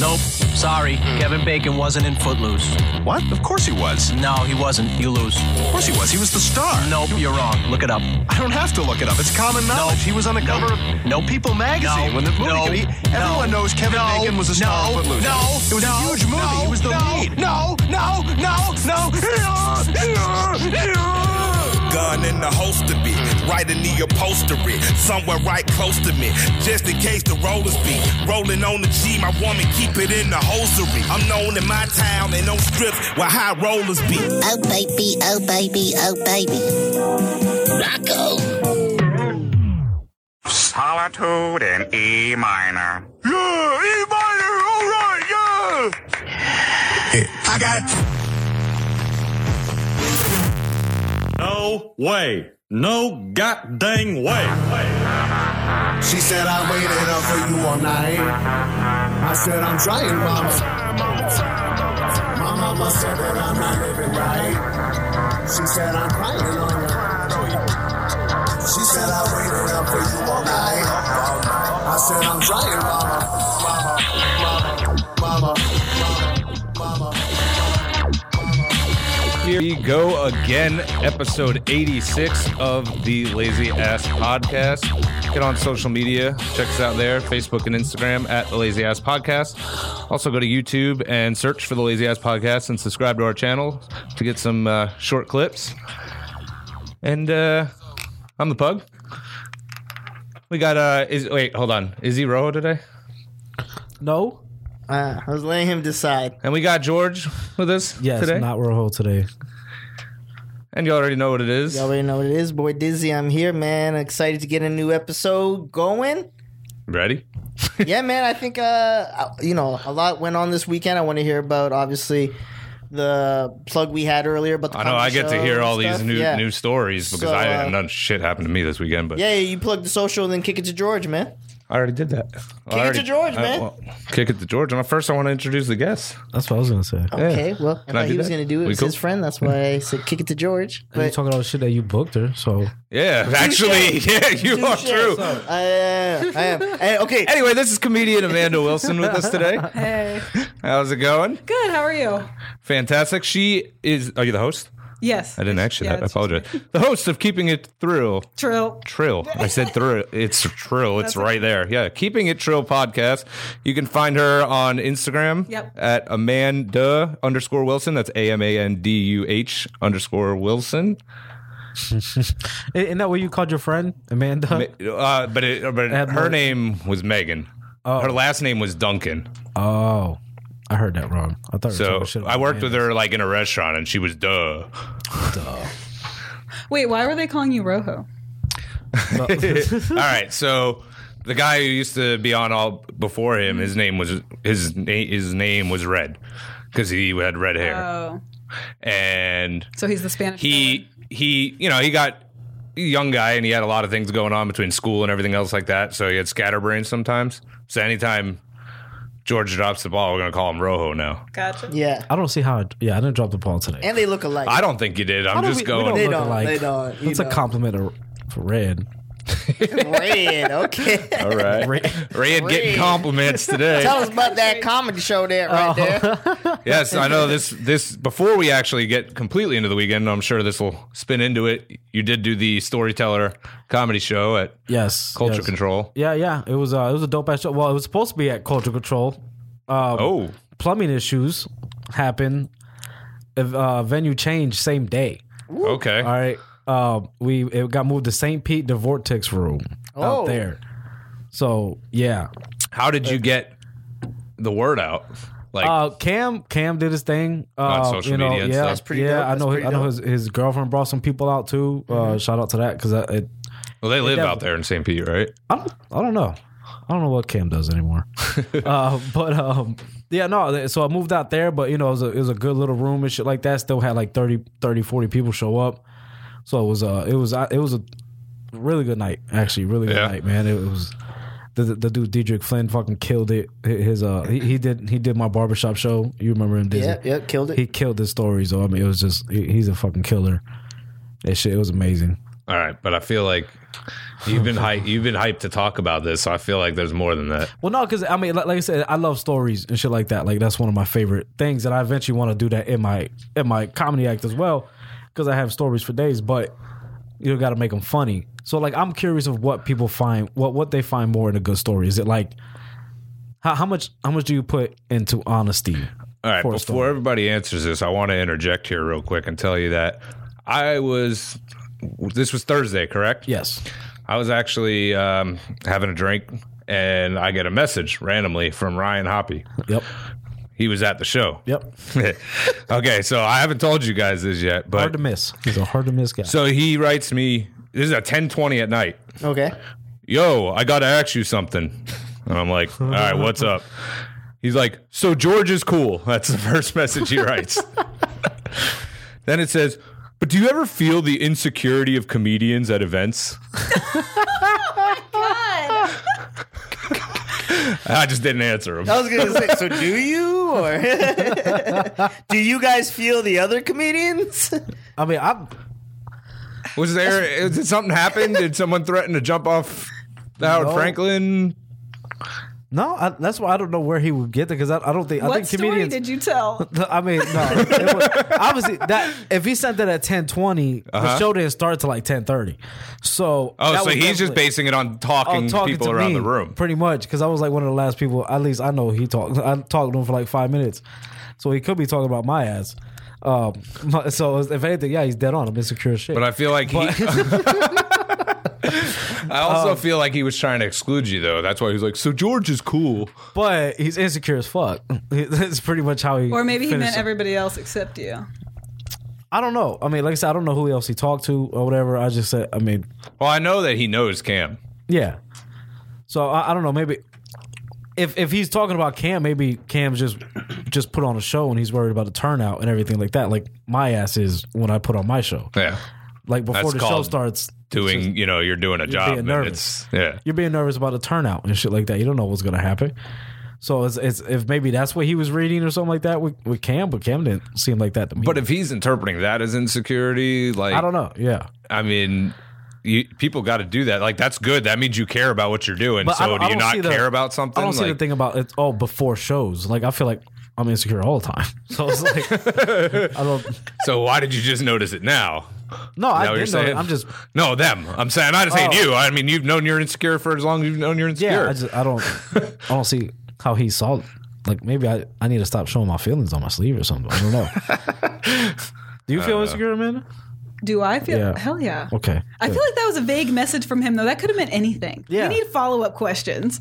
Nope. Sorry. Kevin Bacon wasn't in Footloose. What? Of course he was. No, he wasn't. You lose. Of course he was. He was the star. Nope, you're wrong. Look it up. I don't have to look it up. It's common knowledge. He was on the cover of Nope. People magazine No. when the movie. No. came- he- No. everyone knows Kevin No. Bacon was a star No. of Footloose. No. It was No. a huge movie. No. He was the No. lead. No, no, no, no. Gun in the holster be right in the upholstery, somewhere right close to me, just in case the rollers be rolling on the G. My woman keep it in the hosiery. I'm known in my town and on strips where high rollers be. Oh baby, oh baby, oh baby. Rocco. Solitude in E minor. Yeah, E minor, all right, yeah. I got it. No way. No god dang way. She said, I waited up for you all night. I said, I'm trying, mama. My mama said that I'm not living right. She said, I'm crying on you. She said, I waited up for you all night. I said, I'm trying, mama. Mama, mama, mama, mama. Here we go again, episode 86 of the Lazy Ass Podcast. Get on social media, check us out there Facebook and Instagram at the Lazy Ass Podcast. Also, go to YouTube and search for the Lazy Ass Podcast and subscribe to our channel to get some uh, short clips. And uh, I'm the pug. We got, uh, is, wait, hold on. Is he Rojo today? No. Uh, I was letting him decide. And we got George with us Yes, today. not Rojo today. and you already know what it is. You already know what it is, boy Dizzy. I'm here, man. Excited to get a new episode going. Ready? yeah, man. I think uh, I- you know, a lot went on this weekend. I want to hear about obviously the plug we had earlier. But the I know I comedy get to show hear and all these stuff. new yeah. new stories because So, I uh, none shit happened to me this weekend. But Yeah, yeah, you plug the social and then kick it to George, man. I already did that. Kick it to George, man. kick it to George. And first, I want to introduce the guests. That's what I was gonna say. Are Okay, well, I I thought do he was that? going to do it. We It's cool? his friend. That's why I said kick it to George. you But talking all the shit that you booked her, so Yeah, actually, yeah, you are true. I am. I am. And, okay, Anyway, this is comedian Amanda Wilson with us today. Hey. How's it going? Good. How are you? Fantastic. She is. Are you the host? Yes. I didn't actually. Yeah, I it's- apologize. The host of Keeping It Thrill. Trill. Trill. I said thrill. It's Trill. It's right there. Yeah. Keeping It Trill podcast. You can find her on Instagram Yep. at Amanda underscore Wilson. That's A M A N D U H underscore Wilson. isn't that what you called your friend Amanda? Uh, but it, but Add her more- name was Megan. Her last name was Duncan. oh, I heard that wrong. I thought you were So talking shit I worked with her like in a restaurant and she was duh. Wait, why were they calling you Rojo? all right, so the guy who used to be on all before him, his name was his na- his name was Red because he had red hair, Oh, and so he's the Spanish. he he you know he got a young guy and he had a lot of things going on between school and everything else like that, so he had scatterbrains sometimes. So anytime George drops the ball, we're gonna call him Rojo now. fella. Gotcha. yeah, I don't see how. it- yeah, I didn't drop the ball today. and they look alike. I don't think you did. I'm just We going. They look don't, alike. they don't, you That's a know. compliment of- for Red. Red. Okay. All right, Red. Red getting compliments today. Tell us about that comedy show there, Uh, right there. Yes, I know this. This before we actually get completely into the weekend, I'm sure this will spin into it. You did do the storyteller comedy show at Yes. Culture yes. Control. Yeah, yeah. It was uh, it was a dope ass show. Well, it was supposed to be at Culture Control. Um, Oh, Plumbing issues happened. Ev- Uh, venue changed same day. okay. All right. Um, we it got moved to St. Pete, the Vortex Room Oh. out there. So yeah, How did you get the word out? Like, uh, Cam Cam did his thing uh, On social you know, media and Yeah, stuff. That's pretty Yeah, dope. I know. That's pretty I know dope. Mm-hmm. his, his girlfriend brought some people out too. Uh, Shout out to that because I it, well, they live yeah. out there in St. Pete, right? I don't I don't know. I don't know what Cam does anymore. uh, but um, yeah, no. th- So I moved out there, but you know, it was a, it was a good little room and shit like that. Still had like 30, 30 40 people show up. So it was uh, it was uh, it was a really good night. Actually, really good Yeah. night, man. It was. The, the dude Diedrich Flynn fucking killed it. His uh, he, he did he did my barbershop show. You remember him? Dizzy? Yep, yep, killed it. He killed his story. So I mean, it was just he, he's a fucking killer. That shit, it was amazing. All right, but I feel like You've been hyped. You've been hyped to talk about this, so I feel like there's more than that. Well, no, because I mean, like, like I said, I love stories and shit like that. Like that's one of my favorite things, and I eventually want to do that in my in my comedy act as well, because I have stories for days. But you got to make them funny. So like, I'm curious of what people find what what they find more in a good story. Is it like how, how much how much do you put into honesty? All right, for a before story? everybody answers this, I want to interject here real quick and tell you that I was. This was Thursday, correct? Yes. I was actually um, having a drink, and I get a message randomly from Ryan Hoppy. Yep. He was at the show. Yep. okay, so I haven't told you guys this yet, but hard to miss. He's a hard to miss guy. so he writes me. This is at ten twenty at night. Okay. yo, I got to ask you something. And I'm like, all right, what's up? He's like, so George is cool. That's the first message he writes. then it says, but do you ever feel the insecurity of comedians at events? God. I just didn't answer him. I was gonna say, so do you or do you guys feel the other comedians? I mean, I'm Was there, did something happen? Did someone threaten to jump off Howard No. Franklin? no. I, that's why I don't know where he would get it because I, I don't think I What think story comedians. did you tell? I mean, no. It was- obviously, that if he sent that at ten twenty, the Uh-huh. show didn't start till like ten thirty. So Oh, that so was he's just definitely- basing it on talking, oh, talking people to around me, the room. pretty much. Because I was like one of the last people. At least I know he talked. I talked to him for like five minutes, so he could be talking about my ass. Um, my- so if anything, yeah, he's dead on. I'm insecure as shit. But I feel like he. I also feel like he was trying to exclude you, though. That's why he was like, "So George is cool." But he's insecure as fuck. That's pretty much how he. Or maybe he finished meant it. everybody else except you. I don't know. I mean, like I said, I don't know who else he talked to or whatever. I just said, I mean, Well, I know that he knows Cam. yeah. So I, I don't know. Maybe if if he's talking about Cam, maybe Cam's just just put on a show and he's worried about the turnout and everything like that. Like my ass is when I put on my show. Yeah, Like before That's the show called starts, doing you know you're doing a job. being And nervous. it's yeah. you're being nervous about the turnout and shit like that. You don't know what's gonna happen. So it's, it's if maybe that's what he was reading or something like that with, with Cam, but Cam didn't seem like that to me. But if he's interpreting that as insecurity, like I don't know, yeah. I mean, you, people got to do that. Like that's good. That means you care about what you're doing. But I so don't- do I you don't not see the- care about something? I don't see Like, the thing about it's all before shows. Like I feel like I'm insecure Oh. all the time. So it's like I don't. so why did you just notice it now? No, I Is that didn't what you're know. that. saying? I'm just No, them. I'm saying. I'm not saying Oh. you. I mean, you've known you're insecure for as long as you've known you're insecure. yeah. I just I don't I don't see how he saw. it. Like maybe I I need to stop showing my feelings on my sleeve or something. I don't know. Do you feel insecure, Amanda? Do I feel? Yeah. Hell yeah. Okay. I feel like that was a vague message from him, though. That could have meant anything. Yeah. We need follow up questions.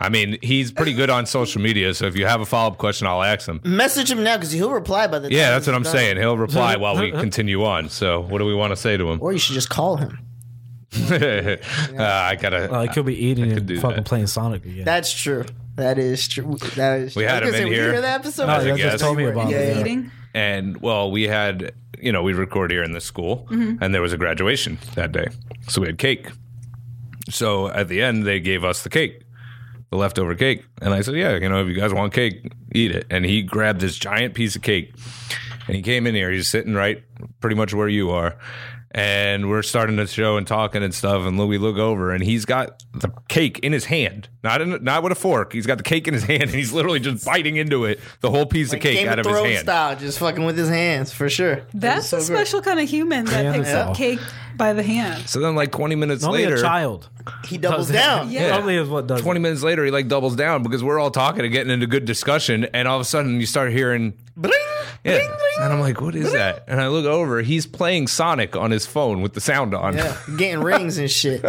I mean, he's pretty good on social media, so if you have a follow up question, I'll ask him. Message him now because he'll reply by the. Yeah, time that's what he's I'm done. saying. He'll reply while we continue on. So, what do we want to say to him? Or you should just call him. Uh, I gotta. Uh, I could be eating could do and fucking that. playing Sonic again. That's true. That is true. That is. We true. had I was gonna him in say, here. Were you that episode? no, a you guess. just told me about Yeah, it. yeah. Eating. and well, we had you know we record here in this school, and there was a graduation that day, so we had cake. So at the end, they gave us the cake, the leftover cake, and I said, "Yeah, you know, if you guys want cake, eat it." And he grabbed this giant piece of cake, and he came in here. He's sitting right, pretty much where you are. And we're starting the show and talking and stuff. And we look over, and he's got the cake in his hand, not in, not with a fork. He's got the cake in his hand, and he's literally just biting into it, the whole piece of cake Game out of of his Thrones hand. style, just fucking with his hands for sure. That's a so good. special kind of human that Yeah, picks that's all. up cake by the hand. So then, like twenty minutes Only later, a child. He doubles down. Yeah. Only is what does. twenty minutes later, he like doubles down because we're all talking and getting into good discussion, and all of a sudden you start hearing bling, yeah. and I'm like, what is that? And I look over, he's playing Sonic on his phone with the sound on. Yeah, getting rings and shit.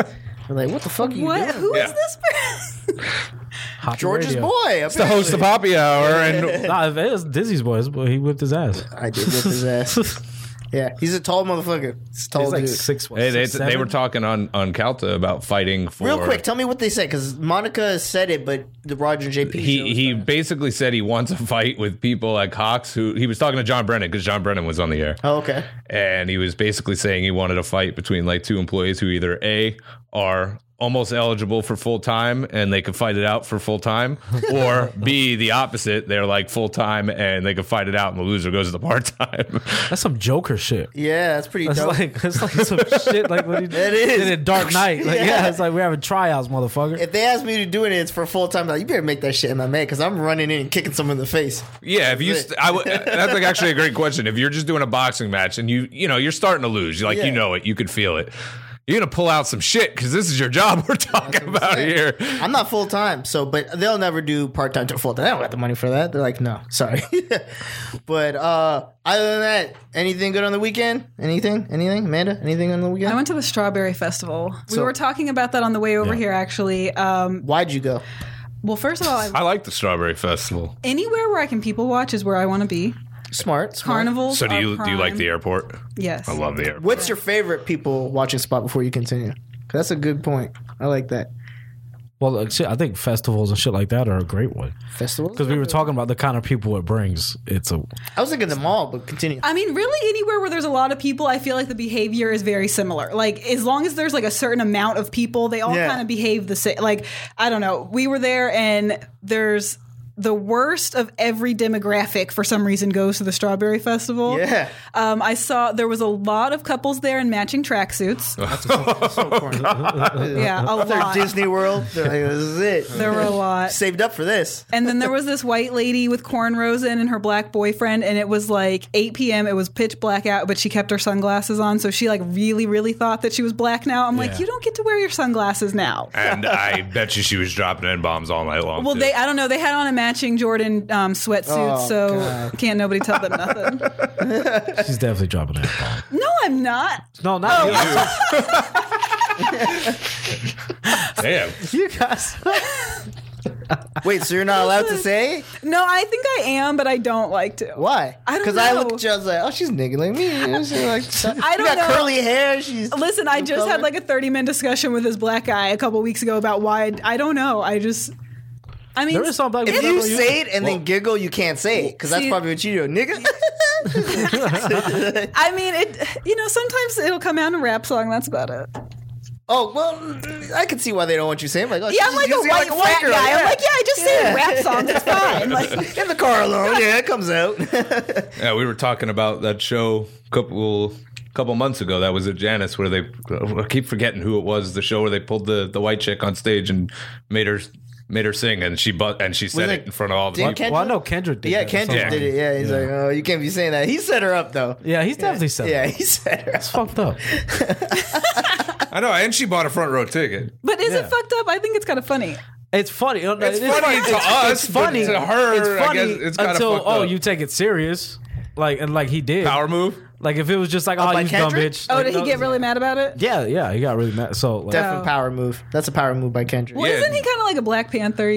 We're like, what the fuck are you What? doing? Who is Yeah. this person? Hot George's radio. boy. It's the host of Poppy Hour, and Nah, if it was Dizzy's boy, his boy, he whipped his ass. I did whip his ass. yeah, he's a tall motherfucker. He's a tall He's like dude. six. What, hey, they, six, they seven? were talking on on Calta about fighting for Real quick, tell me what they said because Monica said it, but the Roger and JP. show He was he fine. basically said he wants a fight with people like Cox, who he was talking to John Brennan because John Brennan was on the air. Oh, okay. and he was basically saying he wanted a fight between like two employees who either a are almost eligible for full time and they could fight it out for full time, or B, the opposite. They're like full time and they could fight it out and the loser goes to the part time. That's some Joker shit. Yeah, that's pretty That's dope. like that's like some shit like what he It is. did in Dark Knight. Like, yeah. Yeah. it's like we're having tryouts, motherfucker. if they ask me to do it, it's for full time. Like, you better make that shit MMA because I'm running in and kicking someone in the face. Yeah, if you, st- I w- eh, that's like actually a great question. If you're just doing a boxing match and you, you know, you're starting to lose, you're like, Yeah. you know it, you could feel it. You're gonna pull out some shit because this is your job we're talking about here. I'm not full time, so but they'll never do part time to full time. I don't got the money for that. They're like, no, sorry. but uh other than that, anything good on the weekend? Anything? Anything? Amanda? Anything on the weekend? I went to the Strawberry Festival. we So- were talking about that on the way over Yeah. here, actually. Um, Why'd you go? well, first of all, I, I like the Strawberry Festival. anywhere where I can people watch is where I want to be. Smart. smart. Carnivals. So do are you do you like prime. the airport? Yes. I love the airport. What's your favorite people watching spot before you continue? 'Cause That's a good point. I like that. Well, like, shit, I think festivals and shit like that are a great one Festivals? because we were talking about the kind of people it brings. It's a I was thinking the mall, but continue. I mean, really, anywhere where there's a lot of people, I feel like the behavior is very similar. Like, as long as there's like a certain amount of people, they all Yeah. kind of behave the same. Like, I don't know. We were there, and there's the worst of every demographic for some reason goes to the Strawberry Festival. Yeah. Um, I saw there was a lot of couples there in matching tracksuits. So corny. yeah, a They're lot. Disney World. They're like, this is it. There were a lot. Saved up for this. And then there was this white lady with cornrows in and her black boyfriend, and it was like 8 p.m. It was pitch black out, but she kept her sunglasses on, so she like really, really thought that she was black now. I'm Yeah. like, you don't get to wear your sunglasses now. And I bet you she was dropping n bombs all night long. Well, too. they I don't know. They had on a matching Jordan um, sweatsuit, Oh, so God. can't nobody tell them nothing. she's definitely dropping that bomb. no, I'm not. Oh. No, not you. Damn. You guys. Wait, so you're not allowed to say No, I think I am, but I don't like to. why? I don't Because I know. looked at you, I was like, oh, she's niggling me. She's like, I you don't got know. curly hair. She's Listen, I just had color. like a 30 minute discussion with this black guy a couple weeks ago about why I, I don't know. I just, I mean, There is some black If people you that- say it and then giggle, you can't say it because that's See- probably what you do, nigga. I mean, it. You know, sometimes it'll come out in a rap song. That's about it. oh well, I can see why they don't want you saying. Like, oh, Yeah, she's I'm like a using it white fat white guy. girl, I'm like, yeah, I just Yeah. sing rap songs. It's fine. Like, in the car alone. Yeah, it comes out. Yeah, we were talking about that show a couple couple months ago. That was at Janice, where they I keep forgetting who it was. The show where they pulled the, the white chick on stage and made her made her sing, and she bu- and she said Wasn't it, it in front of all the Dan people. Kendrick? Well, I know Kendrick did. yeah, that or Kendrick something. did it. Yeah, he's Yeah. like, oh, you can't be saying that. He set her up though. Yeah, he's definitely said. Yeah, Yeah, he set her up. it's fucked up. I know, and she bought a front row ticket. but is Yeah. it fucked up? I think it's kind of funny. It's funny. It's It's funny to us, It's but funny to her, It's I funny guess it's kinda until fucked oh, up. you take it serious, like and like he did. Power move. Like if it was just like oh, by you dumb Kendrick? bitch. Oh, like, did he no- get really mad about it? Yeah, yeah, he got really mad. So like, Definite power move. That's a power move by Kendrick. Well, Yeah. isn't he kind of like a Black Panther?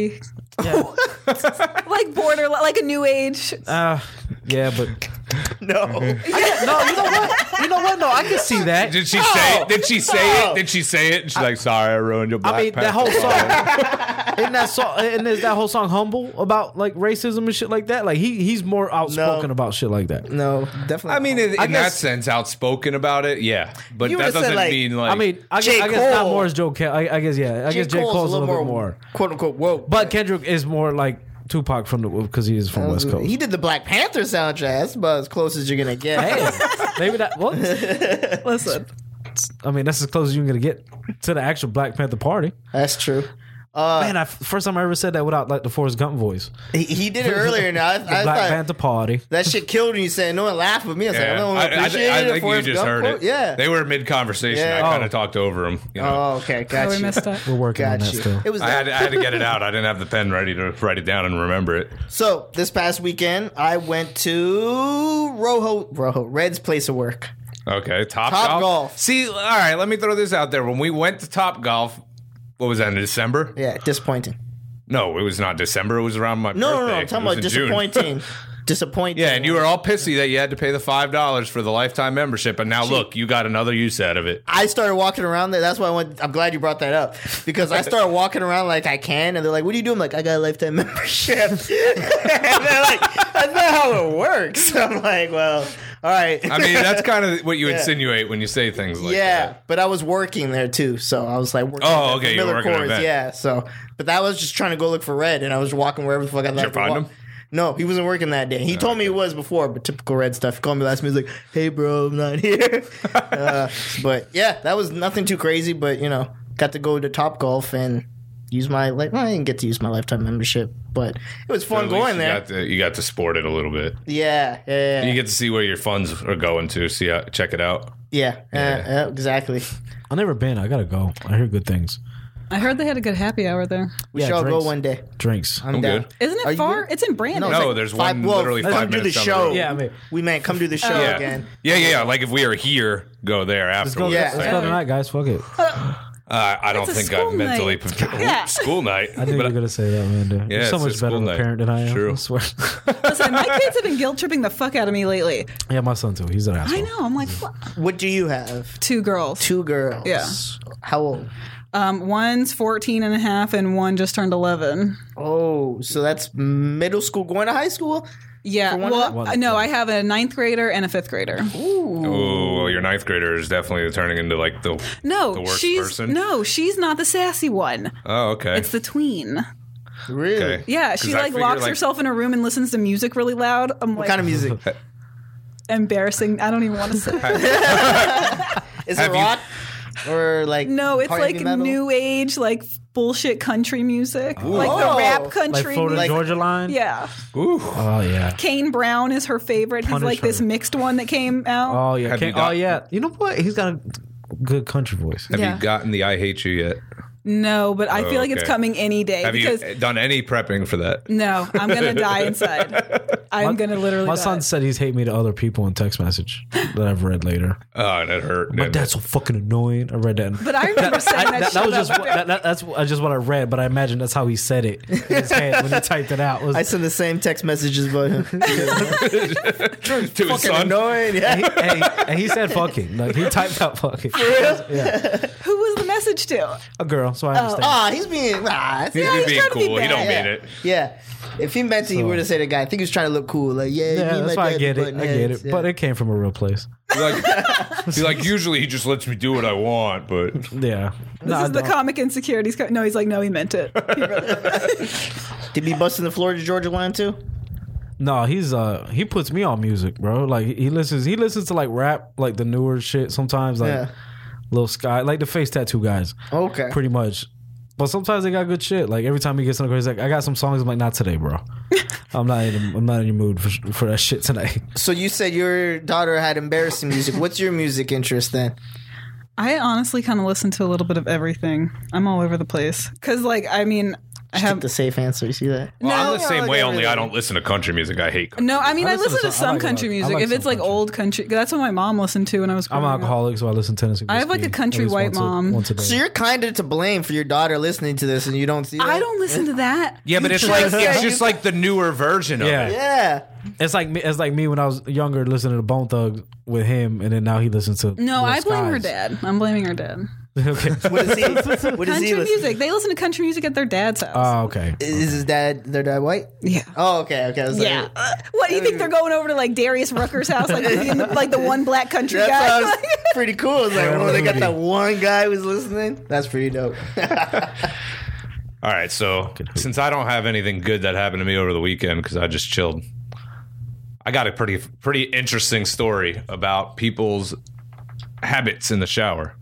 like border, like a new age. uh, yeah, but No. no, you know what? You know what? No, I can see that. Did she say? it? Did she say it? Did she say it? And she's like, "Sorry, I ruined your." Black I mean, that Panther whole song." song, isn't that song, and is that whole song humble about like racism and shit like that? Like he he's more outspoken No. about shit like that. no, definitely. I mean, in, in that guess- sense, outspoken about it, yeah. But You that would've said, doesn't like- mean like. I mean, I guess, J. I guess not Cole. more as Joe. Ke- I, I guess yeah. I guess J Cole's a little, bit more. quote unquote woke. But Kendrick is more like Tupac from the because he is from West Coast. He did the Black Panther soundtrack. That's about as close as you're gonna get. Hey, maybe that. What? Listen, I mean, that's as close as you're gonna get to the actual Black Panther party. That's true. Uh, Man, I, first time I ever said that without like the Forrest Gump voice. He, he did it earlier. Now I, I The Black thought Panther party. that shit killed when you said no one laughed with me. I was Yeah. I, like, I I- I don't appreciate it. think you Forrest just Gump heard quote. it. Yeah. They were mid conversation. Yeah. I kind Oh. of talked over them. You know. oh, okay, we gotcha. missed that. We're working on Got that you. still. It was I had, I had to get it out. I didn't have the pen ready to write it down and remember it. so. This past weekend, I went to Rojo, Rojo Red's place of work. Okay, top, Top golf. Golf. See, all right, let me throw this out there. When we went to Top Golf, what was that in December? Yeah, disappointing. No, it was not December. It was around my No, birthday. no, no. I'm It talking was about in June. disappointing. disappointing. Yeah, and you were all pissy that you had to pay the five dollars for the lifetime membership, and now look, you got another use out of it. I started walking around there. That's why I went. I'm glad you brought that up because I started walking around like I can, and they're like, "What do you do?" I'm like, "I got a lifetime membership." and they're like, "That's not how it works." I'm like, "Well, All right. I mean, that's kind of what you Yeah. insinuate when you say things like yeah, that. but I was working there too, so I was like, working Oh, at okay, you Miller were working at Coors, that. yeah. So, but that was just trying to go look for Red, and I was walking wherever the fuck I like to find walk. him? No, he wasn't working that day. He told me he was before, but typical Red stuff. He called me last minute, he's like, "Hey, bro, I'm not here." uh, but yeah, that was nothing too crazy. But you know, got to go to Top Golf and use my like. Well, I didn't get to use my lifetime membership, but it was But fun at least going you there. Got to, you got to sport it a little bit. yeah, yeah, yeah. You get to see where your funds are going to. See, how, check it out. yeah, yeah, yeah, exactly. I've never been. I gotta go. I hear good things. I heard they had a good happy hour there. We Yeah, shall drinks. go one day. Drinks. I'm, I'm down. good. Isn't it Are you far? good? It's in Brandon. No, it's there's five- one well, literally come five do the minutes down the show. road. Yeah, I mean, We meant come do the show yeah. again. yeah, yeah, yeah. Like if we are here, go there let's go. afterwards. Yeah. Let's go tonight, guys. Fuck it. Uh, I don't It's a think I'm school mentally night. prepared. Yeah. School night. I knew you But were gonna say that, man. Dude. You're it's so a much better school of a night. parent than I am. True. I swear. Listen, my kids have been guilt tripping the fuck out of me lately. yeah, my son too. He's an asshole. I know. I'm like, what? What do you have? two girls. Two girls. Yeah. How old? Um, one's 14 and a half, and one just turned 11. Oh, so that's middle school going to high school. Yeah. one Well, of them? uh, no, I have a ninth grader and a fifth grader. Ooh, well, your ninth grader is definitely turning into like the. The No, worst she's person? no, she's not the sassy one. Oh, okay. It's the tween. Really? okay. Yeah, she 'Cause I like figure, locks like- herself in a room and listens to music really loud. I'm like What kind of music? embarrassing. I don't even want to say. Is Have it you- rock or like? No, it's hard like heavy metal? new age, like bullshit country music, like Oh. the rap Like country. Florida music. Georgia line. yeah, Oh yeah. Kane Brown is her favorite. He's Punish like this her. mixed one that came out. Oh yeah. Have you Can't- got- oh yeah. You know what? He's got a good country voice. Have Yeah. you gotten the I hate you yet? No, but I Oh, feel like it's okay. coming any day Have because you done any prepping for that? no, I'm gonna die inside. I'm gonna literally. My die. son said he's hate me to other people in text message that I've read later. Oh, that hurt. My didn't dad's so fucking annoying. I read that. in- But I remember saying that. that, that shit was just up. what, that, that- that's what- just what I read, but I imagine that's how he said it in his head when he typed it out. It was- I send the same text messages about him. it? to his son. Annoying. Yeah. he- and, he, and he said fucking. Like he typed out fucking. Yeah, Who was the message to? Oh. a girl. So I understand. Ah, he's being. Ah, it's- He's Yeah, just he's being gotta be cool. he bad. don't yeah. mean it. Yeah. If he meant to, he would have said a guy. I think he was trying to look cool. Like, yeah, yeah, me and that's my why I dad get be it. button I get heads. it. Yeah. But it came from a real place. Like, he's like, usually he just lets me do what I want, but Yeah. This is the comic insecurities. Co- no, he's like, no, he meant it. He really- did he bust in the Florida Georgia line too? No, he's uh he puts me on music, bro. Like he listens he listens to like rap, like the newer shit sometimes, like Yeah. Lil Sky, like the face tattoo guys, Okay. pretty much. But sometimes they got good shit. Like every time he gets in the car, he's like, "I got some songs." I'm like, "Not today, bro. I'm not. In, I'm not in your mood for, for that shit tonight." So you said your daughter had embarrassing music. What's your music interest then? I honestly kind of listen to a little bit of everything. I'm all over the place because, like, I mean, I Just have took the safe answer. You see that? well, I'm No, the same I way. get Only it. I don't listen to country music. I hate. Country. no. I mean, I listen, to, I some like a lot- country I music. like if it's some like country. old country, that's what my mom listened to when I was. I'm Growing an up. alcoholic, so I listen to Tennessee. I have, like, Whiskey a country at white least once a- mom. once a day. So you're kind of to blame for your daughter listening to this, and you don't see. That? I don't listen to that. Yeah, but it's like it's just like the newer version of Yeah. it. Yeah. It's like me. It's like me when I was younger, listening to Bone Thugs with him, and then now he listens to. No, Lil I blame her Skies. dad. I'm blaming her dad. okay. What is he? What does he Country listen? music. They listen to country music at their dad's house. Oh, okay. Is his dad their dad white? yeah. Oh, okay, okay. I was like- yeah. Uh, what do you think they're going over to like Darius Rucker's house, like being the, like the one black country That's guy? sounds Like- pretty cool. I was like, well, they got that one guy who's listening. That's pretty dope. All right, so since I don't have anything good that happened to me over the weekend because I just chilled, I got a pretty pretty interesting story about people's habits in the shower.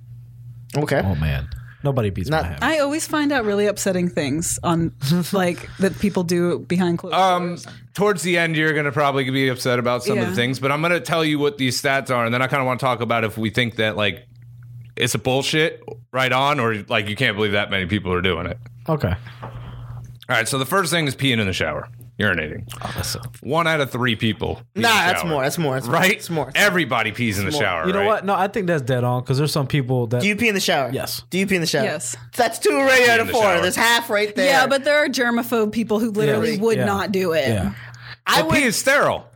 okay. Oh man, nobody beats Not- my habit. I always find out really upsetting things on like that people do behind closed Um, doors. towards the end, you're gonna probably be upset about some of Yeah. the things, but I'm gonna tell you what these stats are, and then I kind of want to talk about if we think that like it's a bullshit right on, or like you can't believe that many people are doing it. Okay. All right, so the first thing is peeing in the shower, urinating. Oh, That's a- One out of three people. pee in Nah, the that's shower. more. That's more. That's more, Right? That's more. Everybody pees in the shower. You know right? what? No, I think that's dead on because there's some people that Do you pee in the shower? Yes. Do you pee in the shower? Yes. That's two right out in of the four. shower. There's half right there. Yeah, but there are germaphobe people who literally Yeah. would Yeah. not do it. yeah. I Well, pee would. is sterile.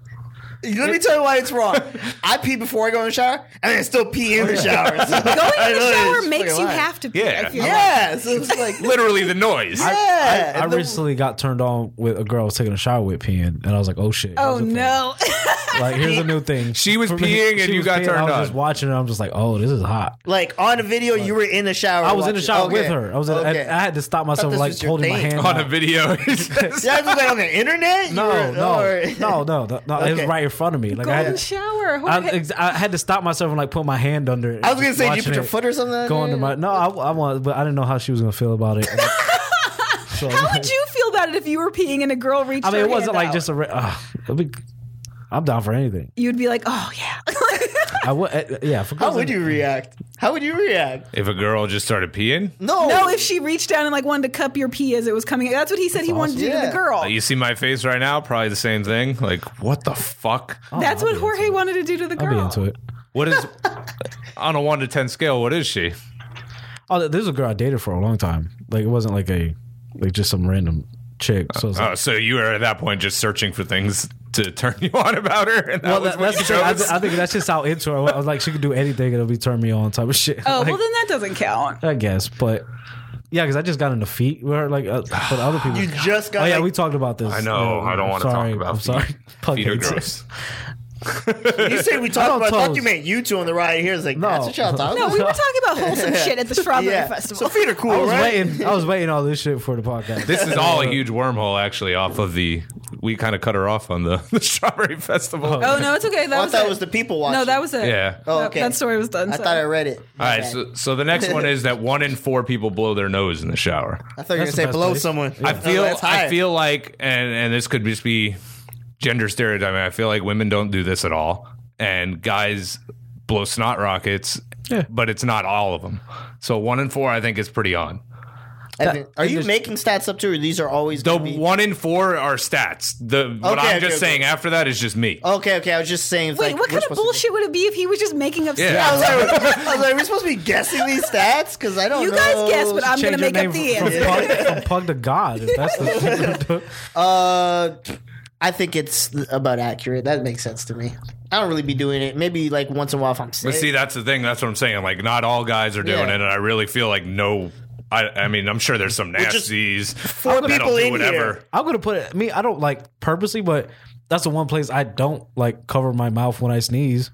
Let me tell you why it's wrong. I pee before I go in the shower, and then still pee in the shower. So Oh, I Going in know the it's shower just makes fucking you lying. have to. pee, Yeah. I feel like. Yeah, so it's like Literally the noise. yeah. I and the- recently got turned on with a girl I was taking a shower with peeing, and I was like, "Oh shit!" I Oh was a fan. no. Like here's a new thing. She was For me, peeing and she you was got peeing, I turned was on. just watching it. I'm just like, oh, this is hot. Like on a video, you were in the shower. I was in the watching- shower okay. with her. I was. I- Okay. I, had to stop I thought myself this like was your holding my thing. hand on a out. yeah, video. I was like on the internet. You No, were- no, or- no, no, no, no. It was Okay. right in front of me. Like I Golden had, to, shower. Who I, the heck- ex- I had to stop myself and like put my hand under it. I was gonna Just say, did you watching put your it. foot or something? on Go it? under my. No, I, I want, but I didn't know how she was gonna feel about it. so, How would you feel about it if you were peeing and a girl reached? I mean, her it wasn't hand like out? just a. Re- uh, be, I'm down for anything. You'd be like, oh yeah. I would. Uh, yeah. For How would you react? How would you react? if a girl just started peeing, No, No, if she reached down and like wanted to cup your pee as it was coming, that's what he said he wanted to do to Yeah. the girl. like, you see my face right now, probably the same thing. Like, what the fuck? that's what Jorge wanted to do to the I'll girl. be into it. What is on a one to ten scale? What is she? Oh, this is a girl I dated for a long time. Like it wasn't like a, like just some random chick. So it's like, Oh, so you were at that point just searching for things to turn you on about her. And that well, was that, what that's the you thing. I, chose? th- I think that's just how into her. I was. I was like, she could do anything and it'll be turn me on type of shit. Oh Like, well, then that doesn't count. I guess, but yeah, because I just got into feet with her, like, uh, but other people. you just got. oh yeah, like, we talked about this. I know. Yeah, I don't I'm want to talk sorry. about. I'm feet. sorry. Fuck Feet are it. gross. You say we talked on about. I thought toes. you meant you two on the ride here. It's like No. that's what y'all talking No, we about. were talking about wholesome shit at the strawberry yeah. festival. So feet are cool, I was right? waiting. I was waiting all this shit for the podcast. This is all a huge wormhole, actually, off of the. We kind of cut her off on the, the strawberry festival. oh no, it's okay. That Well, I was thought it. it was the people watching. no, that was it. Yeah. Oh, That- okay. That, story was done. I so. thought I read it. All right, so, so the next one is that one in four people blow their nose in the shower. I thought you were gonna That's say the best blow place. someone. I feel, that's I high. feel like, and and this could just be gender stereotyping. I feel like women don't do this at all, and guys blow snot rockets, Yeah. but it's not all of them. So one in four, I think, is pretty on. I think- are you making stats up too, or these are always The gonna be- one in four are stats. The what Okay, I'm okay, just okay. Oh, saying after that is just me. Okay, okay. I was just saying. it's Wait, like, what we're kind of supposed to be- bullshit would it be if he was just making up? Yeah. stuff? I was, like, I was like, we're supposed to be guessing these stats because I don't. You know. guys guess, but I'm gonna Change your make up the name from, end. pug, from pug to God. If that's the thing. Uh, I think it's about accurate. That makes sense to me. I don't really be doing it. Maybe like once in a while if I'm sick. But see, that's the thing. That's what I'm saying. Like, not all guys are doing Yeah. it, and I really feel like no. I, I mean, I'm sure there's some just nasties. four that'll people do in here. I'm gonna put it. Me, I don't like purposely, but that's the one place I don't like cover my mouth when I sneeze.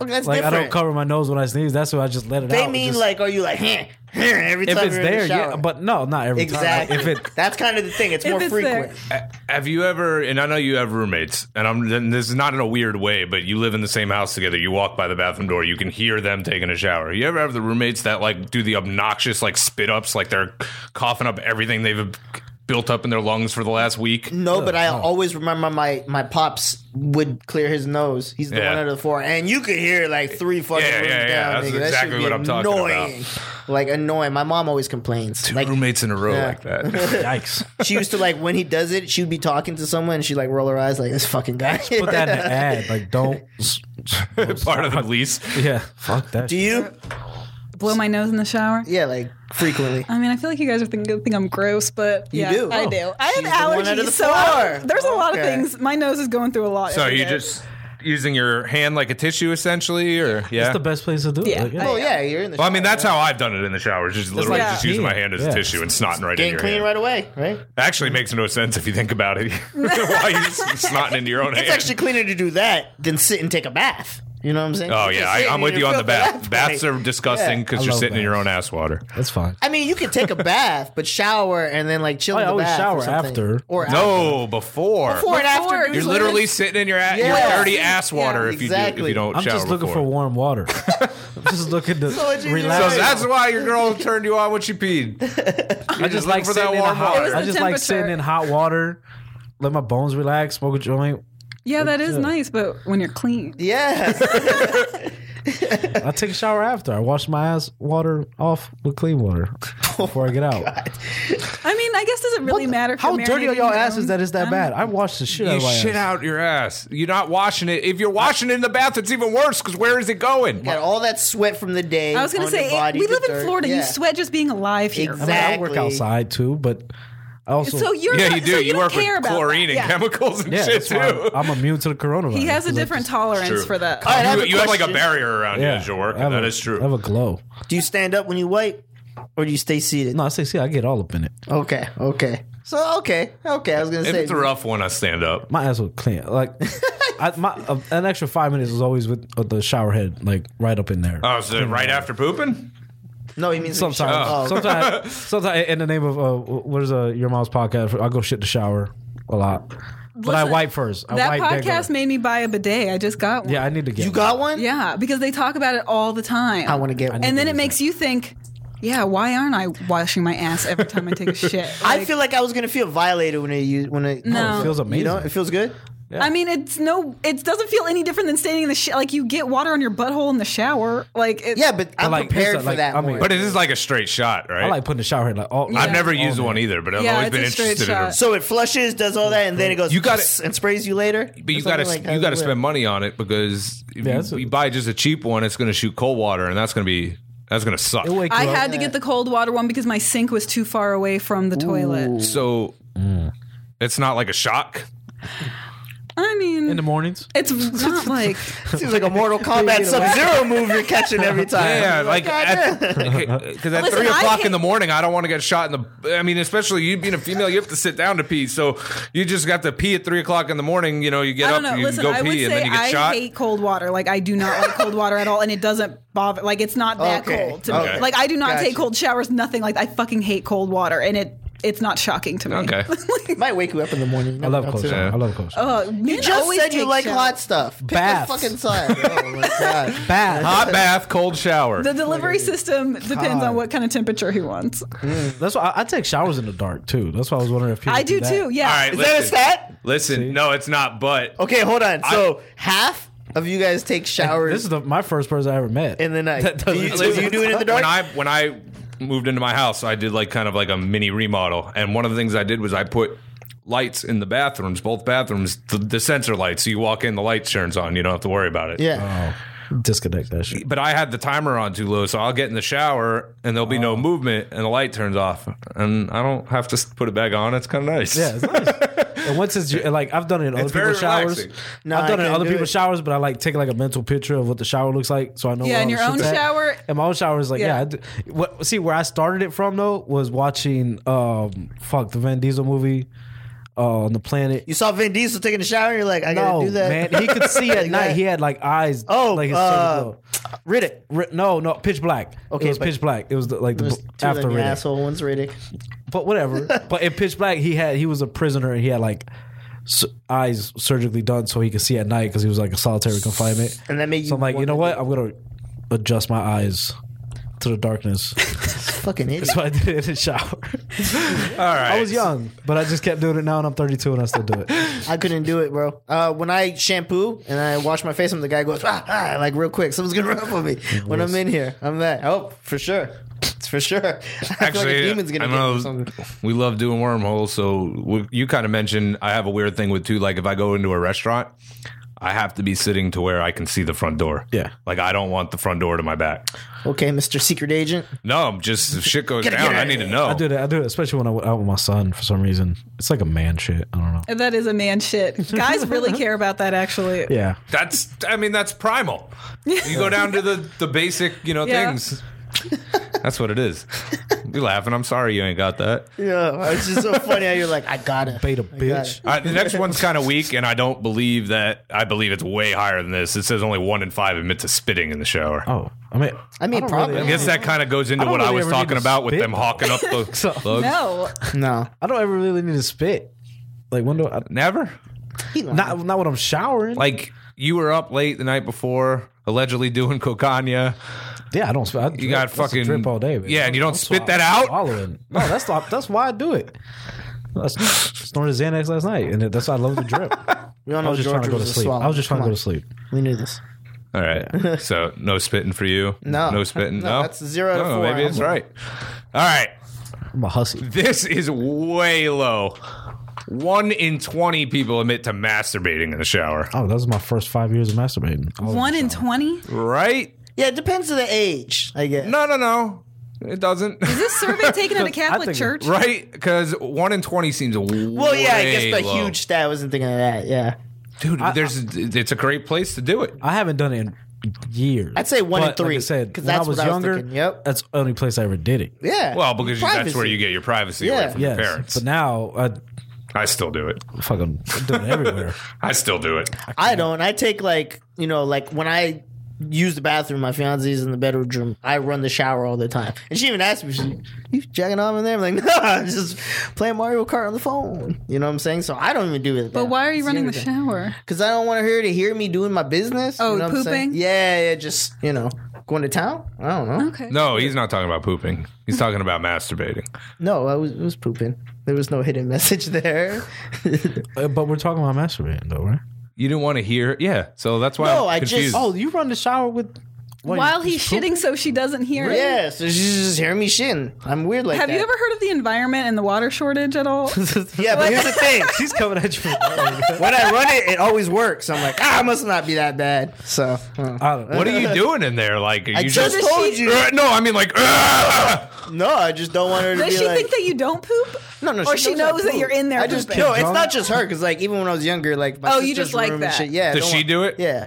okay, that's Like different. I don't cover my nose when I sneeze. That's why I just let it out. they It mean just- like, are you like heh, heh, every if time it's you're in there, the shower? yeah. But no, not every exactly. time. Like, if it, that's kind of the thing. It's If more it's there. frequent. Have you ever? And I know you have roommates, and I'm. And this is not in a weird way, but you live in the same house together. You walk by the bathroom door, you can hear them taking a shower. You ever have the roommates that like do the obnoxious like spit ups, like they're coughing up everything they've built up in their lungs for the last week? No, but I always remember my my pops would clear his nose. He's the Yeah. one out of the four, and you could hear like three fucking Yeah, rooms yeah, yeah. down. That's nigga. That exactly should be what I'm talking annoying. about. Like annoying. My mom always complains. Two like roommates in a row Yeah. like that. yikes! she used to like when he does it, she'd be talking to someone and she'd like roll her eyes like this fucking guy. Put that in the ad. Like don't. s- s- Part of the lease. yeah, fuck that. Do you? Blow my nose in the shower. Yeah, like frequently. I mean, I feel like you guys are thinking think I'm gross, but You yeah, do. I Oh. do. I have She's the one allergies, under the so I- floor. there's a lot of Okay. things. My nose is going through a lot. So every you day. just using your hand like a tissue, essentially, or yeah. That's the best place to do it. Yeah. Like, Oh yeah, you're in the. well, I mean, shower. that's how I've done it in the shower. Just literally like just Yeah. using my hand as a Yeah. tissue and snotting right in getting your clean hand. right away, right? Actually, makes no sense if you think about it. Why you snotting into your own It's hand? actually cleaner to do that than sit and take a bath. You know what I'm saying? Oh You yeah, can I, sit I'm and with you you're on the filthy at bath. that Baths point. are disgusting because I you're love sitting in your own ass water. That's fine. I mean, you could take a bath, but shower and then like chill. I in the always bath shower or something. after. Or No, before. Before Before, and after, dude. you're du's Just literally literally- sitting in your ass, Yeah. your dirty ass water Yeah, if you do, if exactly. you don't I'm shower just looking before. for warm water. I'm just looking to what you relax. do. So that's why your girl turned you on when she peed. I just like for that sitting in warm hot- water. It was I the just like sitting temperature. in hot water. Let my bones relax. Smoke a joint. yeah, that is nice, but when you're clean, yeah, I take a shower after. I wash my ass water off with clean water before I get out. I mean, I guess does it really matter? if How you're dirty are marinating y'all your asses own- that is that bad? I wash the shit out You of my ass. shit out your ass. You're not washing it. If you're washing it in the bath, it's even worse because where is it going? got all that sweat from the day. I was gonna on your say, eh, body, we the live in dirt. Florida. You Yeah. sweat just being alive here. I, mean, I work Exactly. outside too, but I also So you're yeah, not- you do. so you don't work care with about chlorine that. Yeah. and chemicals and yeah. shit that's why too. I'm, I'm immune to the coronavirus. He has a 'cause I different just- tolerance for that. All right, I have you a you have like a question. barrier around you yeah, as you work, I have and that a- is I have true. a glow. Do you stand up when you wipe, or do you stay seated? No, I say, see, I get all up in it. Okay, okay. So okay, okay. I was gonna If say it's a rough one, I stand up. My ass was clean. Like, I, my, uh, an extra five minutes is always with uh, the shower head, like right up in there. Oh, so Mm. right after pooping? No, he means Sometimes, Oh. sometimes, sometimes, in the name of uh, what is uh, your mom's podcast? I go shit the shower a lot, but I Listen, wipe first. I that wipe then go- podcast made me buy a bidet. I just got one. Yeah, I need to get. You got one? Yeah, because they talk about it all the time. I want to get one. and then it makes you think, yeah, why aren't I washing my ass every time I take a shit? I feel like I was gonna feel violated when I use when I. No. Oh, it feels You amazing. know, it feels good. Yeah. I mean, it's no, it doesn't feel any different than standing in the sh- like you get water on your butthole in the shower. Like, it, Yeah, but I'm like, prepared it's for like- that. I mean- one. But it is like a straight shot, right? I like putting the shower head like all. Yeah. I've never all used in. one either, but I've Yeah, always it's been a straight interested in it. shot. so it flushes, does all that, and then it goes. You gotta- "Pss," and sprays you later. But you Or something gotta like that. you gotta spend money on it because if Yeah, you- that's you, a- buy just a cheap one, it's gonna shoot cold water, and that's gonna be that's gonna suck. It'll wake I you up. had to get the cold water one because my sink was too far away from the toilet. So Mm. it's not like a shock. I in mean, the mornings. it's not like Seems like a Mortal Kombat Sub Zero move you're catching every time. Yeah, like God at, damn. because at Listen, three I o'clock in hate- the morning, I don't want to get shot in the. I mean, especially you being a female, you have to sit down to pee. So you just got to pee at three o'clock in the morning. You know, you get I up, don't know. you Listen, go I would pee, and then say you get I shot. hate cold water. Like I do not like cold water at all, and it doesn't bother. Like it's not that Okay. cold to me. Oh, Okay. Like I do not Gotcha. take cold showers. Nothing like that. I fucking hate cold water, and it it's not shocking to me. Okay. It might wake you up in the morning. I love cold shower. I love cold shower. Uh, men You just always said you take like showers. hot stuff. Pick Baths. the fucking side. Oh my god. Bad. Hot bath, cold shower. The delivery system depends on what kind of temperature he wants. That's why I, I take showers in the dark too. That's why I was wondering if people I do that. too. Yeah. All right, Is listen, that a stat? Listen, no, it's not. But Okay, hold on. So half of you guys take showers This is the, my first person I ever met. in the night. That do doesn't- you, do you do it in the dark? When I when I moved into my house, I did like kind of like a mini remodel, and one of the things I did was I put lights in the bathrooms, both bathrooms, the, the sensor lights. So you walk in, the light turns on. You don't have to worry about it. yeah. Oh. disconnect that shit. But I had the timer on too low, so I'll get in the shower and there'll be no movement, and the light turns off, and I don't have to s- put it back on. It's kind of nice. Yeah, it's nice. and once it's like I've done it in other It's very people's showers. relaxing. No, I I've done it in can't other do people's it. showers, but I like take like a mental picture of what the shower looks like, so I know. Yeah, where in all your the own shit's at. shower- And my own shower is like, Yeah. yeah. I d- what, see, where I started it from though was watching, um, fuck, the Van Diesel movie, uh, on the planet. You saw Vin Diesel taking a shower and you're like, I gotta no, do that. man, he could see at Like night. that. He had like eyes. Oh, like his uh, circle. Riddick. Ri- no, no, pitch black. Okay, it was but- pitch black. It was the, like the There's b- two of after them, you Riddick. asshole. One's Riddick. but whatever. but in Pitch Black, he had he was a prisoner and he had like s eyes surgically done so he could see at night because he was like a solitary confinement. And that made you. So I'm like, you know wonder- what? I'm gonna adjust my eyes to the darkness. Fucking idiot. That's what I did in the shower. All right. I was young, but I just kept doing it now, and I'm 32 and I still do it. I couldn't do it, bro. Uh, when I shampoo and I wash my face, and the guy goes ah, ah, like real quick. Someone's gonna run up on me when I'm in here. I'm that. Oh, for sure. It's for sure. I feel like Actually, a demon's gonna I get me know or something. we love doing wormholes. So we, you kind of mentioned I have a weird thing with too. Like if I go into a restaurant, I have to be sitting to where I can see the front door. Yeah. like I don't want the front door to my back. Okay, Mr. Secret Agent. No, I'm just if shit goes Gotta get down, out I of need to here. know. I do that. I do it, especially when I'm out with my son. For some reason, it's like a man shit. I don't know. That is a man shit. Guys really care about that, actually. Yeah, That's I mean that's primal. You go down to the the basic you know Yeah. things. That's what it is. You're laughing. I'm sorry you ain't got that. Yeah, it's just so funny how you're like, I gotta. beta I gotta. bitch. All right, the next one's kind of weak, and I don't believe that. I believe it's way higher than this. It says only one in five admit to spitting in the shower. Oh, I mean, I mean, don't probably. I Really, guess that kind of goes into I don't what I really was ever need talking to about with spit. them hawking up the So- bugs. No. No. I don't ever really need to spit. Like when do I, Never. not not when I'm showering. Like Like you were up late the night before, allegedly doing cocaine. yeah, I don't. Spit. I drip. You got That's a fucking drip all day. man. Yeah, and you don't spit Swallow- that out. Swallowing. No, that's not, that's why I do it. I s- snorted Xanax last night, and that's why I love the drip. We all I know was just George trying to go to was a sleep. swallow. I was just trying Come to go on. to sleep. We knew this. All right. So no spitting for you. No. No spitting. No, No. that's zero out of No, four. Maybe it's right. All right. I'm a hussy. This is way low. One in twenty people admit to masturbating in the shower. Oh, that was my first five years of masturbating. Oh, I was- One in twenty. Right? Yeah, it depends on the age, I guess. No, no, no. It doesn't. Is this survey taken at a Catholic think- church? right? Because one in twenty seems Well, yeah, I way guess the low. huge stat. I wasn't thinking of that. Yeah. dude. there's it's a great place to do it. I haven't done it in years. I'd say one in But like three, I said, 'cause when that's I was what I was younger, thinking, yep. that's the only place I ever did it. Yeah. Well, because you, that's Privacy. where you get your privacy Yeah. away from Yes. your parents. But now I I still do it. fucking I do it everywhere. I still do it. I don't. I take like you know, like when I use the bathroom, my fiance's in the bedroom. I run the shower all the time, and she even asked me, she's like, "You jacking off in there?" I'm like, "No, I'm just playing Mario Kart on the phone." You know what I'm saying? So I don't even do it. But why are you running the shower? Because I don't want her to hear me doing my business. Oh, you know what I'm saying? pooping? Yeah, yeah, just you know, going to town. I don't know. Okay. No, he's not talking about pooping. He's talking about masturbating. No, I was, it was pooping. There was no hidden message there. Uh, but we're talking about masturbating though, right? You didn't want to hear, yeah. So that's why. No, I'm I just- confused. Oh, you run the shower with what, While you- he's shitting, so she doesn't hear it. yeah, so she's just hearing me shitting. I'm weird like Have that. you ever heard of the environment and the water shortage at all? Yeah, but here's the thing. She's coming at you. From when I run it, it always works. I'm like, ah, I must not be that bad. So, uh, I don't know. what are you doing in there? Like, are you I just does she- told you. Uh, no, I mean like. "Ah!" "Ugh!" No, I just don't want her to Does be she like. think that you don't poop? no, no, or she I knows that poop. you're in there I just pooping. no. It's Drunk? not just her because like even when I was younger, like my Oh, you sister's just like room and that. shit, Yeah. I Does don't she want- do it? Yeah.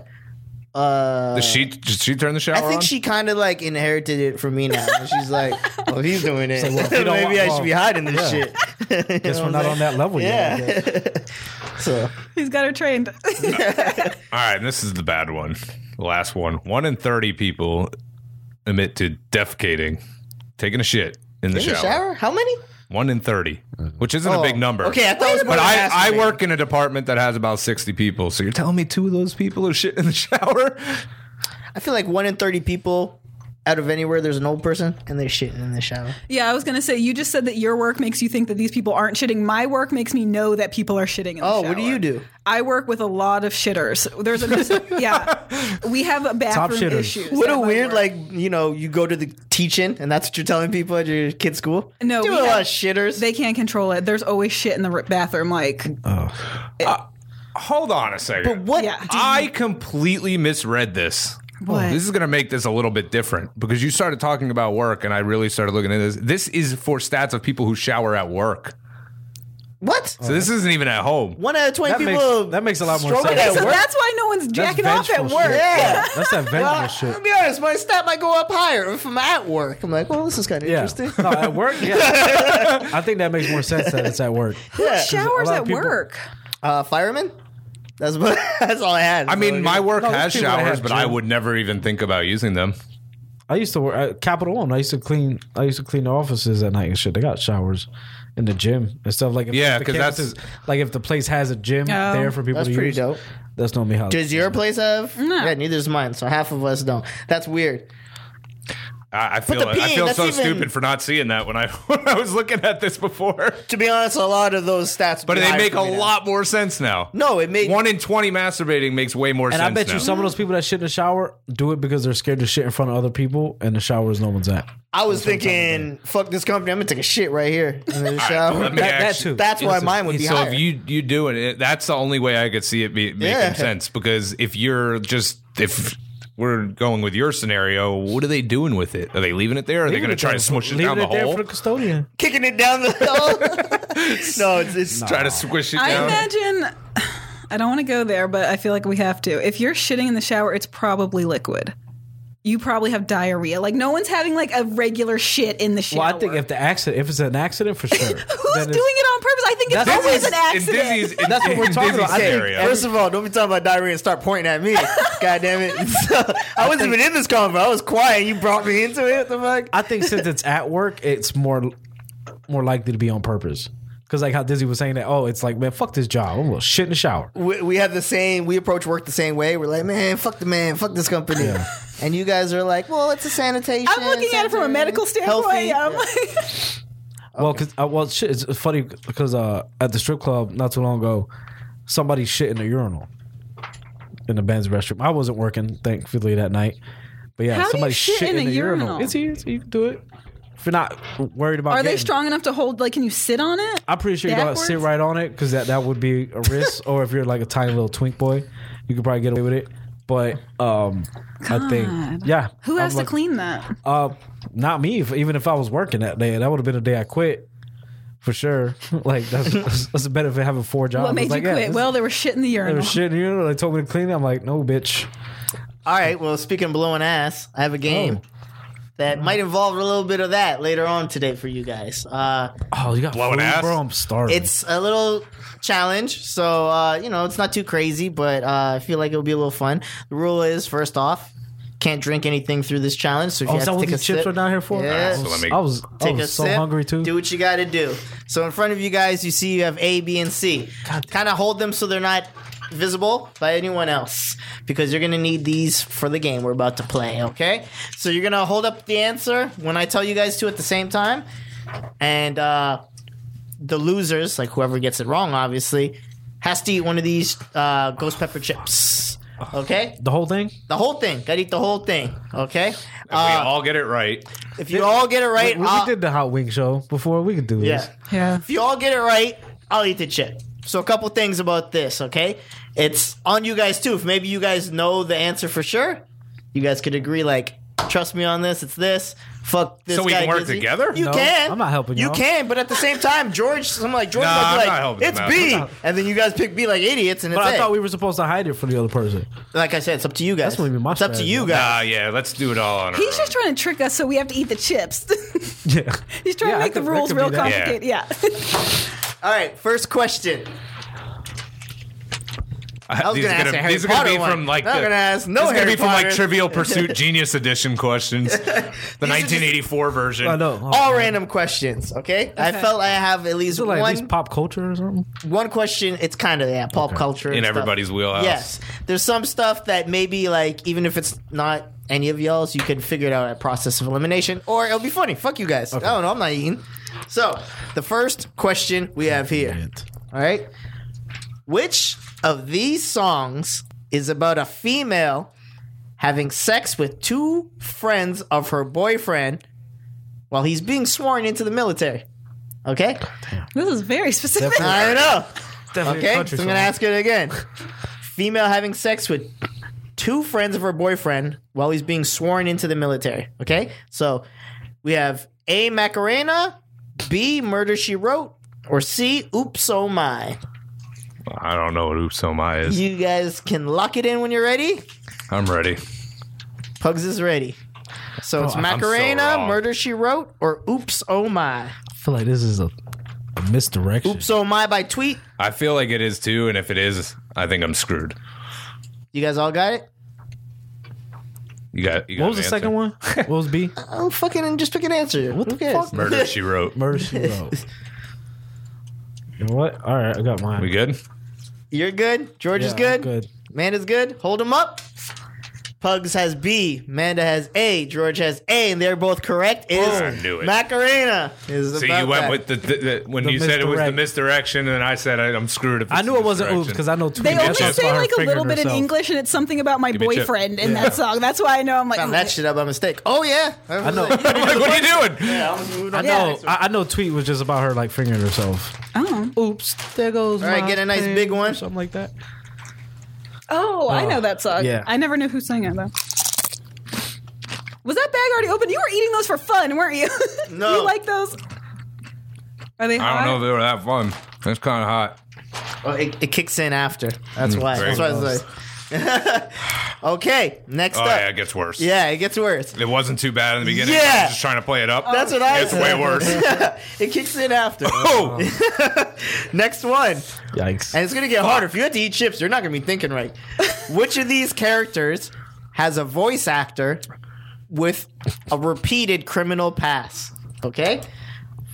Uh, Does she? Did she turn the shower I think on? she kind of like inherited it from me now. And she's like, "Well, he's doing it. well, if you don't Maybe want- I should be hiding this Yeah. shit." You Guess know what we're I'm not on that level yet. I guess. saying? Yeah. so He's got her trained. All right, and this is the bad one. The last one. One in thirty people admit to defecating, taking a shit in the, in shower. the shower, how many? One in thirty, which isn't a big Oh, number. Okay, I thought it was more But than I, I masturbating. work in a department that has about 60 people. So you're telling me two of those people are shit in the shower? I feel like one in thirty people out of anywhere, there's an old person and they're shitting in the shower. yeah, I was gonna say you just said that your work makes you think that these people aren't shitting. My work makes me know that people are shitting. In the Oh, what do shower. you do? I work with a lot of shitters. There's a yeah, we have a bathroom shitters. issues. What at a my weird, work. like, you know, you go to the teaching and that's what you're telling people at your kid's school? No, Doing we a lot have- of shitters. They can't control it. There's always shit in the r- bathroom. Like Hold on a but second. what? Yeah. I completely misread this. Oh, What? This is going to make this a little bit different because you started talking about work and I really started looking at this. This is for stats of people who shower at work. What? So this isn't even at home. One out of 20 That makes- people. that makes a lot more stroking sense. at so work? that's why no one's That's jacking off at vengeful work. shit. Yeah. That's that Well, vengeful I'll shit. be honest, my stat might go up higher if I'm at work. I'm like, well, this is kind of Yeah. interesting. No, at work, yeah. I think that makes more sense that it's at work. Yeah. Showers A lot of at people- work. Uh, fireman? That's, what, that's all I had. I mean, my work No, there's has people that showers, have but gym. I would never even think about using them. I used to work at Capital One. I used to clean. I used to clean the offices at night and shit. They got showers in the gym and stuff like. If, Yeah, if the 'cause that's- campus is- like if the place has a gym Oh. there for people That's to pretty use. dope. That's normally how. Does your place have? No. Yeah, neither does mine. So half of us don't. That's weird. I, I feel the I peeing, feel that's so even- stupid for not seeing that when I when I was looking at this before. To be honest, a lot of those stats. But be they higher make for a me now. lot more sense now. No, it made One in twenty masturbating makes way more and I sense. bet now. you some of those people that shit in the shower do it because they're scared to shit in front of other people, and the shower is no one's at. I was thinking, fuck this company. I'm gonna take a shit right here in the shower. let me That, that actually- too. That's why Listen, mine would be So higher. if you you doing it, that's the only way I could see it be, making Yeah. sense. Because if you're just if we're going with your scenario, what are they doing with it? Are they leaving it there? Or are they Leaving going it to try there. to smush it Leaving down the it there hole? for the custodian. Kicking it down the hole. no, it's, it's Try to squish it I down. imagine. I don't want to go there, but I feel like we have to. If you're shitting in the shower, it's probably liquid. You probably have diarrhea. Like no one's having like a regular shit in the shower. Well, I think if the accident, if it's an accident, for sure. who's Then doing it's- it on purpose, I think it's That's- always an in accident. Disney's, in, That's what we're in talking Disney's about. I think scenario. First of all, don't be talking about diarrhea and start pointing at me. God damn it! I wasn't even in this convo. I was quiet. You brought me into it. What the fuck? I think since it's at work, it's more more likely to be on purpose. Because like how Dizzy was saying that, oh, it's like man, fuck this job. I'm gonna shit in the shower. we, we have the same. We approach work the same way. We're like, man, fuck the man, fuck this company. And you guys are like, well, it's a sanitation. I'm looking at it from a sanitary, medical standpoint. healthy. I'm Yeah. like, Well, cause uh, well, shit, it's funny because uh, at the strip club not too long ago, somebody shit in the urinal in the men's restroom. I wasn't working, thankfully, that night. But yeah, How do you somebody shit in in a the urinal. urinal? It's easy. You can do it. If you're not worried about, are they getting- strong enough to hold? Like, can you sit on it? I'm pretty sure you don't have to sit backwards? right on it because that, that would be a risk. or if you're like a tiny little twink boy, you could probably get away with it. But um, I think, yeah. Who I'm has like, to clean that? Uh, not me. If, even if I was working that day, that would have been a day I quit for sure. like that's that's, that's the benefit of having four jobs. what It's made like, you yeah, quit? this- well, there was shit in the there urinal. was shit in the urinal. They told me to clean it. I'm like, no, bitch. All right. Well, speaking of blowing ass, I have a game Oh. that might involve a little bit of that later on today for you guys. Uh, Oh, you got blowing ass? bro. I'm starving. it's a little challenge, so uh, you know it's not too crazy, but uh, I feel like it'll be a little fun. The rule is first off, can't drink anything through this challenge. So if oh, you is have that to what take the a chips sip, are down here for? Yeah. I So was, let me- I was, I Take a was Oh, so sip. hungry too. Do what you got to do. So in front of you guys, you see you have A, B, and C. Kind of hold them so they're not visible by anyone else because you're gonna need these for the game we're about to play. Okay. So you're gonna hold up the answer when I tell you guys to at the same time, and uh, the losers, like whoever gets it wrong, obviously, has to eat one of these uh, ghost pepper chips. Okay, The whole thing? the whole thing. Gotta eat the whole thing. Okay, we uh, all get it right. if you all get it right, uh, We- we, I'll- did the hot wing show before. We could do this. yeah. Yeah. If you all get it right, I'll eat the chip. So a couple things about this, okay? It's on you guys too. If maybe you guys know the answer for sure, you guys could agree like, trust me on this. It's this. Fuck this. So we guy can work Gizzy. together? You No, can. I'm not helping You y'all. can, but at the same time, George, someone like George Nah, might I'm be like, not helping it's them out. B, I'm not- and then you guys pick B like idiots, and it's But I A. thought we were supposed to hide it for the other person. like I said, it's up to you guys. That's what we mean, my it's up to strategy. you Ah, guys. yeah, let's do it all on our He's own. just trying to trick us so we have to eat the chips. Yeah. He's trying Yeah, I to make could- the that rules could be real that. Yeah. complicated. Yeah. All right, first question. I was these gonna are ask gonna, a Harry these are gonna Potter be one. from like I'm the, gonna ask no This is gonna Harry be from like Potter. Trivial Pursuit Genius Edition questions, the 1984 version. I know. Oh, All random questions, okay? I Okay. felt I have at least is it like at one least pop culture or something? one question. It's kind of yeah, pop culture and in stuff. everybody's wheelhouse. Yes, there's some stuff that maybe like even if it's not any of y'all's, you can figure it out at process of elimination, or it'll be funny. Fuck you guys. I don't know. I'm not eating. So the first question we have here. All right, which of these songs is about a female having sex with two friends of her boyfriend while he's being sworn into the military? Okay, this is very specific. I know. Okay, Definitely a so I'm country gonna song. ask it again. Female having sex with two friends of her boyfriend while he's being sworn into the military. Okay, so we have A Macarena, B Murder She Wrote, or C Oops Oh My. I don't know what Oops Oh My is. You guys can lock it in when you're ready. I'm ready. Pugs is ready. So Oh, it's I'm so Macarena, wrong. Murder She Wrote, or Oops Oh My. I feel like this is a, a misdirection. Oops Oh My by tweet. I feel like it is too, and if it is, I think I'm screwed. You guys all got it? You got. You got What was an the answer. second one? What was B? Oh, fucking just pick an answer. What the fuck? Murder She Wrote. Murder She Wrote. You know what? All right, I got mine. We good? You're good. George Yeah, is I'm good. Good. Manda's good. Hold him up. Pugs has B. Manda has A. George has A, and they're both correct. It is Oh, I knew it. Macarena is So about you went that. with the, the, the when The you said it was the misdirect. misdirection, and I said I, I'm screwed. If I it's knew the it wasn't oops misdirection. because I know two. They only that's say like a little bit in English, and it's something about my me a chip. boyfriend in that song. That's why I know I'm like, Found oh, that shit out by mistake. Oh yeah, I know. like, what are you doing? Yeah, I'm moving I on. know. I, I know. Tweet was just about her like fingering herself. oh, Oops, there goes. All right, my get a nice thing, big one. or something like that. Oh, I know that song. yeah. I never knew who sang it though. Was that bag already open? You were eating those for fun, weren't you? No. you like those? Are they hot? I don't know if they were that fun. That's kind of hot. Oh, it, it kicks in after. That's why. very That's why I was like. okay, next Oh up. yeah, it gets worse. yeah, it gets worse. It wasn't too bad in the beginning. Yeah. I was just trying to play it up. That's what I It's said. way worse. It kicks in after. oh, next one. Yikes. And it's gonna get harder. If you had to eat chips, you're not gonna be thinking right. Which of these characters has a voice actor with a repeated criminal past? Okay,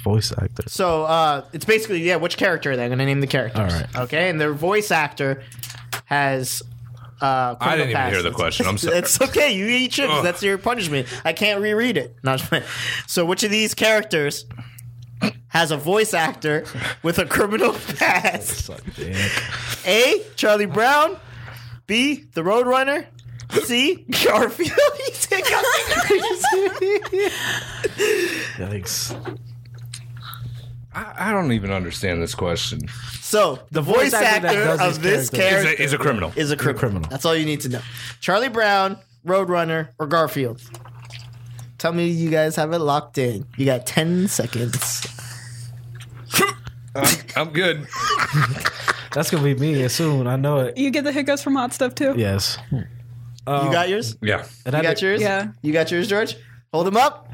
Voice actor. so uh, it's basically yeah. Which character? They're gonna name the characters. All right. Okay, and their voice actor has. Uh, criminal I didn't even past. hear the question. I'm sorry. It's okay. You eat chips. Ugh. That's your punishment. I can't reread it. No, I'm just playing. so, which of these characters has a voice actor with a criminal past? A. Charlie Brown. B. The Roadrunner. C. Garfield. You take out the crazy. Yikes. I, I don't even understand this question. so the voice voice actor that actor does of this this character Is character a, is a criminal. is a criminal. criminal. That's all you need to know. Charlie Brown, Roadrunner, or Garfield. Tell me you guys have it locked in. You got ten seconds. I'm, I'm good. That's gonna be me soon. I know it. You get the hiccups from hot stuff too. Yes. you got yours? Yeah. You got yours? Yeah. You got yours, George? Hold them up.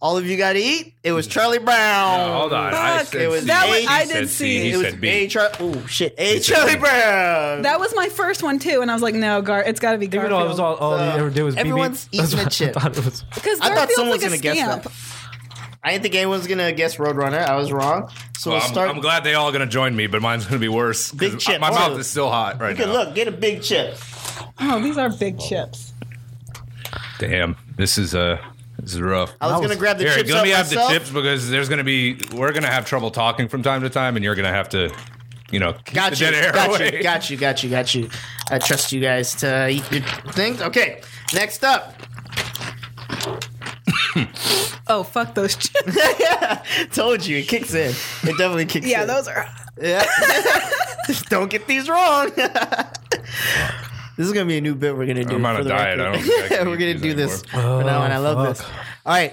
All of you got to eat. It was Charlie Brown. No, hold on. I Fuck. said it was C. That a, was- I he did said C. He It was said B. A. Char- oh shit. A. He said Charlie B. Brown. That was my first one too, and I was like, no, Gar, it's got to be Even though Garfield. it was all, all they ever did was everyone's BB. That's eating what a chip. I thought it was. Because I thought Garfield's someone was like a gonna guess scamp. that. I didn't think anyone's gonna guess Roadrunner. I was wrong. So Well, we'll I'm, start. I'm glad they all going to join me, but mine's going to be worse. 'cause Big chip. My Hold mouth it. is still hot right you can now. look. Get a big chip. Oh, these are big chips. Damn, this is uh, this is rough. I was gonna grab the Here, chips. let me up have myself. the chips because there's going to be we're going to have trouble talking from time to time, and you're going to have to, you know, keep Got the you, dead air got away. you, got you, got you, got you. I trust you guys to eat your things. Okay, next up, Oh, fuck those chips. told you it kicks in. It definitely kicks yeah, in. those are. Yeah. don't get these wrong. this is gonna be a new bit we're gonna do. I'm on for a the diet. record. I don't think I can we're eat gonna these do this anymore. for now, and I love Oh, this. fuck. All right,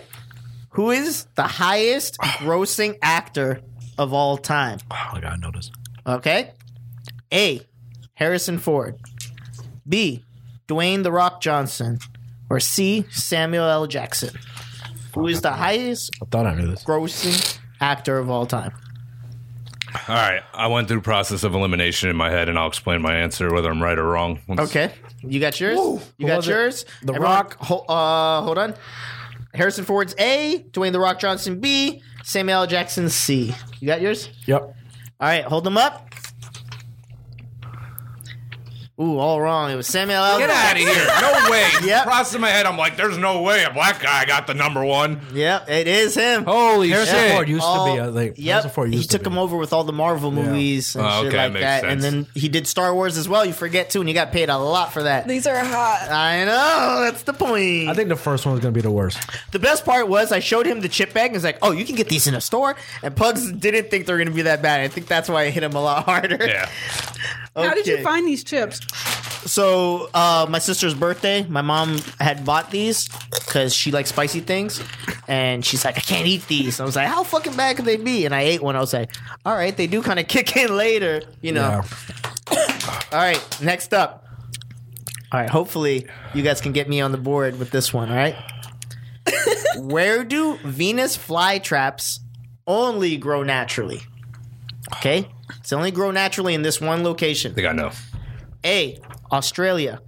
who is the highest grossing actor of all time? Oh my god, I noticed. Okay, A. Harrison Ford, B. Dwayne the Rock Johnson, or C. Samuel L. Jackson. Who is the highest I thought I knew this. grossing actor of all time? All right, I went through process of elimination in my head, and I'll explain my answer whether I'm right or wrong. Let's- Okay. You got yours? You What got was it? yours? The Everyone- Rock. Ho- uh, hold on. Harrison Ford's A, Dwayne The Rock Johnson B, Samuel L. Jackson C. You got yours? Yep. All right, hold them up. Ooh, all wrong. It was Samuel L. Get out of here! No way. Yep. Process in my head, I'm like, there's no way a black guy got the number one. Yep, it is him. Holy Harrison shit! Ford used to All- be. I think. Yep, Harrison Ford he used to took be. him over with all the Marvel movies and Oh, shit okay, like makes that, and sense. then he did Star Wars as well. You forget too, and he got paid a lot for that. These are hot. I know that's the point. I think the first one was gonna be the worst. The best part was I showed him the chip bag and was like, oh, you can get these in a store. And Pugs didn't think they were going to be that bad. I think that's why I hit him a lot harder. Yeah. How did Okay. you find these chips? So, uh, my sister's birthday, my mom had bought these because she likes spicy things. And she's like, I can't eat these. I was like, how fucking bad could they be? And I ate one. I was like, all right, they do kind of kick in later, you know. Yeah. All right, next up. All right, hopefully you guys can get me on the board with this one, all right? Where do Venus flytraps only grow naturally? Okay? It's only grow naturally in this one I location. think I know. A, Australia.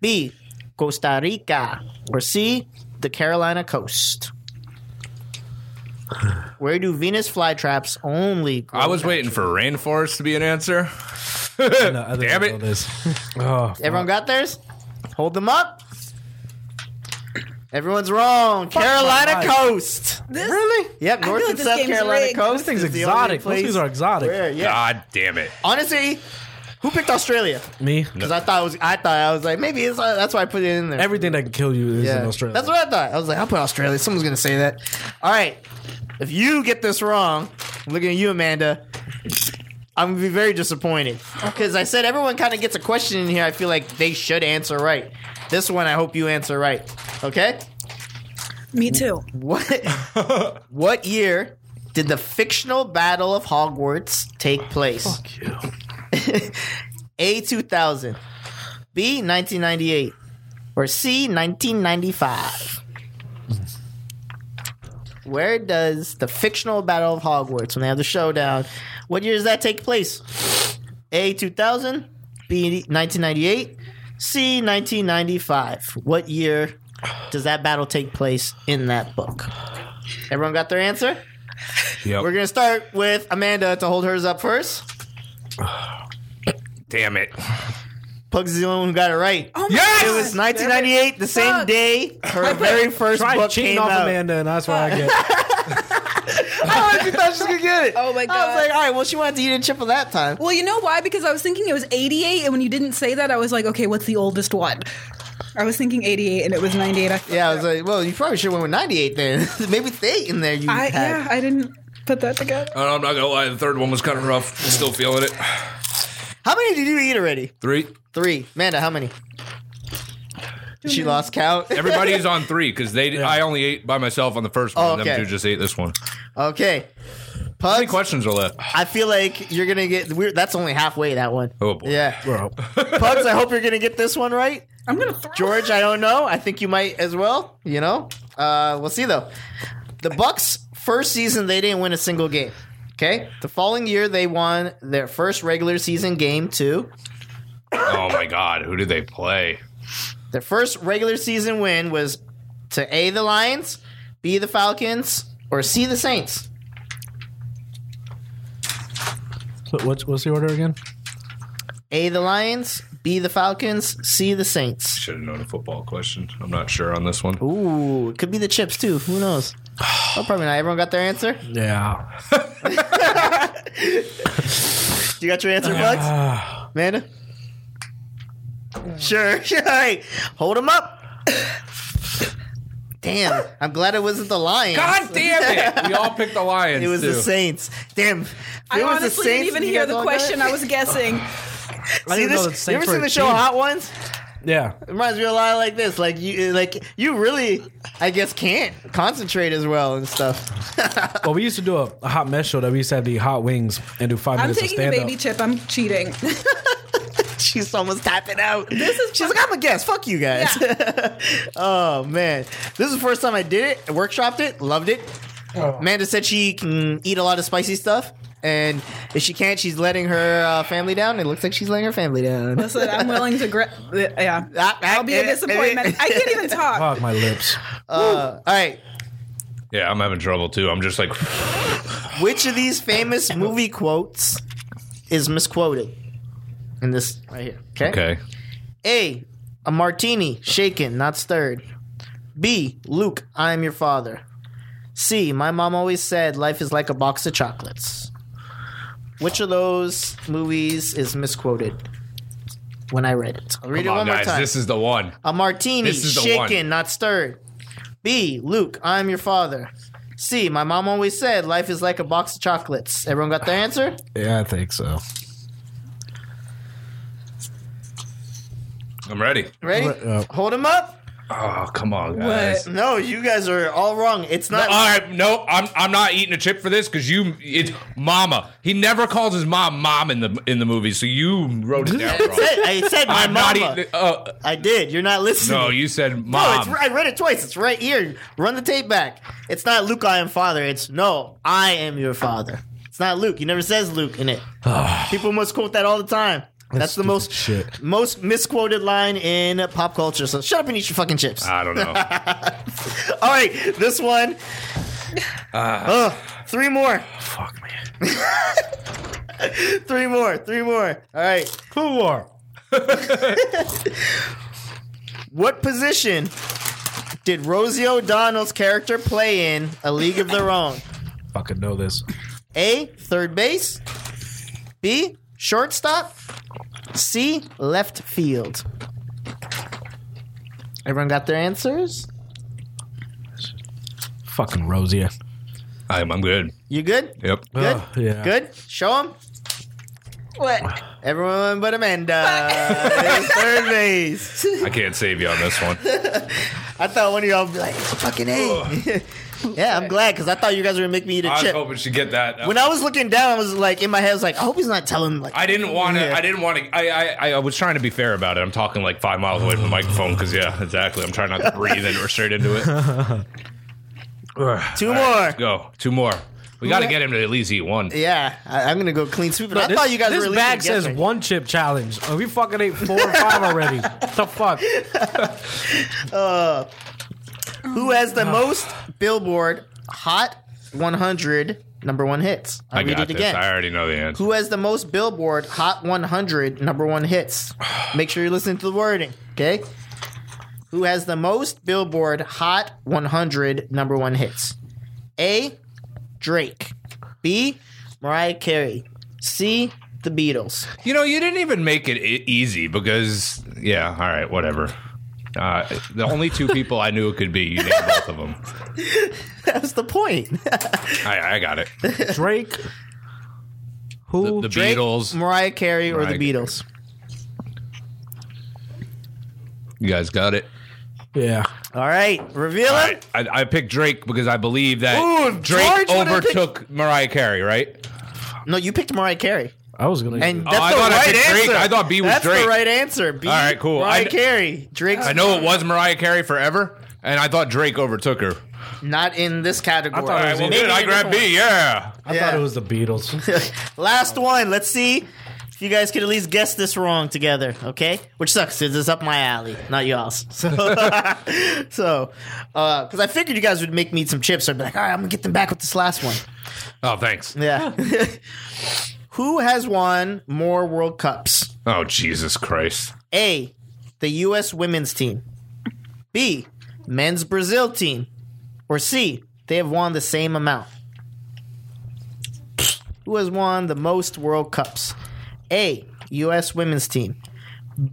B, Costa Rica. Or C, the Carolina coast. Where do Venus flytraps only grow I was waiting for rainforest to be an answer. No, I think Damn I it. know This. Oh, Everyone got theirs? Hold them up. Everyone's wrong. Carolina my life. Coast. This- really? Yep, I North feel and like this South game's Carolina rigged. Coast. this thing's is the only exotic. Most place of these are exotic. where- yeah. God damn it! Honestly, who picked Australia? Me. Because I thought it was I thought I was like maybe it's, uh, that's why I put it in there. Everything that can kill you is Yeah. in Australia. That's what I thought. I was like, I'll put Australia. Someone's gonna say that. All right. If you get this wrong, I'm looking at you, Amanda. I'm gonna be very disappointed because I said everyone kind of gets a question in here. I feel like they should answer right. This one, I hope you answer right. Okay. Me too. What What year did the fictional Battle of Hogwarts take place? A 2000, B 1998, or C 1995? Where does the fictional Battle of Hogwarts, when they have the showdown, what year does that take place? A 2000, B 1998, C 1995. What year does that battle take place in that book? Everyone got their answer? Yep. We're going to start with Amanda to hold hers up first. damn it! Pugs is the only one who got it right. Oh my Yes! It was 1998, the same Fuck. day her very first Try book cheating came off out. Amanda, and that's what I get. I honestly thought she was going to get it. Oh my I God. was like, all right, well, she wanted to eat a chip for that time. Well, you know why? Because I was thinking it was 88, and when you didn't say that, I was like, okay, what's the oldest one? I was thinking 88, and it was 98. I, Yeah, I was like, well, you probably should have went with 98 then. Maybe it's 8 in there you I, had. yeah, I didn't put that together. I am not gonna lie. The third one was kind of rough. Still feeling it. How many did you eat already? Three. Three. Amanda, how many? She lost count. Everybody's on three because they. I only ate by myself on the first one. Oh, and okay. Them two just ate this one. Okay. How many questions are left? I feel like you're gonna get. We're, that's only halfway. That one. Oh boy. Yeah. Pugs, I hope you're gonna get this one right. I'm gonna throw George. I don't know. I think you might as well. You know. Uh, we'll see though. The Bucks first season they didn't win a single game. Okay. The following year they won their first regular season game too. Oh my God, who did they play? Their first regular season win was to A the Lions, B the Falcons, or C the Saints. So what's what's the order again? A the Lions, B the Falcons, C the Saints. Should have known a football question. I'm not sure on this one. Ooh, it could be the chips too. Who knows? Oh, probably not. Everyone got their answer. Yeah. You got your answer, Bugs? Amanda? Sure. Hey, hold him up. Damn. I'm glad it wasn't the Lions. God damn it! We all picked the Lions. It was the too. Saints. Damn. If I it was the honestly didn't Saints even and you hear guys the all got it- question. I was guessing. I See didn't know that this? You Saints ever were seen a the show team. Hot Ones? Yeah. It reminds me a lot of like this. Like you, like you really, I guess, can't concentrate as well and stuff. Well, we used to do a, a hot mess show that we used to have the hot wings and do 5 I'm minutes of taking the stand baby up. chip. I'm cheating. She's almost tapping out. This is She's like, I'm a guest. Fuck you guys. oh man, this is the first time I did it. I workshopped it. Loved it. Oh. Amanda said she can eat a lot of spicy stuff, and if she can't, she's letting her uh, family down. It looks like she's letting her family down. Listen, I'm willing to. Gra- yeah, Ah, ah, I'll be a eh, disappointment. I can't even talk. Fuck my lips. Uh, all right. Yeah, I'm having trouble too. I'm just like, Which of these famous movie quotes is misquoted? In this right here. Okay. okay. A. A martini, shaken, not stirred. B. Luke, I am your father. C. My mom always said life is like a box of chocolates. Which of those movies is misquoted? When I read it, I'll read it Come on, one guys. more time. This is the one. a martini, this is the shaken, one. not stirred. B. Luke, I am your father. C. My mom always said life is like a box of chocolates. Everyone got their answer? Yeah, I think so. I'm ready. Ready? Uh, Hold them up. Oh, come on, guys. What? No, you guys are all wrong. It's No, not. all right, no, I'm I'm not eating a chip for this because you it's mama. He never calls his mom mom in the in the movie, so you wrote it down wrong. That's it. I said my I'm mama. not eating. it- Uh, I did. You're not listening. no, you said No, mom. it's, I read it twice. It's right here. Run the tape back. It's not Luke, I am father. It's no, I am your father. It's not Luke. He never says Luke in it. People must quote that all the time. That's, the stupid most shit. most misquoted line in pop culture. So shut up and eat your fucking chips. I don't know. all right, this one. Ugh, three more. Uh, fuck, man. Three more. Three more. All right. Who wore? What position did Rosie O'Donnell's character play in A League of Their Own? Fucking know this. A, third base. B, shortstop. C, left field. Everyone got their answers? Fucking Rosie. I'm I'm good. You good? Yep. Good? Ugh, yeah. Good? Show them. What? Everyone but Amanda. There's third base. I can't save you on this one. I thought one of y'all would be like, fucking A. yeah, I'm glad because I thought you guys were going to make me eat a I was chip. hoping she'd get that. When I was looking down, I was like, in my head, I was like, I hope he's not telling like I didn't want to. I didn't want to. I, I I was trying to be fair about it. I'm talking like five miles away from the microphone because yeah, exactly. I'm trying not to breathe in or straight into it. Two more. Go two more. We got to get him to at least eat one. Yeah, I, I'm gonna go clean sweep. But I This- thought you guys this were at least bag gonna guess says right. one chip challenge. Oh, we fucking ate four or five already. the fuck? Uh, Who has Uh. the most Billboard Hot 100 number one hits? I'll I read got it this. again. I already know the answer. Who has the most Billboard Hot 100 number one hits? Make sure you listen to the wording, okay? Who has the most Billboard Hot 100 number one hits? A. Drake. B. Mariah Carey. C. The Beatles. You know, you didn't even make it e- easy because, yeah, all right, whatever. Uh, the only two people I knew it could be, you named both of them. That's the point. I, I got it. Drake. Who? The, the Drake, Beatles. Mariah Carey, or Mariah the Beatles. You guys got it. Yeah. All right. Reveal it. I, I picked Drake because I believe that Ooh, if Drake George would've overtook Mariah Carey, right? No, you picked Mariah Carey. I was gonna. And Oh, that's I the thought I right picked answer. Drake. I thought B was that's Drake. the right answer. B. All right, cool. I Mariah kn- Carey. Drake's I know it was Mariah Carey forever, and I thought Drake overtook her. not in this category. All right, well, Maybe good. I in a grabbed different B. Yeah. I Yeah. thought it was the Beatles. one. Last one. Let's see if you guys could at least guess this wrong together. Okay, which sucks. 'cause It's up my alley, not y'all's. So, so, because I figured you guys would make me some chips. I'd be like, all right, I'm gonna get them back with this last one. Oh, thanks. Yeah. Who has won more World Cups? Oh, Jesus Christ. A. The U.S. women's team. B. Men's Brazil team. Or C. They have won the same amount. Who has won the most World Cups? A. U.S. women's team.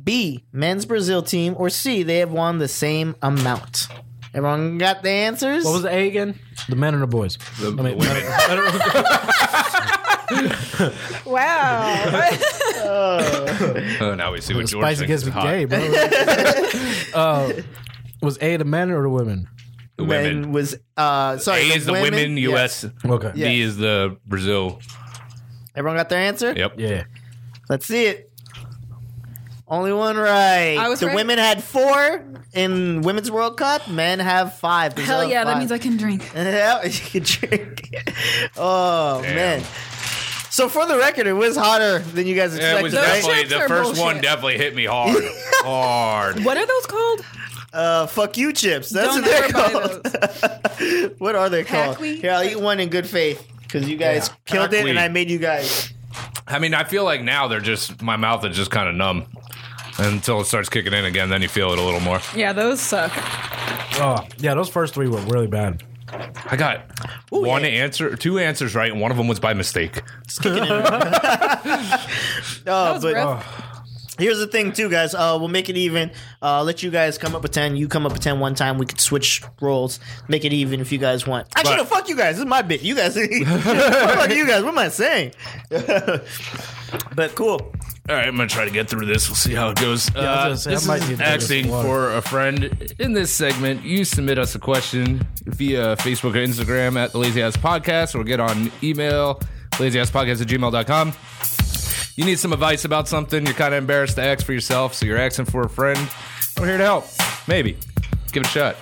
B. Men's Brazil team. Or C. They have won the same amount. Everyone got the answers? What was the A again? The men and the boys. I mean, Wow. Oh, now we see what George Spice against thinks is me hot. gay, bro. Uh, was A the men or the women? The Men women. was uh A sorry. is the women, yeah. U.S. Okay. Yeah. B is the Brazil. Everyone got their answer? Yep. Yeah. Let's see it. Only one right. I was the right. women had four in Women's World Cup. Men have five. Hell yeah, that means I can drink. Yeah, you can drink. oh Damn. man. So for the record, it was hotter than you guys expected. Yeah, it was Those right? definitely chips the are first one. bullshit. Definitely hit me hard, hard. What are those called? uh, fuck you chips. That's Don't what they're ever buy called. those. what are they called? Packweed? Here, I'll eat one in good faith because you guys killed it, and Packweed. I made you guys. I mean, I feel like now they're just my mouth is just kind of numb until it starts kicking in again. Then you feel it a little more. Yeah, those suck. Oh, yeah. Those first three were really bad. I got one answer, two answers right, and one of them was by mistake. Oh, That was Uh, but rough. Here's the thing, too, guys. Uh, we'll make it even. Uh, let you guys come up with ten. You come up with ten one time. We could switch roles. Make it even if you guys want. Actually, But- no, fuck you guys. This is my bit. You guys, what about you guys? What am I saying? but cool. All right, I'm gonna try to get through this. We'll see how it goes. I Uh, was gonna say, I this might is need to do this acting water. for a friend. In this segment, you submit us a question via Facebook or Instagram at the Lazy Ass Podcast, or get on email lazyasspodcast at gmail.com. You need some advice about something. You're kind of embarrassed to ask for yourself, so you're asking for a friend. We're here to help. Maybe give it a shot.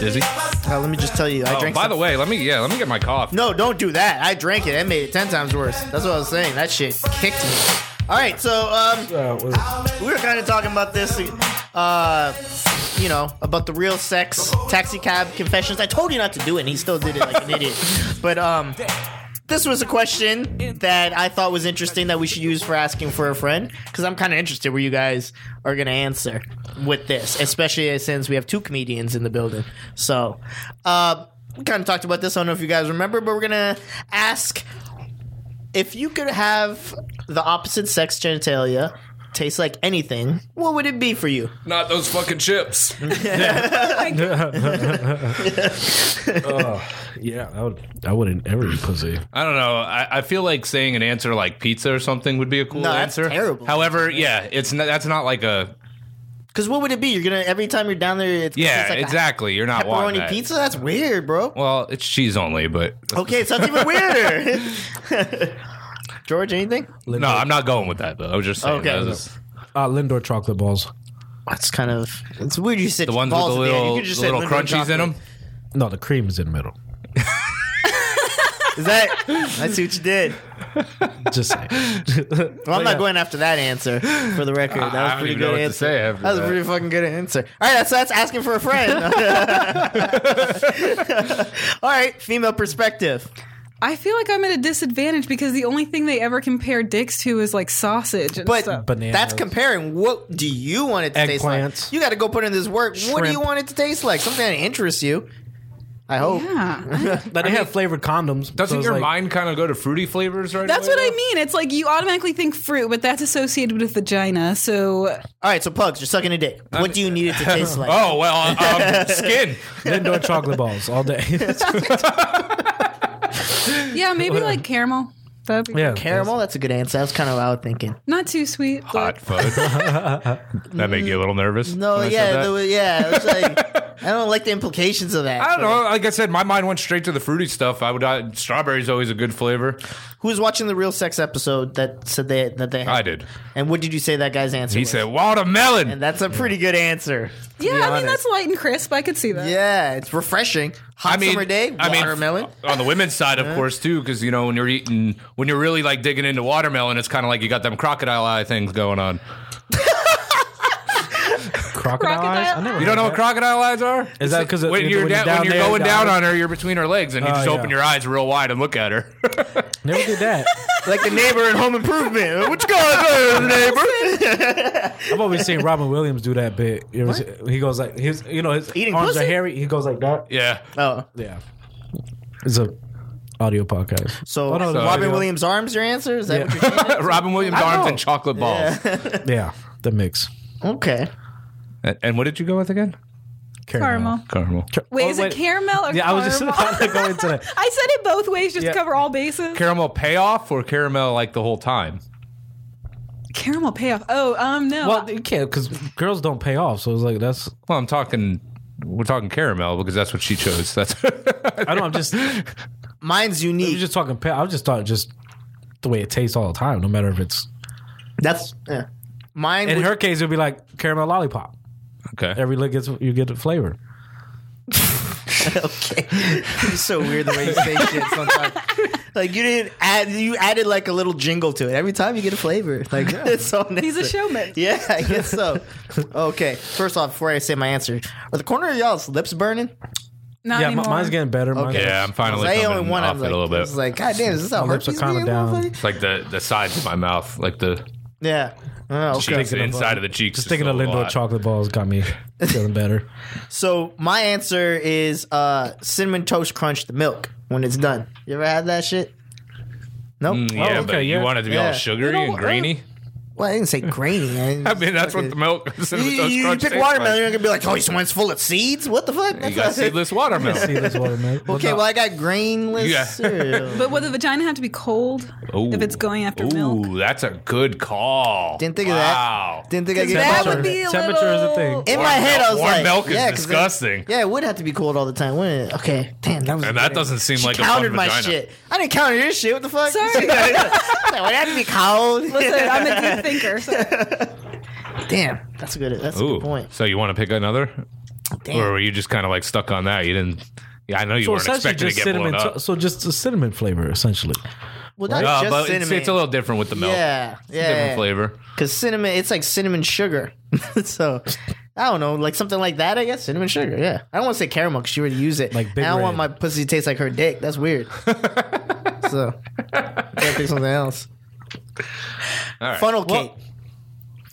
Dizzy. Uh, let me just tell you, I Oh, drank. by some- the way, let me yeah, let me get my cough. no, don't do that. I drank it. That made it ten times worse. That's what I was saying. That shit kicked me. All right, so um, Uh, was it- we were kind of talking about this, uh, you know, about the real sex taxi cab confessions. I told you not to do it, and he still did it like an idiot. But um, this was a question that I thought was interesting that we should use for asking for a friend because I'm kind of interested where you guys are gonna answer with this, especially since we have two comedians in the building. So, uh, we kind of talked about this. I don't know if you guys remember, but we're gonna ask if you could have the opposite sex genitalia taste like anything, what would it be for you? Not those fucking chips. yeah, I would. I wouldn't ever eat pussy. I don't know. I, I feel like saying an answer like pizza or something would be a cool No, that's answer. terrible. However, yeah, it's not, that's not like a Because what would it be? You're gonna every time you're down there, it's yeah it's like a exactly. You're not wanting pepperoni that. pizza. That's weird, bro. Well, it's cheese only, but Okay, it sounds even weirder. George, anything? no, I'm not going with that though. I was just saying Okay. that was- Uh, Lindor chocolate balls. That's kind of it's weird. You said the ones with balls the at end. You little, could just the say little lemon crunchies in chocolate. them. No, the cream is in the middle. Is that? I see what you did. Just saying. Well, I'm not going after that answer for the record. That was I don't pretty even good know what to answer. say after that was a that. pretty fucking good answer. All right, that's that's asking for a friend. All right, female perspective. I feel like I'm at a disadvantage because the only thing they ever compare dicks to is like sausage and But stuff. Bananas. that's comparing. What do you want it to taste Eggplants. like? You got to go put in this work. What do you Shrimp. want it to taste like? Something that interests you. I hope. yeah. But they have flavored condoms. Doesn't so it's your like- mind kind of go to fruity flavors right That's away, what I though? mean. It's like you automatically think fruit, but that's associated with vagina. So All right, so pugs, you're sucking a dick. What do you need it to taste like? Oh well, um, skin. Lindor chocolate balls all day. yeah, maybe like caramel. That'd be good. caramel. That's a good answer. That's kind of what I was thinking. Not too sweet. Hot fudge. that make you a little nervous? No, when I said yeah, that? there was, yeah. It was like I don't like the implications of that. I don't know. Like I said, my mind went straight to the fruity stuff. I would. I, strawberry's always a good flavor. Who was watching the real sex episode that said they that they had? I did. And what did you say that guy's answer? He was? said watermelon. and that's a pretty good answer. to Yeah, be I mean honest. that's light and crisp. I could see that. yeah, it's refreshing. Hot summer day, watermelon. f- on the women's side, of course, too, because you know when you're eating, when you're really like digging into watermelon, it's kind of like you got them crocodile eye things going on. Crocodile eyes? I never You don't know what crocodile eyes are? Is that 'cause it- when when you're, you're da- down when you're there, going down down there? on her, you're between her legs, and you Oh, just yeah. open your eyes real wide and look at her. never did that. like the neighbor in Home Improvement. What you got there, neighbor? I've always seen Robin Williams do that bit. You ever see- he goes like his, you know, his Eating arms are pussy? hairy. He goes like that. yeah, Oh, Yeah, it's a audio podcast. so Oh, no, no, Robin no. Williams' arms. Your answer is that Yeah. what you're saying? Uh, Robin Williams I arms know. and chocolate balls. Yeah, the mix. Okay. And, and what did you go with again? Caramel. Caramel. Wait, Oh, is wait. it caramel or Yeah, I was just caramel? about to go into that. I said it both ways just Yeah. to cover all bases. Caramel payoff or caramel like the whole time? caramel payoff. Oh, um, no. Well, you can't because girls don't pay off. So it's like that's. Well, I'm talking. We're talking caramel because that's what she chose. That's I don't. I'm just. I'm Mine's unique. just talking. Pay, I just thought just the way it tastes all the time, no matter if it's. That's yeah. Mine. In would- her case, it'd be like caramel lollipop. okay. Every lick gets you get the flavor. okay. it's so weird the way you say shit sometimes. Like you didn't add. You added like a little jingle to it every time you get a flavor. Like it's so. He's a necessary. showman. Yeah, I guess so. okay. First off, before I say my answer, are the corner of y'all's lips burning? Not yeah, mi- anymore. mine's getting better. Mine's Okay. Yeah, I'm finally I coming only one. off I'm it like, a little I bit. was like, God damn, is this how My lips herpes are calming being, down. motherfucker? It's like the the sides of my mouth, like the Yeah. Oh, okay. cheeks, the inside of the cheeks. Just is thinking a of Lindo lot. chocolate balls got me feeling better. So my answer is uh, cinnamon toast crunch the milk when it's done. You ever had that shit? Nope. Yeah, Oh, but okay, you yeah. want it to be Yeah. all sugary You know, and grainy. Well, I didn't say grainy. I, I mean, that's what the milk. you, cinnamon you, toast you crunch pick tastes watermelon, like. you're gonna be like, oh, this one's full of seeds. What the fuck? You got seedless watermelon. See this watermelon. Okay, well, I got grainless Yeah. cereal. But would the vagina have to be cold Ooh. if it's going after Ooh, milk? that's a good call. Didn't think of that. wow. Didn't think I get That cold. would be a Temperature is a little... thing. In my Warm head, milk- I was warm like, milk is yeah, 'cause it- disgusting. yeah, it would have to be cold all the time, wouldn't it? Okay, damn, that was. a And good that doesn't answer. seem She like a fun countered my vagina. shit. I didn't counter your shit. What the fuck? Sorry. Would have to be cold? Listen, I'm a deep thinker. So. Damn, that's a good. That's a Ooh. good point. So you want to pick another, Damn. or were you just kind of like stuck on that? You didn't. Yeah, I know you So weren't essentially, expecting to just get blown cinnamon. up. To- so just a cinnamon flavor, essentially. well, not Uh, just but cinnamon. it's, it's a little different with the milk. yeah, Different yeah, flavor. Because cinnamon, it's like cinnamon sugar. so I don't know, like something like that. I guess cinnamon sugar. Yeah, I don't want to say caramel because she already used it. Like Big And I don't Red. want my pussy to taste like her dick. That's weird. so gotta pick something else. All right. Funnel cake.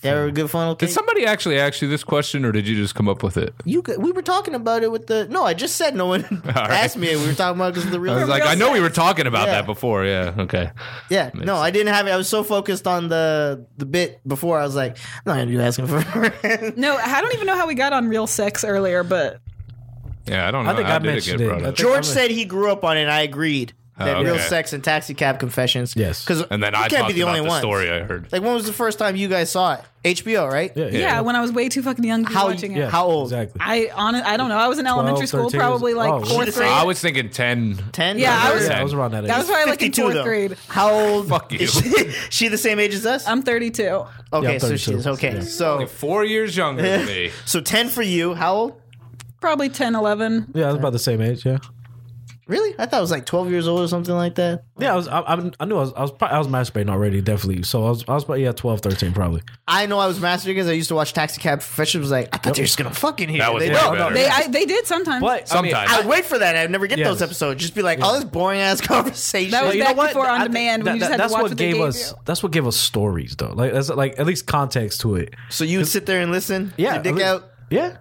Ever a good funnel cake? Did somebody actually ask you this question, or did you just come up with it? you could, we were talking about it with the no. I just said no one right. asked me. it. We were talking about because the real. I was like, I know we were talking about Yeah. that before. Yeah. Okay. Yeah, no, I didn't have it. I was so focused on the the bit before. I was like, I'm not gonna be asking for. No, I don't even know how we got on real sex earlier, but Yeah, I don't know. I think how I did mentioned get it. brought up? I think- George said he grew up on it. and I agreed that Oh, real okay. sex and taxi cab confessions. Yes. because And then you I can't talked be the about only the one. story I heard. Like, when was the first time you guys saw it? HBO, right? yeah, when I was way too fucking young to be How- watching it. yeah. How old? Exactly. I on I don't know. I was in elementary school, 13 probably years- like oh, fourth shit. grade. I was thinking ten. Ten. Yeah, I was- yeah, I was around that age. that was probably like in 52 fourth though. grade. How old? Fuck you. Is she, she the same age as us? I'm 32. okay, Yeah, I'm so 32. she's okay. Yeah. So Four years younger than me. so ten for you. How old? Probably 10, 11. Yeah, I was about the same age. Yeah. Really? I thought it was like twelve years old or something like that. Yeah, I was. I, I I knew I was. I was. pro- I was masturbating already, definitely. So I was. I was about yeah, 12, 13 probably. I know I was masturbating because I used to watch Taxi Cab Confessions. Was like, I thought they were just gonna fuck in here. That was They way don't. better. They I, they did sometimes. But I mean, Sometimes. I would wait for that. I'd never get Yes. those episodes. Just be like, oh, this boring ass conversation. That was you know back what? before on I think demand when that- you just that- had to that's watch what what they gave gave us. you. That's what gave us stories, though. Like that's like at least context to it. so you would sit there and listen. with Yeah, your dick at out. least- Yeah,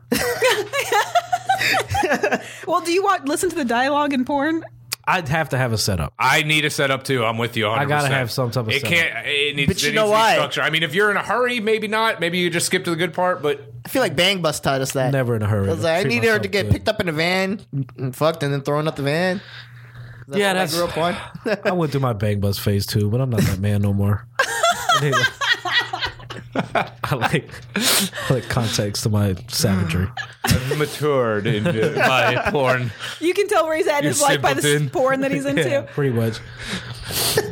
Well, do you want listen to the dialogue in porn? I'd have to have a setup. I need a setup too. I'm with you. 100%. I gotta have some type of It setup. can't. It needs. But you it know needs to be why? Structure. I mean, if you're in a hurry, maybe not. Maybe you just skip to the good part. But I feel like Bang Bus taught us that. Never in a hurry. I was like, I Treat needed her to myself get good. picked up in a van and fucked and then thrown out the van. That's yeah, that's grew up on. I went through my bang bus phase too, but I'm not that man no more. I, think that- I like I like context to my savagery. I've matured in my porn. You can tell where he's at in You his life by the simpleton. porn that he's into. Yeah, pretty much.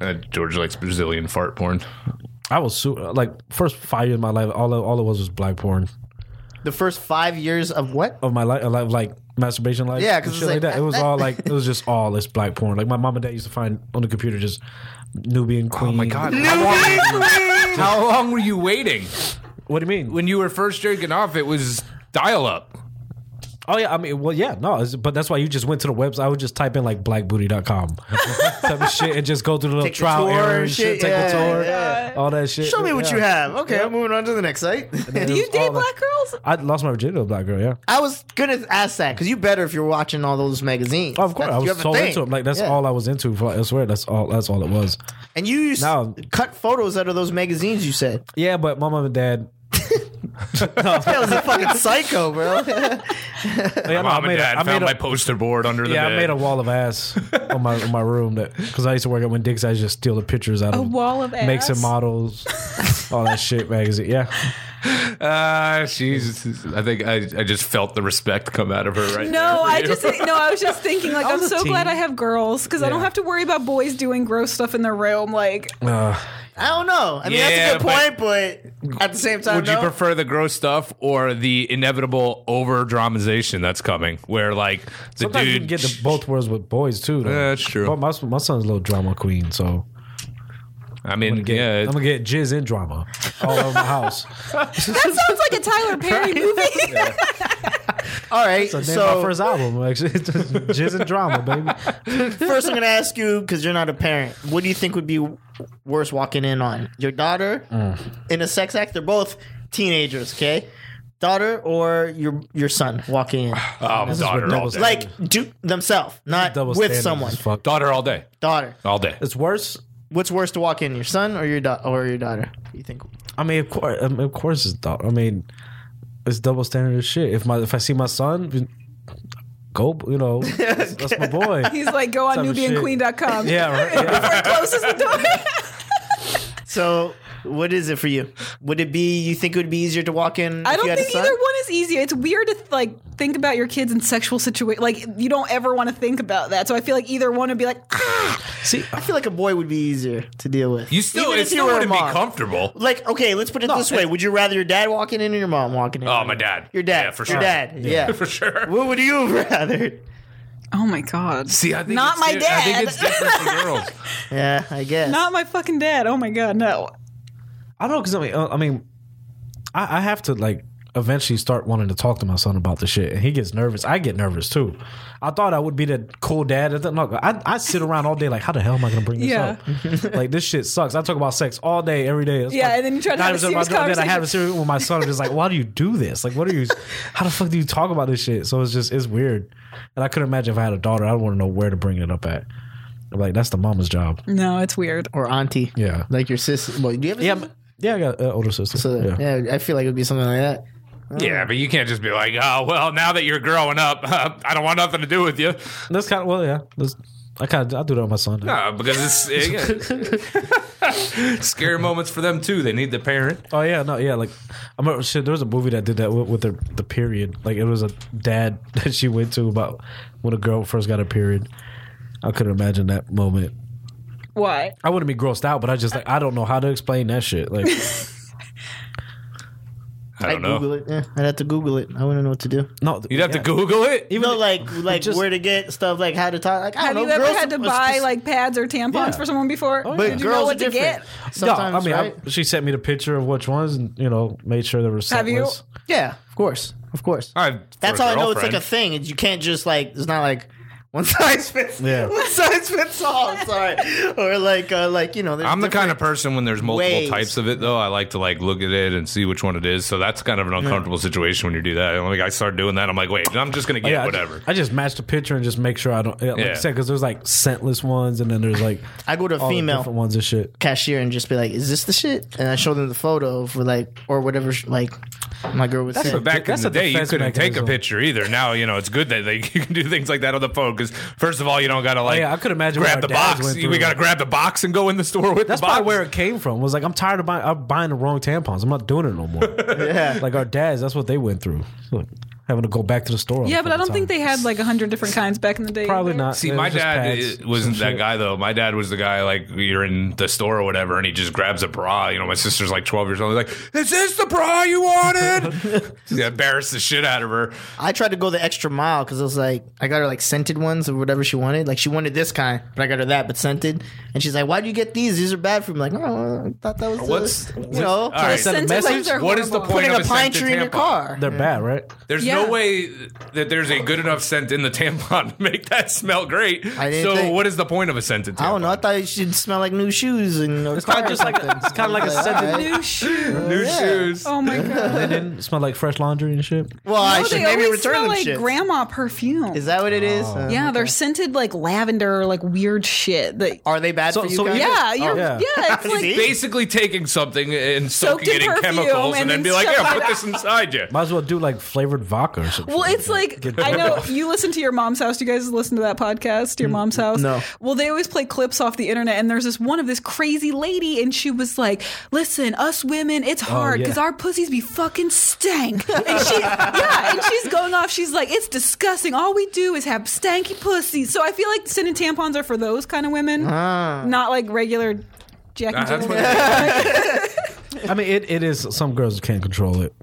Uh, George likes Brazilian fart porn. I was su- like first five years of my life. All all it was was black porn The first five years of what? of my life, of like masturbation life. Yeah, and 'cause it's shit like, like- that. It was all like it was just all this black porn. Like my mom and dad used to find on the computer just Nubian queen. Oh my god! How long, how long were you waiting? What do you mean? When you were first jerking off, it was dial up. Oh yeah, I mean, well, yeah, no, it's, but that's why you just went to the website. I would just type in like blackbooty.com type of shit and just go through the little the trial tour error and and shit, shit, take yeah, the tour, yeah. all that shit. Show me what Yeah. you have. Okay, I'm moving on to the next site. Do you It was date all that- black girls? I lost my virginity to a black girl. Yeah, I was gonna ask that because you better if you're watching all those magazines. oh, of course, That's- I you was have a so thing. into it. Like that's Yeah. all I was into. For, I swear, that's all. That's all it was. And you used No. cut photos out of those magazines. You said Yeah, but my mom and dad. that was a fucking psycho, bro. Yeah, no, I Mom made and a- dad I made found a- my poster board under the Yeah, bed. I made a wall of ass on my on my room that because I used to work at Winn Dix. I used to just steal the pictures out A of wall of ass. makes and models, all that shit magazine. Yeah, Ah, she's. I think I, I just felt the respect come out of her right No, I there for just no. I was just thinking like I I'm was a so teen. glad I have girls because I don't have to worry about boys doing gross stuff in their room. Like uh, I don't know. I mean, Yeah, that's a good point, but, at the same time, Would you no. prefer the gross stuff or the inevitable over dramatization that's coming, where like the sometimes dude you can get the both worlds with boys too. though. Yeah, that's true. But my my son's a little drama queen, so I mean, get- yeah, I'm gonna get jizz and drama all over my house. that sounds like a Tyler Perry movie. All right, So, so, name my first album actually, It's just jizz and drama, baby. first I'm gonna ask you because you're not a parent. What do you think would be worse walking in on your daughter Mm. in a sex act? They're both teenagers, okay? Daughter or your your son walking in, um, daughter all double day, standard. like do themselves, not Double with standard as someone. fuck. daughter all day, Daughter. all day. It's worse. What's worse to walk in, your son or your da- or your daughter? You think? I mean, of course, I mean, of course, it's dou- I mean, it's double standard as shit. If my if I see my son, go, you know, that's, that's my boy. He's like, go on Type of shit. NubianQueen.com. Yeah, right. Yeah. Before it closes the door. So, what is it for you? Would it be you think it would be easier to walk in? I if don't you had a think son? either one is easy. It's weird to like think about your kids in sexual situation. Like you don't ever want to think about that. So I feel like either one would be like, ah, See, I feel like a boy would be easier to deal with. You still, Even it if still you were a wouldn't be mom. comfortable. Like, okay, let's put it this way: Would you rather your dad walking in or your mom walking in? Oh, my dad. Your dad. Yeah, for your sure. dad. Yeah. For sure. what would you rather? oh my god, See, I think Not it's my di- I dad. think it's different for girls. Yeah, I guess. not my fucking dad. Oh my god, no. I don't because I mean, uh, I mean, I, I have to like eventually start wanting to talk to my son about the shit, and he gets nervous. I get nervous too. I thought I would be the cool dad. It doesn't- Look, I, I sit around all day like, how the hell am I going to bring this Yeah. up? like this shit sucks. I talk about sex all day, every day. It's Yeah, like- and then you try to have a God, I'm serious talking about- Then I have conversation. a serious with my son. I'm just like, why do you do this? Like, what are you? How the fuck do you talk about this shit? So it's just it's weird, and I couldn't imagine if I had a daughter. I would want to know where to bring it up at. I'm like, that's the mama's job. No, it's weird. or auntie. Yeah. Like your sister. Well, do you have a Yeah, sister? I'm- yeah, I got an older sister. So, yeah. yeah. I feel like it would be something like that. Yeah, but you can't just be like, oh, well, now that you're growing up, I don't want nothing to do with you. That's kind of well, yeah. That's, I kind of I do that with my son. No, because it's yeah. scary moments for them too. They need the parent. Oh yeah, no, yeah. Like I remember, shit. There was a movie that did that with, with the, the period. Like it was a dad that she went to about when a girl first got a period. I couldn't imagine that moment. Why? I wouldn't be grossed out, but I just like I don't know how to explain that shit. Like I would don't know. Google it. Yeah, I'd have to Google it. I wouldn't know what to do. no, You'd have to Google it. Even no, like like just- where to get stuff, like how to talk. Like I Have don't know. you ever girls had to are- buy like pads or tampons Yeah. for someone before? yeah. but Did girls you know are what to different. get? Yeah, Sometimes, I mean, I- right? she sent me the picture of which ones, and you know, made sure there were. Have you- yeah, of course, of course. I- for That's a how I know it's like girlfriend. a thing. It's- You can't just like it's not like one size fits Yeah. one size fits all. Sorry, or like uh, like you know. there's I'm the kind different- of person when there's multiple ways. types of it though. I like to like look at it and see which one it is. So that's kind of an uncomfortable situation when you do that. And like I start doing that, I'm like, wait, I'm just gonna get Oh, Yeah, I whatever. just- I just matched the picture and just make sure I don't. yeah, Like Yeah. I said, because there's like scentless ones, and then there's like I go to a all the female different ones and shit. cashier and just be like, "Is this the shit?" And I show them the photo for like or whatever, sh- like My girl was That's saying. but back in the day, you couldn't take a picture either. Now you know it's good that they, you can do things like that on the phone because first of all, you don't gotta like. yeah, I could imagine grab what the Oh, our dads box. went We through. gotta grab the box and go in the store with That's the box. probably where it came from. Was like, I'm tired of buying, I'm buying the wrong tampons. I'm not doing it no more. yeah. Like our dads, that's what they went through. Like, having to go back to the store. all Yeah, the but I fucking don't think time. they had like a hundred different kinds back in the day. Probably not. See, It my was just dad pads. i- wasn't that guy though. My dad was the guy like you're in the store or whatever, and he just grabs a bra. You know, my sister's like 12 years old. He's like, "Is this the bra you wanted?" yeah, embarrassed the shit out of her. I tried to go the extra mile because I was like, I got her like scented ones or whatever she wanted. Like she wanted this kind, but I got her that, but scented. And she's like, "Why would you get these? These are bad for me." I'm like, oh, I thought that was What's- the, what's- you know, all right. Scented ones are What is the horrible. point putting of a pine scented tree in your tampon? car. They're bad, right? There's Yeah. no way that there's a good enough scent in the tampon to make that smell great. I didn't So think- what is the point of a scented tampon? I don't know. I thought it should smell like new shoes and or It's kinda car or just like a- something. it's kinda like a scented- all right. New shoes. New Yeah. shoes. Oh my god. Linen smell like fresh laundry and shit. Well, I No, should they maybe always return smell them. like shit. grandma perfume. Oh. Is that what it is? Uh, yeah, they're scented like lavender or like weird shit. That, Are they bad So- for you? so guys? yeah, you're, yeah. yeah. it's like See? Basically, taking something and Soaked soaking it in in perfume chemicals, and, and then then be like, stuff "Yeah, like put that." this inside you." Might as well do like flavored vodka or something. Well, it's like I know you listen to your mom's house. Do you guys listen to that podcast, your mom's house? no. Well, they always play clips off the internet, and there's this one of this crazy lady, and she was like, "Listen, us women, it's hard yeah. because our pussies be fucking stank." And she, yeah, and she's going off. She's like, "It's disgusting. All we do is have stanky pussies." So I feel like sending tampons are for those kind of women, not like regular. Jack Uh, and that's Jill. what I mean, it, it is. Some girls can't control it.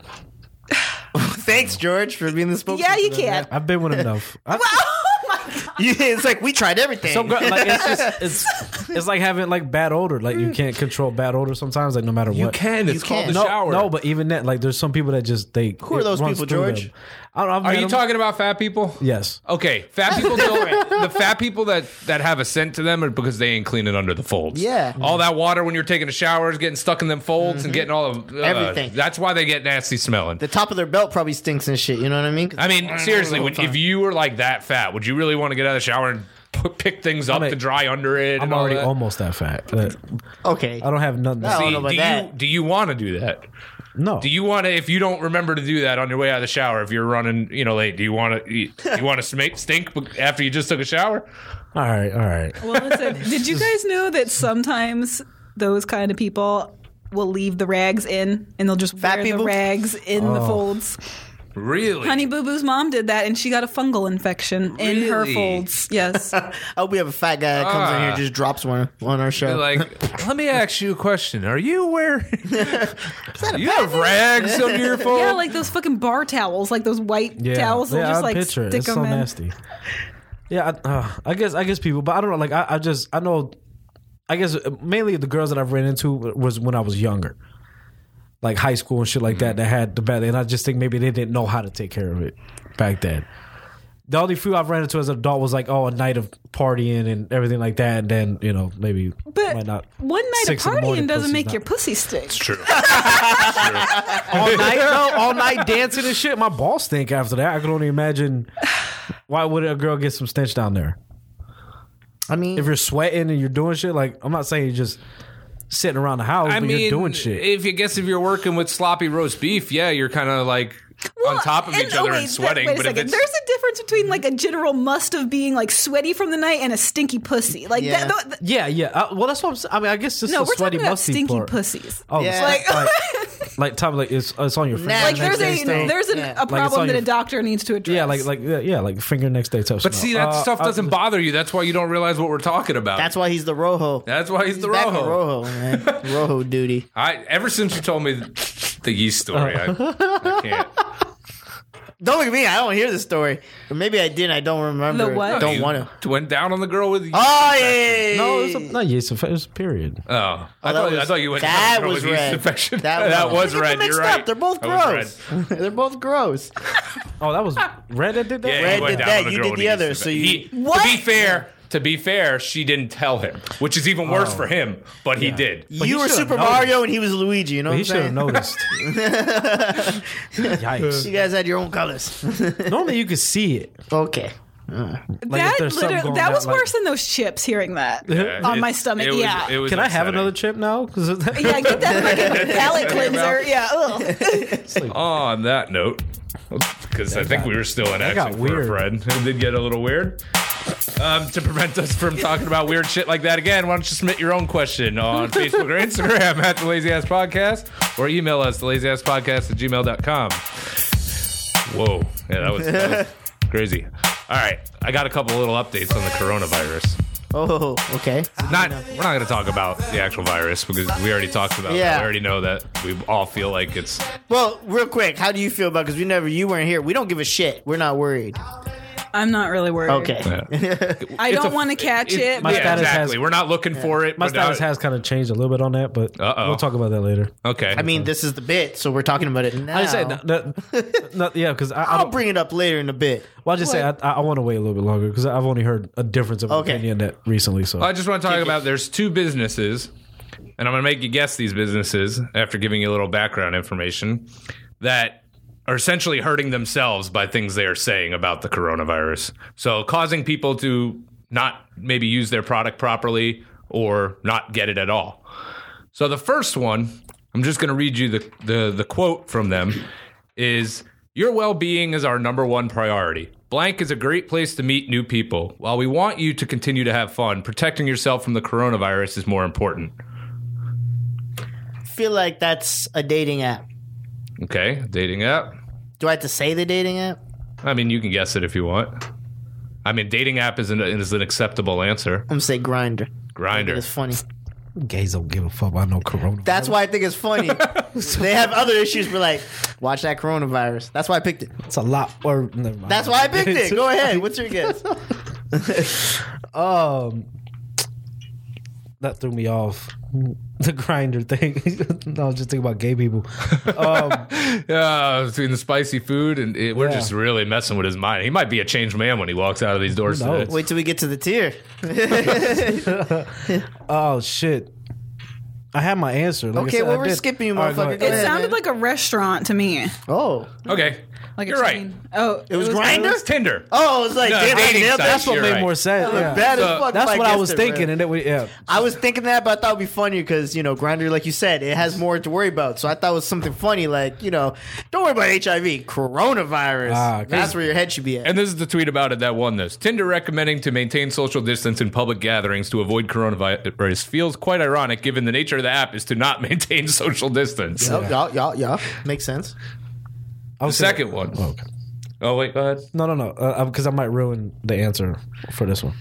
Thanks, George, for being the spokesman. Yeah, you can. I've been with enough. I- Oh my god. it's like we tried everything. Some girl, like it's just it's it's like having like bad odor. Like you can't control bad odor sometimes. Like no matter what. You can. You It's called can. the no, shower. no, but even that, like, there's some people that just they. Who are it those runs people, through George? them. I don't, I've Are met you them. talking about fat people? Yes. Okay, fat people don't. the fat people that that have a scent to them are because they ain't cleaning under the folds. Yeah. all that water when you're taking a shower is getting stuck in them folds and getting all of uh, Everything. That's why they get nasty smelling. the top of their belt probably stinks and shit. You know what I mean? 'Cause- I mean, seriously, would, if you were like that fat, would you really want to get out of the shower and p- pick things up mean, to dry under it? I'm and all already that? almost that fat. Like, okay. I don't have nothing. I See, don't know No. about do you that. do you want to do that? no. Do you want to? If you don't remember to do that on your way out of the shower, if you're running, you know, late, do you want to? You, you want to sm- stink be- after you just took a shower? all right. All right. Well, listen, did you guys know that sometimes those kind of people will leave the rags in and they'll just Fat wear people? the rags in the Oh. folds? Really? Honey Boo Boo's mom did that and she got a fungal infection in her Really? folds. Yes. I hope we have a fat guy that comes in here Ah. and just drops one on our show. like, let me ask you a question. Are you wearing? you have rags on your phone. yeah, like those fucking bar towels, like those white Yeah. towels. They'll yeah, just I like picture it. stick It's them so in. nasty. Yeah. I, uh, I guess. I guess people. But I don't know. Like I, I just. I know. I guess uh, mainly the girls that I've ran into was when I was younger, like high school and shit like that. That had the bad, and I just think maybe they didn't know how to take care of it back then. The only few I've ran into as an adult was like, oh, a night of partying and everything like that, and then you know maybe might But not one night Six in of the morning, partying doesn't pussy's make not- your pussy stick. True. all night, no, all night dancing and shit. My balls stink after that. I can only imagine why would a girl get some stench down there. I mean, if you're sweating and you're doing shit, like I'm not saying you're just sitting around the house, I but mean, you're doing shit. If you guess if you're working with sloppy roast beef, yeah, you're kind of like on Well, top of each oh, other wait, and sweating. Wait a but if second. it's, There's a difference between like a general must of being like sweaty from the night and a stinky pussy. Like Yeah. that. th- yeah, yeah. Uh, well, that's what I'm. saying. I mean, I guess just no, the we're sweaty talking about musty stinky part. pussies. Oh, Yeah. yeah. Like- like, like, like Tom, like it's it's on your finger. Nah. Like next there's day. a next day's there's an, thing. Yeah. a problem on that your- a doctor needs to address. yeah, like like yeah, yeah, like finger next day type. but see, that Uh, stuff doesn't bother you. That's why you don't realize what we're talking about. that's why he's the Rojo. That's why he's the Back on rojo. Rojo, man. Rojo duty. I ever since you told me the yeast story, I, I can't. Don't look at me. I don't hear the story. Or maybe I did. I don't remember. The what? Don't You want to. Went down on the girl with. Oh yeah. No, it's a, not yeast. It was period. Oh, I, Oh, that thought, I was- thought you went. that down on the girl was with yeast red. Infection. That was- was Look at red. them You're mixed right. up. They're both That was red. gross. They're both gross. Oh, that was Red that did that. Yeah, he Red did went down that, on a you girl did with the yeast other, infection. so you- He- What? To be fair, to be fair, she didn't tell him, which is even Oh. worse for him. But he did. he you were should've Super known. Mario and he was Luigi. You know what He I'm should have saying? noticed. Yikes! You guys had your own colors. Normally you could see it. okay. that liter- that was worse than those chips. Hearing that on my stomach, yeah. Can I have another chip now? Because yeah, get that fucking palate cleanser. Yeah. ugh. Oh, on that note, because I think we were still in That got action for a friend. It did get a little weird. Um, to prevent us from talking about weird shit like that again, why don't you submit your own question on Facebook or Instagram at the Lazy Ass Podcast or email us, the Lazy Ass Podcast at gmail.com. Whoa. Yeah, that was, that was crazy. All right. I got a couple little updates on the coronavirus. Oh, okay. Not, we're not going to talk about the actual virus because we already talked about Yeah. it. We already know that we all feel like it's Well, real quick, how do you feel about? Because we never, you weren't here. We don't give a shit. We're not worried. I'm not really worried. Okay. I It's don't a- want to catch it. yeah, My status has- exactly. We're not looking for it. my but now- status has kind of changed a little bit on that, but Uh-oh. we'll talk about that later. Okay. I mean, this is the bit, so we're talking about it now. I just said, no, no, yeah, because I, I I'll don't, bring it up later in a bit. well, I just say I, I want to wait a little bit longer because I've only heard a difference of Okay. opinion that recently. So I just want to talk about there's two businesses, and I'm going to make you guess these businesses after giving you a little background information that are essentially hurting themselves by things they are saying about the coronavirus. So, causing people to not maybe use their product properly or not get it at all. So, the first one, I'm just going to read you the, the, the quote from them is your well being is our number one priority. Blank is a great place to meet new people. While we want you to continue to have fun, protecting yourself from the coronavirus is more important. feel like that's a dating app. Okay, dating app. Do I have to say the dating app? I mean, you can guess it if you want. I mean, dating app is an, is an acceptable answer. I'm gonna say grinder. Grinder. It's funny. gays don't give a fuck about no corona. That's why I think it's funny. they have other issues, but like, watch that coronavirus. That's why I picked it. That's a lot. Or never mind. That's why I picked it. Go ahead. What's your guess? Um, that threw me off. The grinder thing. no, I was just thinking about gay people. Um, Yeah, between the spicy food and it, we're Yeah. just really messing with his mind. He might be a changed man when he walks out of these doors knows? today. Wait till we get to the tier. oh shit! I had my answer. Like I Okay, said, well I we're did. skipping you, All right, motherfucker. go ahead. Go It ahead, sounded man. like a restaurant to me. oh, Okay. Like You're a right. chain. Oh, it was It Grindr? was Tinder. oh, it's like No, damn, I dating nailed site. that. That's what You're made right. more sense. Oh. Look yeah. bad as So- fuck. That's if what I guessed was it, thinking, man. and it, would- yeah, I was thinking that, but I thought it'd be funny because you know, grinder, like you said, it has more to worry about. So I thought it was something funny, like you know, don't worry about HIV, coronavirus. Ah, 'cause- That's where your head should be at. And this is the tweet about it that won this. Tinder recommending to maintain social distance in public gatherings to avoid coronavirus feels quite ironic given the nature of the app is to not maintain social distance. Yup, yup, yup, yup. Makes sense. I The was thinking- second one. Oh, wait, go ahead. No, no, no, because I might ruin the answer for this one.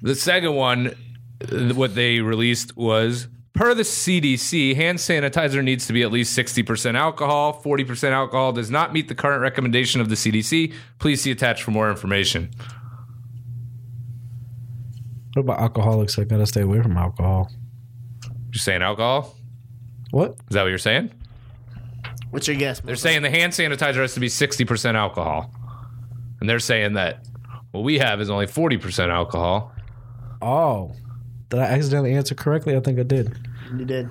The second one, uh, what they released was per the CDC, hand sanitizer needs to be at least 60% alcohol. 40% alcohol does not meet the current recommendation of the CDC. Please see attached for more information. What about alcoholics? I gotta stay away from alcohol. You're saying alcohol? What? Is that what you're saying? What's your guess? They're saying the hand sanitizer has to be 60% alcohol. And they're saying that what we have is only 40% alcohol. Oh, did I accidentally answer correctly? I think I did. you did.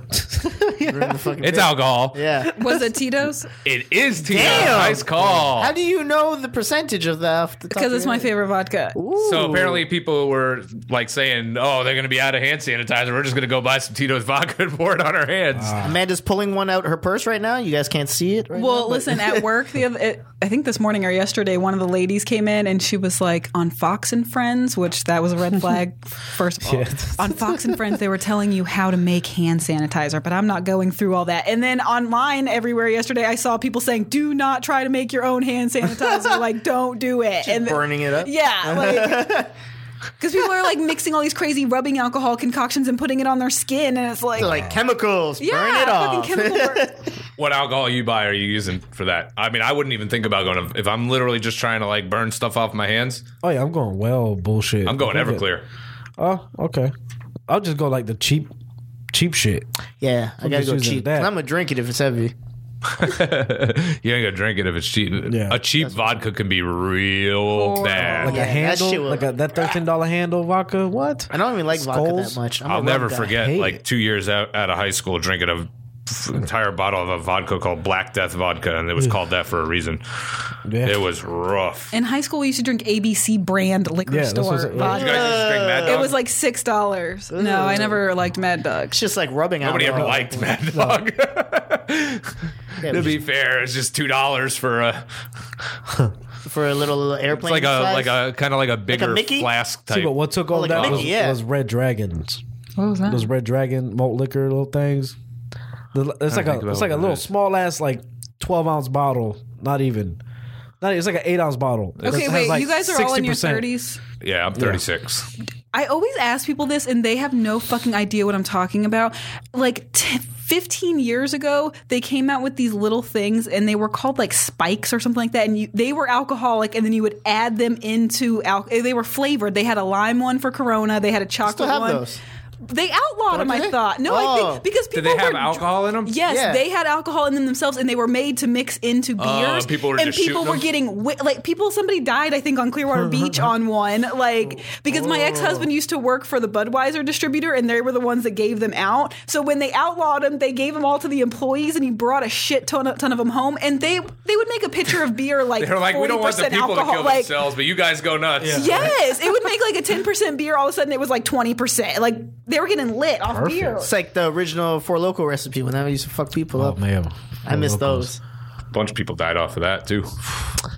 Ruined the fucking It's bit. alcohol. Yeah. Was it Tito's? It is Tina. Damn. Nice call. How do you know the percentage of the? off the top Because of it's your my head? favorite vodka. so Ooh. apparently people were like saying, "Oh, they're going to be out of hand sanitizer. We're just going to go buy some Tito's vodka and pour it on our hands." Ah. Amanda's pulling one out her purse right now. You guys can't see it. Right now, Well, but- listen, at work the other, it, I think this morning or yesterday, one of the ladies came in and she was like on Fox and Friends, which that was a red flag. First of all, on Fox and Friends, they were telling you how to make hand sanitizer, but I'm not going through all that. And then online everywhere yesterday, I saw people saying, "Do not try to make your own hand sanitizer. like, don't do it." and burning it up. Yeah, like. Because people are like mixing all these crazy rubbing alcohol concoctions and putting it on their skin, and it's like, They're like chemicals. yeah, burn it fucking off. chemical burn. What alcohol you buy are you using for that? I mean, I wouldn't even think about going to, if I'm literally just trying to like burn stuff off my hands. Oh yeah, I'm going well bullshit. I'm going Okay. Everclear. Oh, okay. I'll just go like the cheap, cheap shit. yeah, I gotta just go using cheap. that. I'm gonna drink it if it's heavy. You ain't gonna drink it if it's cheap. Yeah. a cheap vodka can be real bad. Like Yeah, a that handle, shit will- like a, that thirteen dollar handle vodka. What? I don't even like vodka Skulls? that much. I'm a I'll rum never guy. forget, hate like it. two years out, out of high school, drinking a entire bottle of a vodka called Black Death vodka, and it was called that for a reason. It was rough. In high school, we used to drink ABC brand liquor Yeah, that's store what's- vodka. You guys used to drink Mad Dog? It was like six dollars. No, I never liked Mad Dog. It's just like rubbing Nobody ever liked Mad Dog. to be fair, it's just two dollars for a for a little it's airplane. like a size. like a kind of like a bigger Mickey? Oh, flask Uh, type. See, but what took over that was, was Red Dragons. What was that? Those Red Dragon malt liquor little things. The- It's I like don't think a about it's like a what it little is. small ass like twelve ounce bottle. Not even. Not it's like an eight ounce bottle. It Okay, has, wait. like, you guys are all in your 60%. thirties. yeah, I'm 36. I always ask people this, and they have no fucking idea what I'm talking about. Like t- 15 years ago, they came out with these little things, and they were called like spikes or something like that. And you, they were alcoholic, and then you would add them into alcohol. They were flavored. They had a lime one for Corona. They had a chocolate have one. those. They outlawed them. I they? thought. No, I Oh. think because people Did they have were alcohol in them? Yes, they had alcohol in them themselves, and they were made to mix into beers. Oh, people were and just people shooting were them? getting wi- like people. Somebody died, I think, on Clearwater Beach on one. Like because my ex husband used to work for the Budweiser distributor, and they were the ones that gave them out. So when they outlawed them, they gave them all to the employees, and he brought a shit ton of, ton of them home. And they they would make a picture of beer like They're like, we don't want the 40% people alcohol. to kill like, themselves, but you guys go nuts. Yes, it would make like a ten percent beer. All of a sudden, it was like twenty percent. Like they were getting lit off beer. It's like the original Four Loco recipe when that used to fuck people Oh, up. Man, I miss those. bunch of people died off of that too.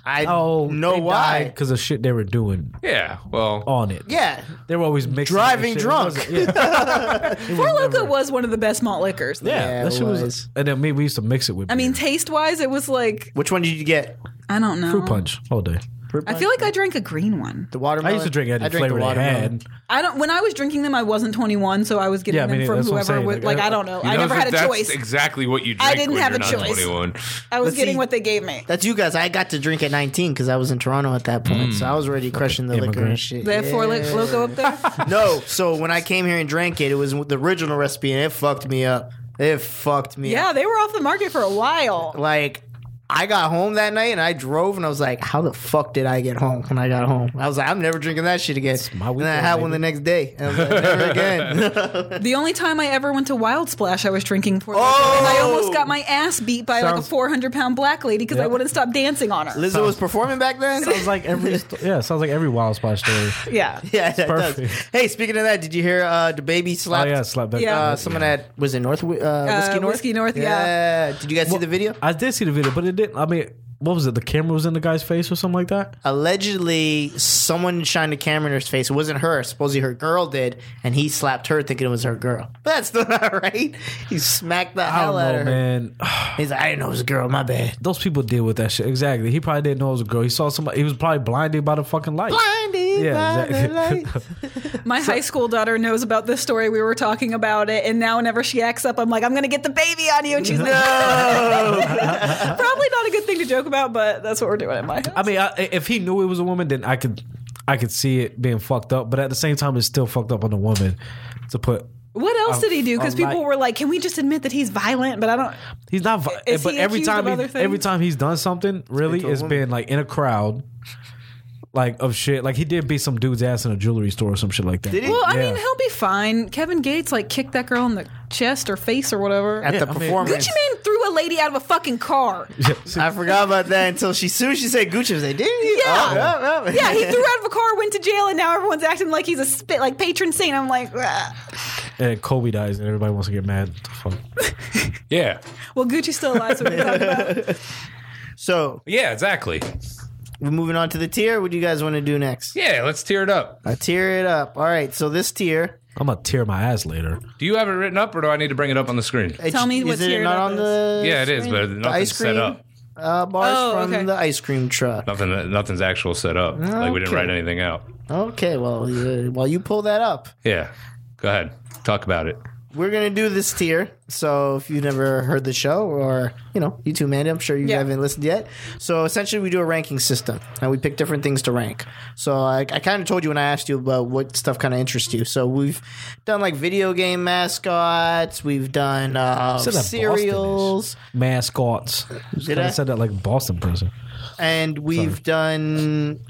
I oh, know why. because of shit they were doing Yeah, well, on it. Yeah. They were always mixing that Driving shit. drunk. It wasn't- yeah. Four Loko was one of the best malt liquors. Yeah, that shit was. And then me, we used to mix it with I mean, taste wise, it was like Which one did you get? I don't know. fruit punch all day. I feel like I drank a green one. The watermelon. I used to drink any I drank the flavor they watermelon. had. I don't. When I was drinking them, I wasn't 21, so I was getting Yeah, I mean, them from that's what I'm whoever. saying. Was, Like, like I- I don't know. You I know never that had a that's choice. Exactly what you drink. I didn't when have you're a not choice. 21. I was But getting see- what they gave me. That's you guys. I got to drink at 19 because I was in Toronto at that point, so I was already crushing the liquor and Mm. immigrant. shit. They have four Yeah. lo- loco up there. no, so when I came here and drank it, it was the original recipe, and it fucked me up. It fucked me yeah, up. they were off the market for a while. Like, I got home that night and I drove and I was like, "How the fuck did I get home?" When I got home, I was like, "I'm never drinking that shit again." and then I weekend, had one baby. the next day, and I was like, "Never again." The only time I ever went to Wild Splash, I was drinking Four Loko, Oh! and I almost got my ass beat by like Oh, Sounds- a 400 pound black lady because I wouldn't stop dancing on her. Lizzo was performing back then. Sounds like every sto- yeah, sounds like every Wild Spot story. Yeah. yeah, that does. perfect. Hey, speaking of that, did you hear uh, the baby Oh slapped? yeah, slap that. Yeah. Uh, someone at was it North uh, Whiskey North? Whiskey North, yeah. Did you guys see the video? I did see the video, but it didn't. I mean, what was it? The camera was in the guy's face or something like that. Allegedly, someone shined a camera in her face. It wasn't her. Supposedly, her girl did, and he slapped her, thinking it was her girl. That's still not right. He smacked the I don't hell out know, of her. man. He's like, I didn't know it was a girl. My bad. Those people deal with that shit. Exactly. He probably didn't know it was a girl. He saw somebody. He was probably blinded by the fucking light. Blinded Yeah, by the exactly. lights. My high school daughter knows about this story. We were talking about it, and now whenever she acts up, I'm like, "I'm gonna get the baby on you," and she's like, "Probably not a good thing to joke about, but that's what we're doing at my house." I mean, I, if he knew it was a woman, then I could, I could see it being fucked up. But at the same time, it's still fucked up on the woman to put. What else did he do? Because I'm people like- were like, "Can we just admit that he's violent?" But I don't. He's not. vi- Is but he every accused of time, he- other things? every time he's done something, really, a it's woman. been like in a crowd, like of shit. Like he did beat some dude's ass in a jewelry store or some shit like that. Did he? Well, I Yeah. mean, he'll be fine. Kevin Gates like kicked that girl in the chest or face or whatever. At the I mean- performance, Gucci Mane threw a lady out of a fucking car. I forgot about that until she soon as she said Gucci. I was like, didn't you? Yeah. Oh, oh, oh. Yeah, he threw her out of a car, went to jail, and now everyone's acting like he's a spit like patron saint. I'm like, "Ugh." And Kobe dies, and everybody wants to get mad. Fuck. Yeah, well, Gucci's still alive, so we can talk about it. so yeah, exactly. we're moving on to the tier. What do you guys want to do next? Yeah, let's tear it up. I tear it up. All right. So this tier. I'm gonna tear my ass later. Do you have it written up, or do I need to bring it up on the screen? it's- me is what it tier it not up on is. the Yeah, it is, but nothing's ice set cream? up. uh, bars Oh, from okay. the ice cream truck. Nothing, nothing's actual set up. Like we didn't Okay. write anything out. Okay, well, uh, while you pull that up, Yeah, go ahead, talk about it. we're gonna do this tier. So if you've never heard the show, or you know, you too, Mandy, I'm sure you Yeah. haven't listened yet. So essentially, we do a ranking system, and we pick different things to rank. So I, I kind of told you when I asked you about what stuff kind of interests you. So we've done like video game mascots, we've done uh, Said that cereals, Mascots. Just Did kinda I? said that like Boston person. and we've done.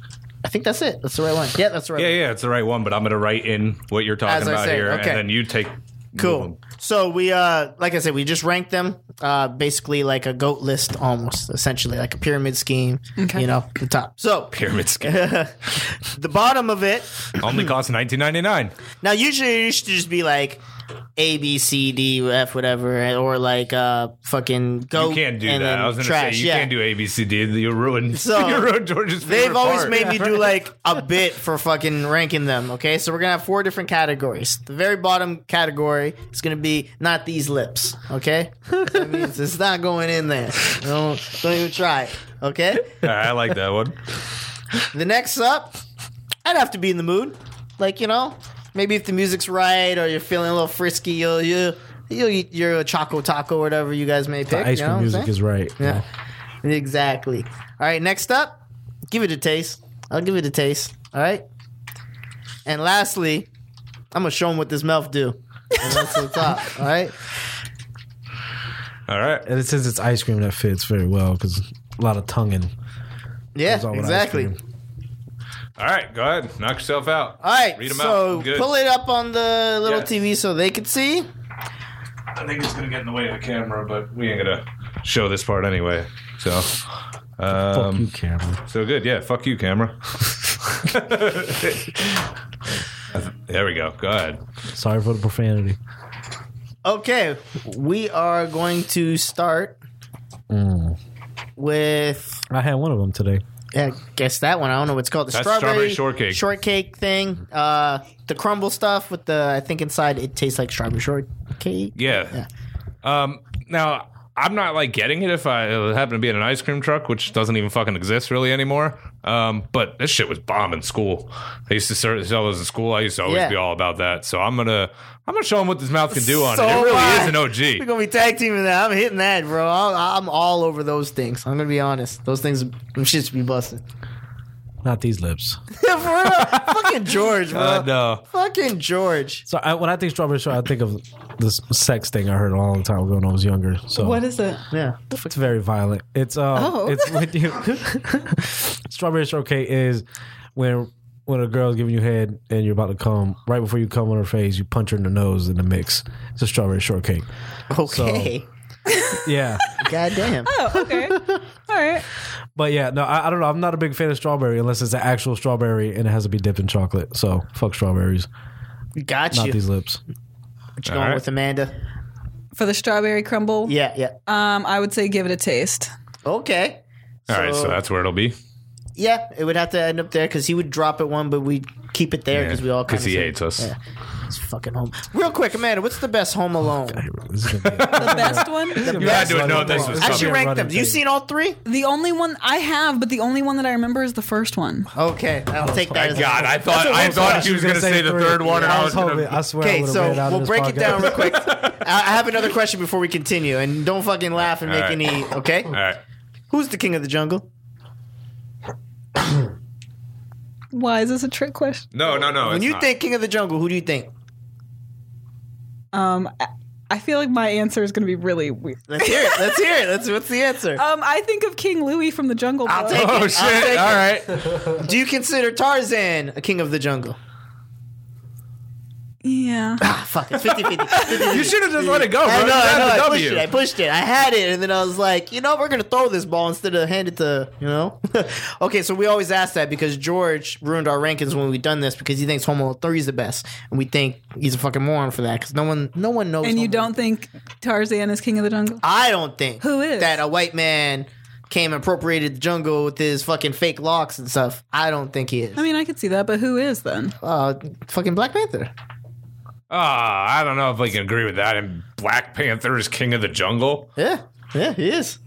I think that's it. That's the right one. Yeah, that's the right. Yeah, one. yeah, it's the right one, but I'm gonna write in what you're talking As I about say, here, okay. and then you take. Cool. So we, uh, like I said, we just ranked them uh, basically like a goat list, almost essentially like a pyramid scheme. Okay. You know, the top. So pyramid scheme. the bottom of it. Only costs nineteen ninety nine. Now, usually it should just be like A, B, C, D, F, whatever, or like uh, fucking goat. You can't do and that. then I was gonna trash. say you yeah. can't do A B C D. You ruined. So you ruined George's. They've favorite always part. made me do like a bit for fucking ranking them. Okay, so we're gonna have four different categories. The very bottom category is gonna be not these lips. Okay, that means it's not going in there. Don't don't even try. it, Okay, All right, I like that one. the next up, I'd have to be in the mood. Like you know, maybe if the music's right or you're feeling a little frisky, you'll you you'll eat your choco taco, whatever you guys may pick. The ice you know what cream I'm music saying? is right. Yeah. Exactly. All right, next up, give it a taste. I'll give it a taste. All right. And lastly, I'm gonna show them what this mouth do. And that's the top. All right. All right. And it says it's ice cream that fits very well because a lot of tonguing. Yeah. Goes on with ice Exactly. cream. All right, go ahead, knock yourself out. All right. read them out. so I'm good. pull it up on the little Yeah. TV so they can see. I think it's gonna get in the way of the camera, but we ain't gonna show this part anyway. So, um, fuck you, camera. So good, yeah. Fuck you, camera. there we go. Go ahead. Sorry for the profanity. Okay, we are going to start Mm. with. I had one of them today. I guess that one. I don't know what's called the That's strawberry, strawberry shortcake. shortcake thing. Uh, the crumble stuff with the. I think inside it tastes like strawberry shortcake. Yeah. Um, now I'm not like getting it if I happen to be in an ice cream truck, which doesn't even fucking exist really anymore. Um, but this shit was bomb in school. I used to ser- sell those in school. I used to always Yeah. be all about that. So I'm gonna I'm gonna show them what this mouth can do on So it. It really am I. is an We're OG. gonna be tag teaming that. I'm hitting that, bro. I'll, I'm all over those things. I'm gonna be honest. Those things, them shits be busting. Not these lips. For real. fucking George, bro. Uh, no. Fucking George. So I, when I think strawberry shortcake, I think of this sex thing I heard a long time ago when I was younger. So what is it? Yeah. It's very violent. It's uh, Oh. it's when you strawberry shortcake is when when a girl's giving you head and you're about to come. Right before you come on her face, you punch her in the nose in the mix. It's a strawberry shortcake. Okay. So, yeah, God damn. Oh, okay. All right. but yeah, no, I, I don't know. I'm not a big fan of strawberry unless it's an actual strawberry and it has to be dipped in chocolate. So fuck strawberries. Got Not you. these lips. What you going with Amanda? For the strawberry crumble. Yeah, yeah. Um, I would say give it a taste. Okay. All right, so So- that's where it'll be. Yeah, it would have to end up there because he would drop at one, but we'd keep it there because we all because kinda he said- hates us. Yeah. He's fucking home. Real quick, Amanda, what's the best Home Alone? The best one. The You had best to Home have known this Alone. was I should coming. rank them. You seen all three? The only one I have, but the only one that I remember is the first one. Okay, I'll take that. as Thank Oh God, a- I thought That's what I I'm thought saying. she was gonna say the third one, and I was gonna. I swear. Okay, so we'll break it down real quick. I I have another question before we continue, and don't fucking laugh and All make right. any. Okay, All right. who's the king of the jungle? Why is this a trick question? No, no, no. when it's you not. think king of the jungle, who do you think? Um, I- I feel like my answer is going to be really weird. Let's hear it. Let's hear it. Let's. What's the answer? Um, I think of King Louis from the Jungle Book. I'll take it. I'll take Oh, All it. right. Do you consider Tarzan a king of the jungle? Ah, Yeah. Fuck, it's 50 50. You should've just let it go, I bro. know, You I, had know, I the pushed W. it. I pushed it. I had it, and then I was like, you know, we're going to throw this ball instead of hand it to, you know? okay, so we always ask that because George ruined our rankings when we done this because he thinks Home Alone 3 is the best. And we think he's a fucking moron for that because no one, no one knows. And you Home- don't think Tarzan is King of the Jungle? I don't think Who is? that a white man came and appropriated the jungle with his fucking fake locks and stuff. I don't think he is. I mean, I could see that, but who is then? Uh, fucking Black Panther. Ah, I don't know if I can agree with that. And Black Panther is king of the jungle. Yeah. Yeah, he is.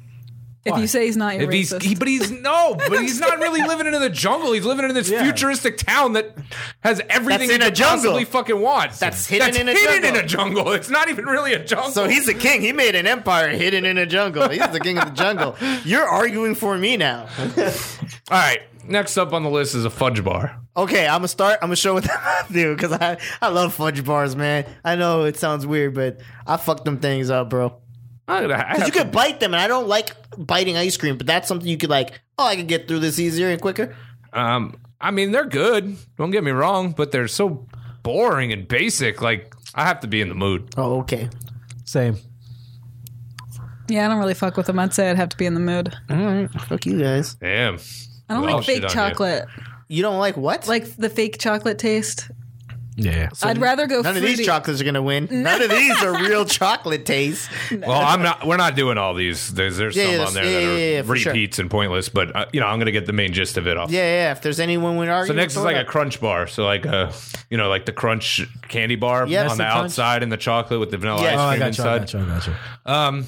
If you say he's not, you're If he's, racist. he- but he's no, but he's not really living in the jungle. He's living in this futuristic town that has everything That's in you a could jungle. possibly fucking want. That's hidden in a hidden jungle. in a jungle. It's not even really a jungle. So he's the king. He made an empire hidden in a jungle. He's the king of the jungle. You're arguing for me now. all right. Next up on the list is a fudge bar. Okay, I'm gonna start. I'm gonna show what I do because I I love fudge bars, man. I know it sounds weird, but I fuck them things up, bro. I'm gonna- I Because have you could bite them, and I don't like biting ice cream, but that's something you could like. Oh, I could get through this easier and quicker. Um, I mean, they're good. Don't get me wrong, but they're so boring and basic. Like I have to be in the mood. Oh, okay. Same. Yeah, I don't really fuck with them. I'd say I'd have to be in the mood. All right, fuck you guys. Damn. I don't Well, like shit fake on you. chocolate. You don't like what? Like the fake chocolate taste. Yeah. I'd rather go. None of fruity. these chocolates are gonna win. None of these are real chocolate taste. Well, I'm not. We're not doing all these. There's, there's Yeah, some yeah, on there yeah, that are yeah, yeah, for sure. repeats and pointless. But uh, you know, I'm gonna get the main gist of it off. Yeah, yeah. If there's anyone we argue, So next is like a crunch bar. So like a, you know, like the crunch candy bar Yeah, on that's the the crunch. outside and the chocolate with the vanilla Yeah. Oh, I ice cream got you. I got inside. you. I got you. Um,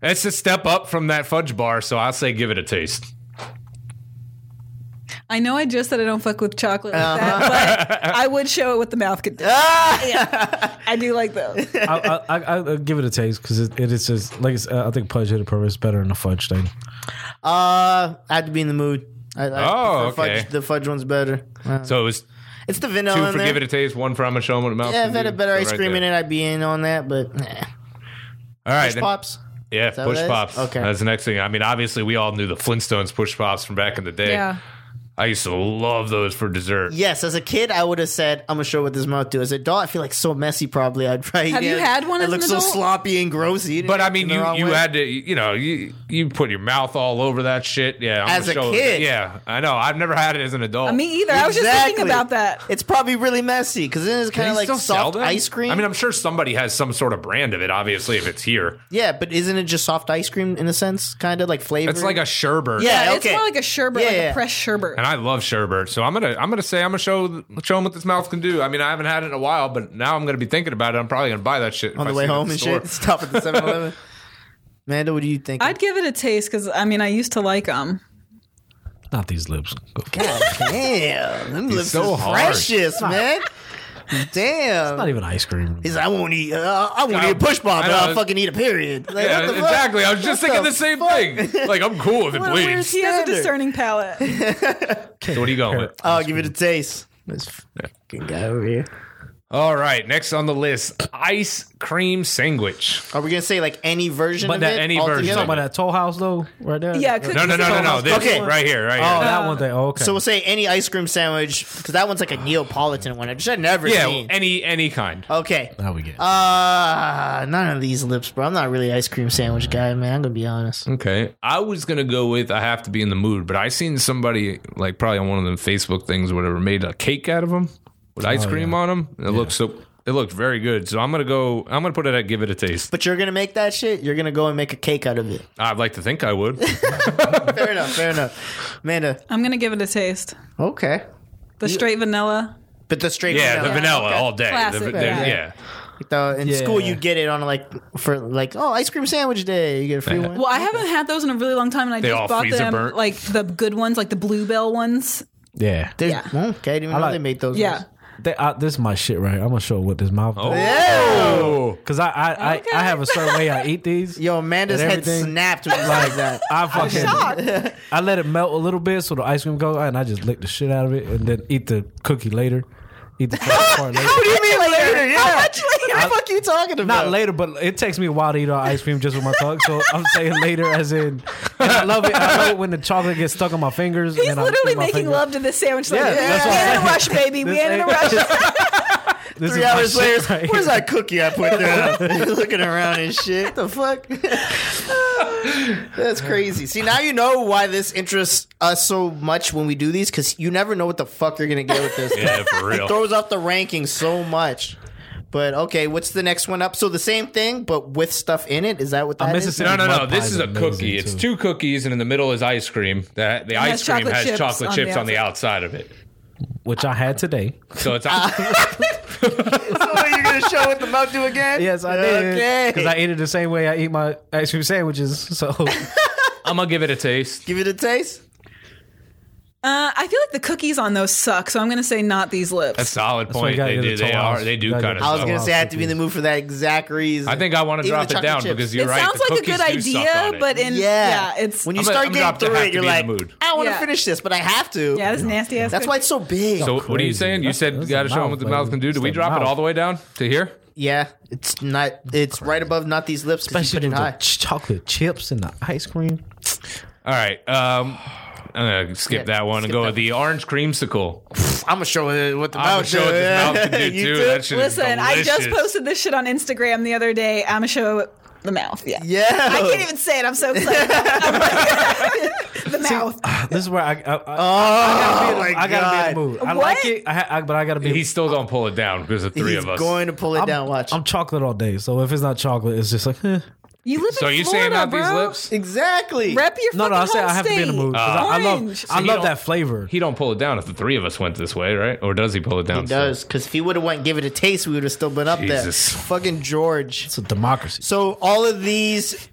it's a step up from that fudge bar. So I'll say give it a taste. I know I just said I don't fuck with chocolate like that, but I would show it with the mouth. Could do. Yeah. I do like those. I, I, I, I'll give it a taste because it, it is just like it's, uh, I think Pudge hit it purpose better than the fudge thing. Uh, I had to be in the mood. I, I Oh, prefer okay. Fudge, the fudge one's better. Uh, So it was it's the two vanilla in for there. give it a taste, one for I'm gonna show 'em what mouth. yeah, can if I had do. a better So ice right cream in there. it, I'd be in on that. But nah. All right, Push then- pops. Yeah, that push what it is? pops. Okay. that's the next thing. I mean, obviously, we all knew the Flintstones push pops from back in the day. Yeah. I used to love those for dessert. Yes, as a kid, I would have said, "I'm gonna show what this mouth do." As an adult, I feel like so messy. Probably, I'd probably Have you yeah, had one I as an look so adult? sloppy and gross. eating But it I mean, in the you wrong you way. had to, you know, you you put your mouth all over that shit. Yeah, I'm As gonna a show- kid. Yeah, I know. I've never had it as an adult. Me either. I was just thinking Exactly. about that. It's probably really messy because it is Do kind they of like still sell soft them? ice cream. I mean, I'm sure somebody has some sort of brand of it. Obviously, if it's here, yeah, but isn't it just soft ice cream in a sense, kind of like flavor? it's like a sherbet. Yeah, Yeah, okay. It's more like a sherbet, Yeah, like yeah. a pressed sherbet. And I love sherbet, so I'm gonna I'm gonna say I'm gonna show show them what this mouth can do. I mean, I haven't had it in a while, but now I'm gonna be thinking about it. I'm probably gonna buy that shit if on I the see it way at home and store. shit. Stop at the 7-Eleven. Amanda, what do you think? I'd give it a taste because I mean I used to like them. Not these lips. Go- God damn, them lips so so hard. precious, man. Damn. Not even ice cream. He's like, I won't eat. Uh, I won't I- eat a push pop, I but know. I'll fucking eat a period. Like, Yeah, what the fuck? exactly. I was just What thinking the, the same thing. Like I'm cool if it What a weird bleeds. He has a Standard. discerning palate. So what are you going with? I'll give it a taste. This fucking guy over here. All right, next on the list, ice cream sandwich. Are we gonna say like any version But of that it? any altogether? version Talking about that toll house though, right there. yeah, No, no, no, no, no. This Okay. right here, right here. Oh, that one thing. Oh, okay. So we'll say any ice cream sandwich because that one's like a Neapolitan one. I just had never yeah, seen. any any kind. okay. now we get. it. Uh none of these lips, bro. I'm not really ice cream sandwich guy, man. I'm gonna be honest. Okay. I was gonna go with I have to be in the mood, but I seen somebody like probably on one of them Facebook things, or whatever, made a cake out of them with ice Oh, cream on 'em, on them. It looked so. It looked very good. So I'm gonna go. I'm gonna put it at give it a taste. But you're gonna make that shit. You're gonna go and make a cake out of it. I'd like to think I would. Fair enough. Fair enough. Amanda. I'm gonna give it a taste. Okay. The straight vanilla. But the straight yeah, the vanilla. vanilla okay. all day. Classic, the, the- yeah. yeah. The- in Yeah. school, you get it on like for like oh ice cream sandwich day. You get a free one. Well, I haven't had those in a really long time, and I They all just bought freezer them burnt. like the good ones, like the bluebell ones. yeah. There's- yeah. well, okay, I didn't even know like- they made those. Yeah, ones. They, I, this is my shit right. here. I'm gonna show what this mouth. Oh. Cause I I, Okay. I, I have a certain way I eat these. Yo, Amanda's And head everything- snapped when you like that. I fucking I let it melt a little bit so the ice cream goes, and I just lick the shit out of it, and then eat the cookie later, eat the chocolate What part do later. you mean later? Yeah. How much later? What the fuck you talking about? Not later, but it takes me a while to eat all ice cream just with my tongue. So I'm saying later, as in, and I love it. I love it when the chocolate gets stuck on my fingers. He's and then I literally lick my making finger. love to this sandwich. Like, Yeah, that's what we I'm ain't in a rush, baby. This We ain't in a ain't- rush. Three This is my hours shit later, right where's here. that cookie I put there? Looking around and shit. The fuck? That's crazy. See, now you know why this interests us so much when we do these, because you never know what the fuck you're gonna get with this. Yeah, for real. Throws off the rankings so much. But okay, what's the next one up? So the same thing, but with stuff in it. Is that what that is? Mississippi- No, no, no. Mud This pies is are a amazing, cookie. It's too. two cookies, and in the middle is ice cream. The, the has ice cream chocolate has chips chocolate on chips the on the outside of it. Which I had today. So it's I So what, you're gonna show what the mouth do again? Yes, I did. Because Okay, I ate it the same way I eat my ice cream sandwiches. So am gonna give it a taste. give it a taste. Uh, I feel like the cookies on those suck, so I'm gonna say not these lips. A solid why you point. gotta They get do. the They Toll are. House. They do Gotta kind get of. the I was Toll gonna House. say I have to be in the mood for that exact reason. I think I want to Even drop the it chocolate down chips. because it you're right. sounds the like a cookies good do suck idea, on it. but in yeah, Yeah. it's when you I'm gonna- start I'm gonna getting have to through have it, to you're be in like, the mood. I want to Yeah. finish this, but I have to. yeah, that's nasty ass. That's why it's so big. so what are you crazy. saying? You That's- said you that's got to the show them mouth, what the baby. mouth can do. It's Do we the drop it all mouth. the way down to here? yeah, it's not. It's right above not these lips. 'cause you put especially it with the high. ch- chocolate chips and the ice cream. All right. Um, I'm gonna skip Yeah, that one and skip go that with the orange creamsicle. I'm gonna show it what the I'ma mouth show what the mouth can do, You too. That shit is Listen, I just delicious. posted this shit on Instagram the other day. I'm gonna show the mouth. Yeah. Yeah. I can't even say it. I'm so excited. the mouth. This is where I, I, I, Oh, I gotta be in, my I gotta God. be in the mood. I What? like it, I, ha- I, but I gotta be. He still don't pull it down because the three He's of us. going to pull it down. Watch. I'm chocolate all day, so if it's not chocolate, it's just like. Eh. You live so in you Florida, saying out bro. these lips? exactly. Rep your No, no, I fucking say home I have to be in the state. mood. 'cause I, I love, Orange. I he love don't- that flavor. He don't pull it down if the three of us went this way, right? Or does he pull it down? He still? does because if he would have went and give it a taste, we would have still been up Jesus. there. Fucking George. It's a democracy. So all of these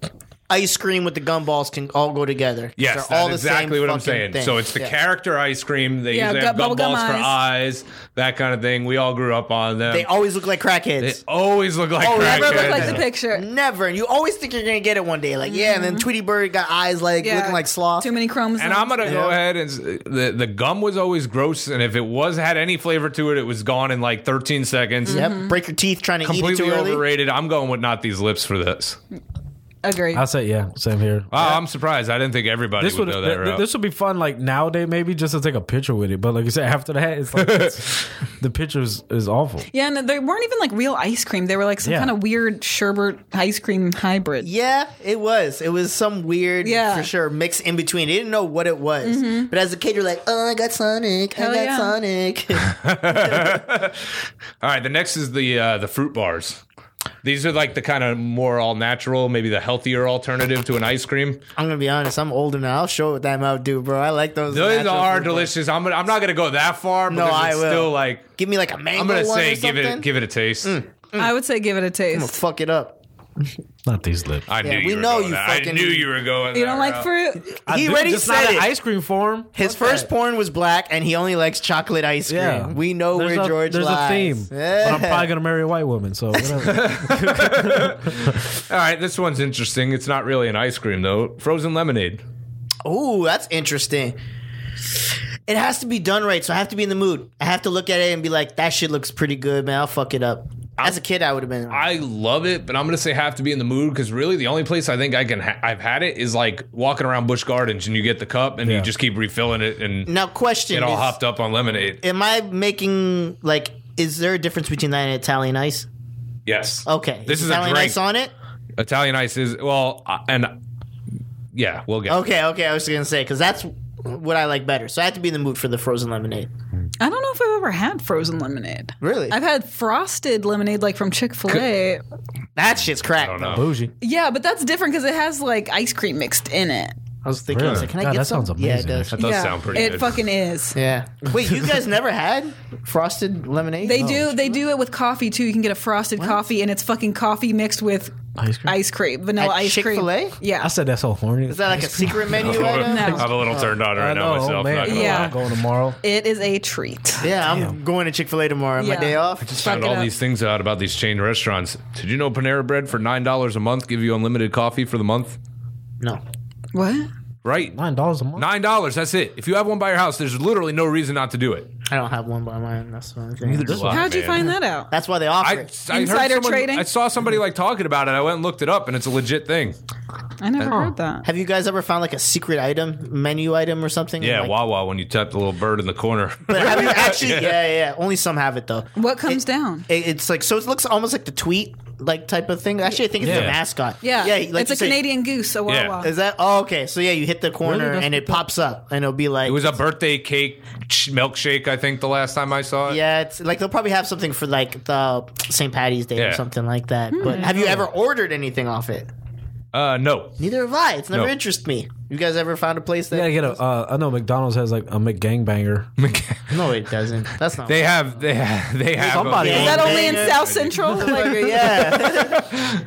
ice cream with the gumballs can all go together. Yes, They're that's all the exactly same what I'm fucking saying. thing. So it's the Yeah. character ice cream. They Yeah, usually have gu- bubblegum gumballs for eyes. eyes, that kind of thing. We all grew up on them. They always look like They crackheads. always look like Oh, crackheads. never Never look Yeah. like the picture. Never. And you always think you're gonna get it one day. Like yeah, and Mm-hmm. then Tweety Bird got eyes like Yeah. looking like sloth. Too many chromosomes. And I'm gonna go ahead and s- the the gum was always gross, and if it was had any flavor to it, it was gone in like 13 seconds. Yep. Break your teeth trying to eat it Completely too early. overrated. I'm going with not these lips for this. agree. I say yeah, same here. Wow, Oh, I'm surprised. I didn't think everybody This would would go that th- th- route. this would be fun like nowadays maybe just to take a picture with it, but like you said after that it's like it's, the picture is, is awful. yeah, and they weren't even like real ice cream. They were like some Yeah. kind of weird sherbet ice cream hybrid. Yeah, it was. It was some weird, Yeah. Mm-hmm. for sure, mix in between. They didn't know what it was. But as a kid, you're like, oh, I got Sonic. Hell I got yeah. Sonic. all right, the next is the uh, the fruit bars. These are like the kind of more all natural, maybe the healthier alternative to an ice cream. I'm going to be honest. I'm older now. I'll show it what that mouth do, bro. I like those. Those natural are fruit bars. delicious. I'm gonna, I'm not gonna go that far. No, because I it's will. Still like Give me like a mango I'm gonna one say or give something. Mm. it give it a taste. I would say give it a I'm going to taste. fuck it up. Not these lips. I knew we you were know going you that. I fucking- knew you were going. You that don't like route. fruit? I he do, already just not said in it. ice cream form. His first porn was black, and he only likes chocolate ice cream. Yeah. We know there's where a, George There's lies. a theme. Yeah. But I'm probably gonna marry a white woman, so whatever. All right, this one's interesting. It's not really an ice cream though. Frozen lemonade. Ooh, that's interesting. It has to be done right, so I have to be in the mood. I have to look at it and be like, that shit looks pretty good, man. I'll fuck it up. As a kid, I would have been. I love it, but I'm gonna say have to be in the mood because really the only place I think I can ha- I've had it is like walking around Busch Gardens and you get the cup and Yeah. you just keep refilling it and now, question: get all is, hopped up on lemonade. Am I making like? Is there a difference between that and Italian ice? yes. Okay, This is a Italian drink. ice on it. Italian ice is well uh, and yeah, we'll get. Okay, okay. I was gonna say because that's what I like better. So I have to be in the mood for the frozen lemonade. I don't know if I've ever had frozen lemonade. Really? I've had frosted lemonade like from Chick fil A. That shit's crack. I don't know. Bougie. Yeah, but that's different because it has like ice cream mixed in it. I was thinking, I was like, can I God, get that some? sounds Yeah, it amazing. does. That does yeah, sound pretty It good. fucking is. Yeah. Wait, you guys never had frosted lemonade? They do. They do it with coffee too. You can get a frosted coffee, and it's fucking coffee mixed with Ice cream. ice cream, vanilla At ice Chick-fil-A? cream. Yeah, I said that's so horny. Is that like a secret menu item? I'm a little turned on right I now know, myself. man. Not gonna Yeah. lie. I'm going tomorrow. it is a treat. Yeah, I'm going to Chick Fil A tomorrow. My Yeah. day off. Found Fuck it all up. these things out about these chain restaurants. Did you know Panera Bread for nine dollars a month give you unlimited coffee for the month? No. What? Right, Nine dollars a month. nine dollars. That's it. If you have one by your house, there's literally no reason not to do it. I don't have one by mine. That's the only thing. How'd you find that out? That's why they offer I, it. I heard Insider someone- trading? I saw somebody like talking about it. I went and looked it up, and it's a legit thing. I never heard that. Have you guys ever found like a secret item, menu item, or something? Yeah, Like, Wawa. When you tap the little bird in the corner, But have you actually? yeah. yeah, yeah. Only some have it though. What comes down? It, it's like so. It looks almost like the tweet like type of thing. Actually, I think it's Yeah. the mascot. Yeah, yeah. Like it's you a say- Canadian goose, a Yeah. Wawa. Is that? Oh, okay. So yeah, you hit the corner Really? That's and it pops up, and it'll be like it was a birthday cake sh- milkshake. I think the last time I saw it. Yeah, it's like they'll probably have something for like the St. Patty's Day or Yeah. something like that. Hmm. But have you ever ordered anything off it? Uh, no. Neither have I. It's never No. interested me. You guys ever found a place You that? gotta get a. Uh, I know McDonald's has like a McGangbanger. no, it doesn't. That's not. they have. They have. They have. Somebody- Is Yeah. that only in Banger. South Central? Like, yeah.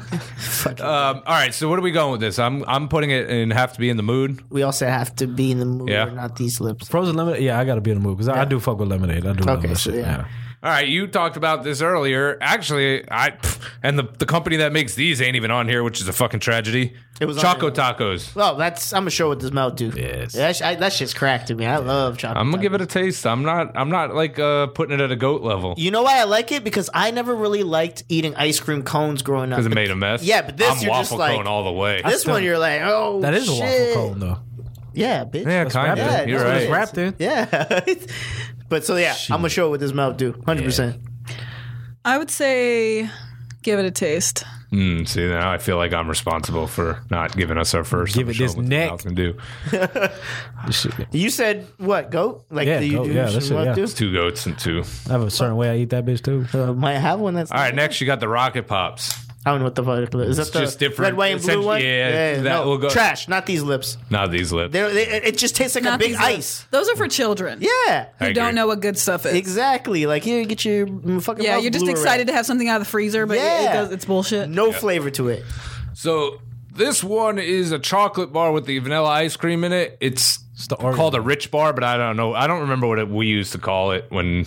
Um, all right. So what are we going with this? I'm. I'm putting it in. Have to be in the mood. we also have to be in the mood, Yeah. or not these lips. Frozen lemonade. Yeah, I gotta be in the mood because I, I do fuck with lemonade. I do love Okay, that so yeah. shit. Yeah. All right, you talked about this earlier. Actually, I pff, and the, the company that makes these ain't even on here, which is a fucking tragedy. It was on Choco there. Tacos. Well, that's I'm gonna show what this mouth do. Yes. that, sh- I, that shit's cracked to me. I love chocolate. I'm gonna give it a taste. I'm not. I'm not like uh, putting it at a goat level You know why I like it? Because I never really liked eating ice cream cones growing up. because it made a mess. Yeah, but this I'm you're just waffle like- cone all the way. This one, you're like, oh, That is a shit. waffle cone though. Yeah, bitch. yeah, wrapped kind in. of. that's You're what It's right. it wrapped in. Yeah. But so yeah, I'm gonna show it what this mouth do. Hundred percent. I would say give it a taste. Mm, see, now I feel like I'm responsible for not giving us our first. Give it this neck. Do. You said what? Goat? Like Yeah, do you goat, do yeah, some that's it, mouth yeah. do? It's two goats and two. I have a certain way I eat that bitch too. Uh, might have one that's. All right, next you got the rocket pops. I don't know what the fuck is. It's That the just different. Red, white, and blue Essentially- one. yeah, that no. will go- Trash. Not these lips. Not these lips. They're, they, it just tastes like a Not big these- ice. Those are for children. Yeah. I Who don't agree. know what good stuff is. Exactly. Like here, get your mm, fucking. Yeah, mouth you're just blew excited to around. have something out of the freezer, but yeah. it, Yeah. does, it's bullshit. No flavor to it. So this one is a chocolate bar with the vanilla ice cream in it. It's, called a rich bar, but I don't know. I don't remember what it, we used to call it when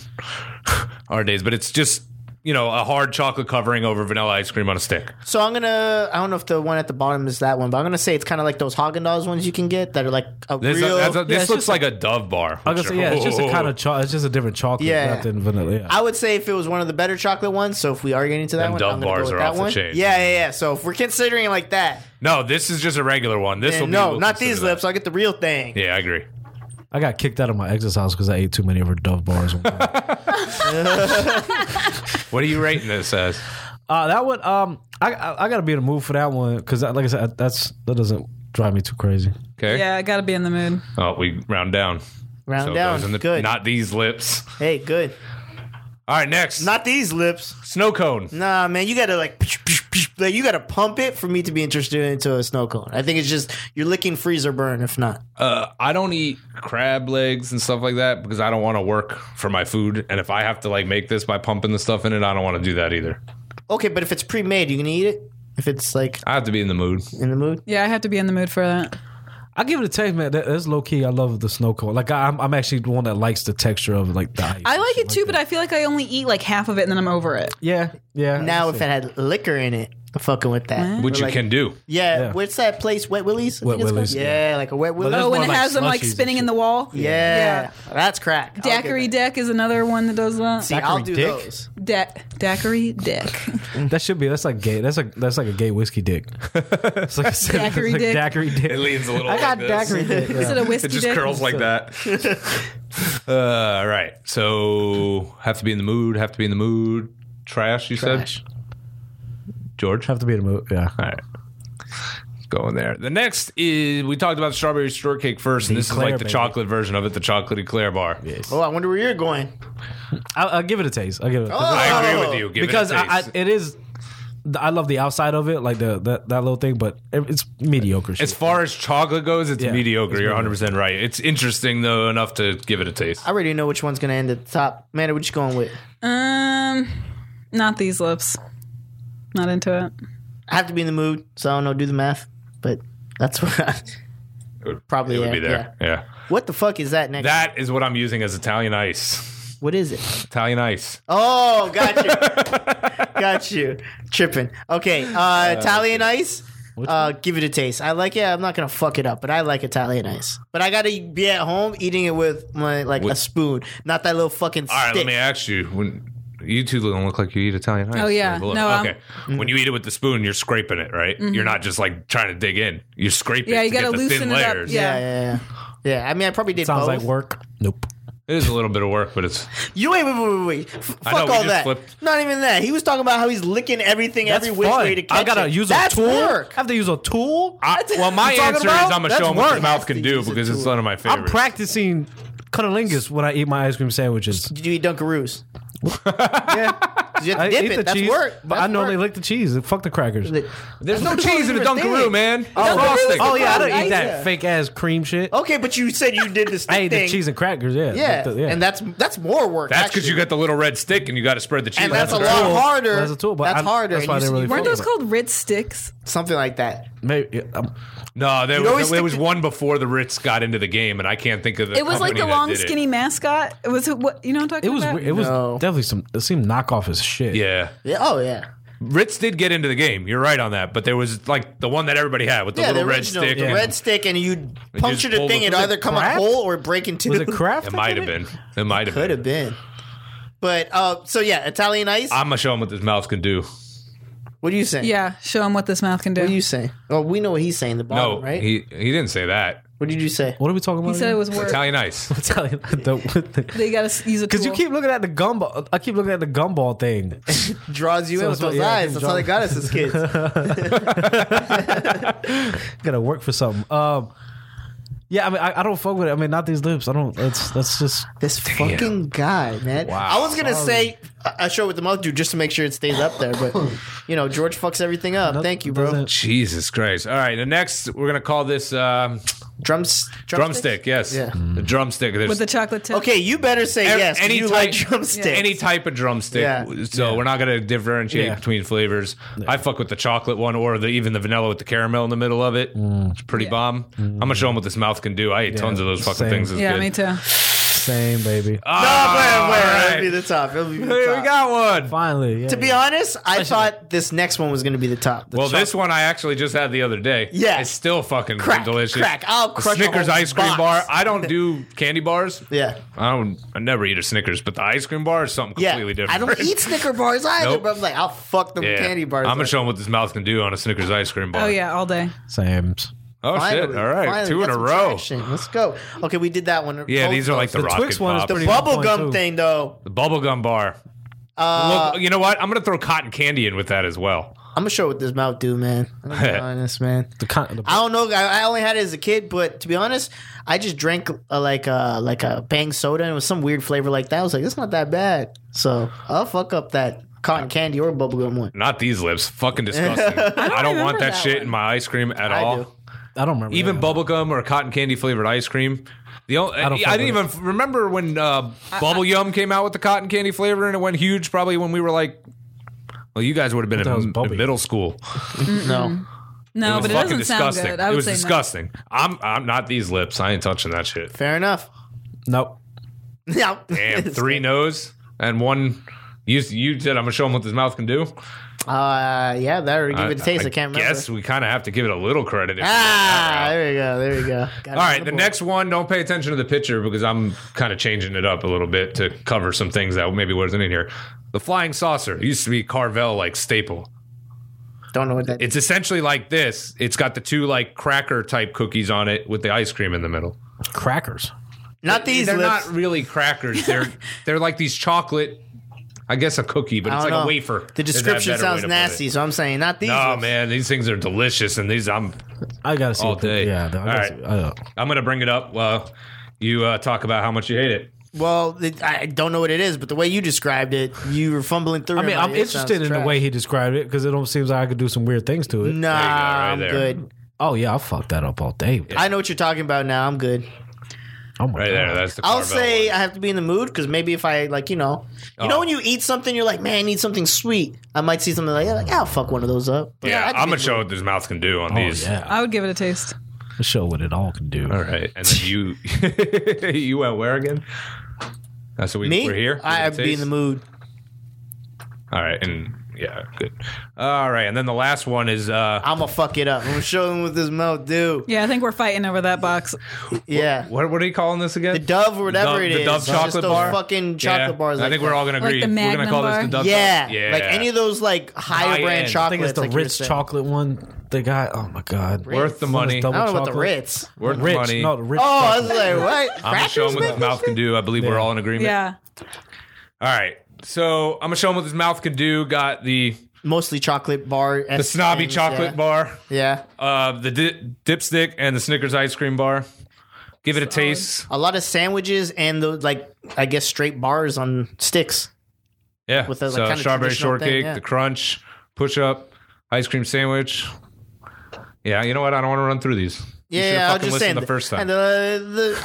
our days. But it's just you know a hard chocolate covering over vanilla ice cream on a stick. So I'm gonna. I don't know if the one at the bottom is that one, but I'm gonna say it's kind of like those Haagen Dazs ones you can get that are like a This, real. that's a- Yeah, this it's looks just- like a Dove bar. I guess yeah, it's just a kind of cho- it's just a different chocolate Yeah. wrapped in vanilla. Yeah. I would say if it was one of the better chocolate ones. So if we are getting to that Them one, Dove I'm gonna bars go are with that off the one. chain. Yeah, yeah, yeah. So if we're considering it like that, no. This is just a regular one. This will then be no, we'll not consider these that. lips. I'll get the real thing. Yeah, I agree. I got kicked out of my ex's house because I ate too many of her Dove bars. one time. What are you rating this as? uh, that one, um, I, I I gotta be in the mood for that one because, like I said, that's that doesn't drive me too crazy. Okay. Yeah, I gotta be in the mood. Oh, we round down. Round So down. those in the- good. Not these lips. hey, good. All right, next. Not these lips. snow cone. Nah, man, you gotta like, like you gotta pump it for me to be interested into a snow cone. I think it's just you're licking freezer burn. If not, Uh, I don't eat crab legs and stuff like that because I don't want to work for my food. And if I have to like make this by pumping the stuff in it, I don't want to do that either. okay. But if it's pre-made, you can eat it. If it's like I have to be in the mood. in the mood, Yeah, I have to be in the mood for that. I give it a taste, man. That, that's low key. I love the snow cone. Like I, I'm, I'm actually the one that likes the texture of like the ice. I like it too, but I feel like I only eat like half of it and then I'm over it. yeah, yeah. now if it had liquor in it, I'm fucking with that. Which you like- can do. Yeah, Yeah. what's that place? Wet Willie's. I Wet think it's called? Willie's, Yeah, like a Wet Willie's. that's Oh, when more it like has them like slushies and spinning in shit. the wall. Yeah. that's crack. I'll get Daiquiri that. deck is another one that does that. See, I'll do Daiquiri dick? those. Da- daiquiri deck. that should be that's like gay. That's like that's like a gay whiskey dick. It's like, it's Daiquiri like dick. Daiquiri dick. It leans a little. I like got this. daiquiri dick. Is Yeah. it a whiskey It just dick? curls like that. Uh, All right. So have to be in the mood. Have to be in the mood. Trash. You Trash. said. George. Have to be in a mood. Yeah. All right. Going there. The next is we talked about the strawberry shortcake first, and this is eclair, like the baby. chocolate version of it, the chocolate eclair bar. Oh, I wonder where you're going. Oh, I'll, I'll give it a taste. I'll give it. A, I agree with you. Give Oh. because it a I, I, taste. it is. I love the outside of it, like the that, that little thing, but it- it's mediocre. Shit. As far as chocolate goes, it's Yeah, mediocre. it's You're 100 percent right. It's interesting though enough to give it a taste. I already know which one's gonna end at the top. Man, what you going with? Um, not these lips. Not into it. I have to be in the mood, so I don't know. Do the math, but that's what. I, probably It would yeah, be there. Yeah. What the fuck is that next? that is what I'm using as Italian ice. what is it? Italian ice. Oh, got you, got you. Tripping. Okay, uh, Italian ice. Uh, give it a taste. I like it. I'm not gonna fuck it up, but I like Italian ice. But I gotta be at home eating it with my like a With- spoon, not that little fucking stick. All right, let me ask you. When you two don't look like you eat Italian ice. Oh, yeah. Look, No, I'm- Mm-hmm. okay. When you eat it with the spoon, you're scraping it, right? You're not just like trying to dig in. You scrape it. Yeah, you to get gotta the loosen thin it up. layers. yeah, Yeah. yeah, yeah. Yeah, I mean, I probably did sounds both. like work. Nope. It is a little bit of work, but it's You wait, wait, wait, wait, wait. F- I fuck know, all we just that. flipped. Not even that. He was talking about how he's licking everything every which way to catch I gotta it. use That's a tool. Work. I have to use a tool. I, well, my You talking answer about? is I'm gonna That's show him what work. the mouth can do Has to because use a it's tool. one of my I'm favorites. practicing cunnilingus when I eat my ice cream sandwiches. Did you eat Dunkaroos? yeah. 'Cause You have I to dip eat it. the That's cheese, work. but I That's normally work. lick the cheese. Fuck the crackers. There's no That's cheese in a your thing. Dunkaroo, man. Oh, Frosting. oh yeah, I don't eat Ice that cream. fake ass cream shit. Okay, but you said you did this I ate thing. the cheese and crackers. Yeah, yeah. Like the- yeah. and that's that's more work. That's because you actually. got the little red stick and you got to spread the cheese. and that's a on it. lot tool. harder. That's a tool, but that's I'm- harder. that's why You they're s- really Weren't those Yeah. called Ritz sticks? something like that. Maybe, yeah, um, No, there You always was, there stick was to- one before the Ritz got into the game, and I can't think of the. It was like company the that long, did it. skinny mascot. It was what you know. What I'm talking it was about? it was No. definitely some it seemed knockoff as shit. Yeah, Yeah. Oh yeah. Ritz did get into the game. You're right on that, but there was like the one that everybody had with the yeah, little the red original, stick. the and- red stick, and you puncture the pull thing, the- it was it either come craft? a hole or break into. was it craft? It might have been. It might have Could been. have been. But uh, so yeah, Italian ice. I'm gonna show him what this mouth can do. what do you say? Yeah, show him what this mouth can do. What do you say? Oh, we know what he's saying. The bottom, no, right? he he didn't say that. What did you say? What are we talking about? He said it was work. Italian ice. Italian. They gotta s- use a Because you tool. keep looking at the gumball. I keep looking at the gumball thing. Draws you So in it's with those what- yeah, eyes. That's how they draw- got us as kids. Gotta work for something. Um, yeah, I mean, I, I don't fuck with it. I mean, not these lips. I don't. That's that's just This fucking guy, man. I was gonna say a a show with the mouth dude just to make sure it stays up there, but you know George fucks everything up. Thank you, bro. Jesus Christ. All right. The next, we're going to call this um, Drums, drumstick. Yes. Yeah. The drumstick. There's with the chocolate tip. Okay, you better say ev- yes. 'cause you like drumsticks. any type of drumstick. Yeah. So we're not going to differentiate Yeah. between flavors. I fuck with the chocolate one or the, even the vanilla with the caramel in the middle of it. It's pretty bomb. I'm going to show them what this mouth can do. I ate tons of those fucking same. things. It's Yeah, good. me too. same, baby. No, Ah, wait, wait, all It'll be the right. top. It'll be the Hey, top. we got one. Finally, yeah, To be honest, I thought this next one was going to be the top. The Well, chocolate- this one I actually just had the other day. Yeah. it's still fucking Crack, delicious. crack. I'll The crush a Snickers whole ice cream box. bar. I don't do candy bars. Yeah. I don't. I never eat a Snickers, but the ice cream bar is something Yeah, completely different. I don't eat Snicker bars either, Nope. but I'm like, I'll fuck them Yeah. candy bars. I'm gonna up. show them what this mouth can do on a Snickers ice cream bar. Oh yeah, all day. same. Oh shit! Finally, All right, finally, two we in got a some row. traction. Let's go. Okay, we did that one. Yeah, Both these are like those. the, The rocket Twix one is pop. the the, pretty good bubble point, gum too. thing, though. bubble gum bar. Uh, Look, you know what? I'm gonna throw cotton candy in with that as well. I'm gonna show what this mouth do, man. I'm gonna be honest, man. The con- the- I don't know. I, I only had it as a kid, but to be honest, I just drank uh, like a like a bang soda, and it was some weird flavor like that. I was like, it's not that bad. So I'll fuck up that cotton candy or bubblegum one. Not these lips. Fucking disgusting. I don't, want remember that that, shit one. in my ice cream at I all. do. I don't remember even that. bubblegum or cotton candy flavored ice cream. The only, I, don't fuck didn't with even remember when uh, Bubble Yum came out with the cotton candy flavor and it went huge. Probably when we were like, well, you guys would have been thought it was in, Bubble in Yum. middle school. No, No, but it was it fucking doesn't disgusting. sound good. I it would was say no. disgusting. I'm I'm not these lips. I ain't touching that shit. fair enough. Nope. No, Damn, three nos and one. You you said I'm gonna show him what this mouth can do. Uh, yeah, that or give I- it a taste. I, can't remember. Guess we kind of have to give it a little credit. if we Ah, there we go. There we go. Got it All on right, the board. next one. Don't pay attention to the picture because I'm kind of changing it up a little bit to cover some things that maybe wasn't in here. The flying saucer it used to be Carvel like staple. Don't know what that. It's essentially like this. It's got the two like cracker type cookies on it with the ice cream in the middle. Crackers. not these they're lips. not really crackers. They're they're like these chocolate. I guess a cookie, but I it's don't like know. a wafer. The is that description better way sounds to put it. nasty, so I'm saying not these. No lips. Oh, man, these things are delicious, and these I'm I gotta see All what the- day. Yeah. I gotta All right. see- I don't- I'm gonna bring it up. Well, you uh, talk about how much you hate it. Well, it, I don't know what it is, but the way you described it, you were fumbling through. I it, mean, like, I'm it sounds interested in the trash. way he described it because it don't seems like I could do some weird things to it. Nah, There you go, right I'm there. good. Oh yeah, I'll fuck that up all day. I know what you're talking about now. I'm good. Oh my Right god. there, that's the. I'll Carvel say one. I have to be in the mood because maybe if I like, you know, you Oh. know, when you eat something, you're like, man, I need something sweet. I might see something like, yeah, like I'll fuck one of those up. But I Yeah, have to I'm be in gonna the show mood. what this mouth can do on Oh these. yeah. I would give it a taste. Let's show what it all can do. All right, and then you you went where again? Uh, so we, Me, we're here. I have to be in the mood. All right, and yeah, good. All right, and then the last one is uh, I'm gonna fuck it up. I'm showing what this mouth do. Yeah, I think we're fighting over that box. Yeah. what what are you calling this again? The Dove, whatever Dove- it is, the Dove It's chocolate just those bar? fucking chocolate Yeah, bars. I like think that. we're all gonna Like agree. the we're gonna Magnum call bar? this the Dove. Yeah. chocolate- Like any of those like higher High brand end. I think chocolates. it's the like you were Ritz saying. chocolate one. They got oh my god, worth the One is money. double I don't know about the chocolate. Ritz. Worth the Rich, money. no, the Ritz. Oh, I was chocolate. like, what? I'm gonna show him what Crackers, his mouth can do. I believe we're all in agreement. Yeah. All right. So I'm gonna show him what his mouth can do. Got the Mostly chocolate bar. the snobby chocolate yeah. bar, Yeah. uh, the di- dipstick, and the Snickers ice cream bar. Give it a taste. A lot of sandwiches and those like I guess straight bars on sticks. Yeah. with the, like, so kinda strawberry traditional thing, shortcake, yeah. the crunch, push up, ice cream sandwich. Yeah, you know what? I don't want to run through these. You should've Yeah, I fucking was just listened saying. the first time. And uh, the,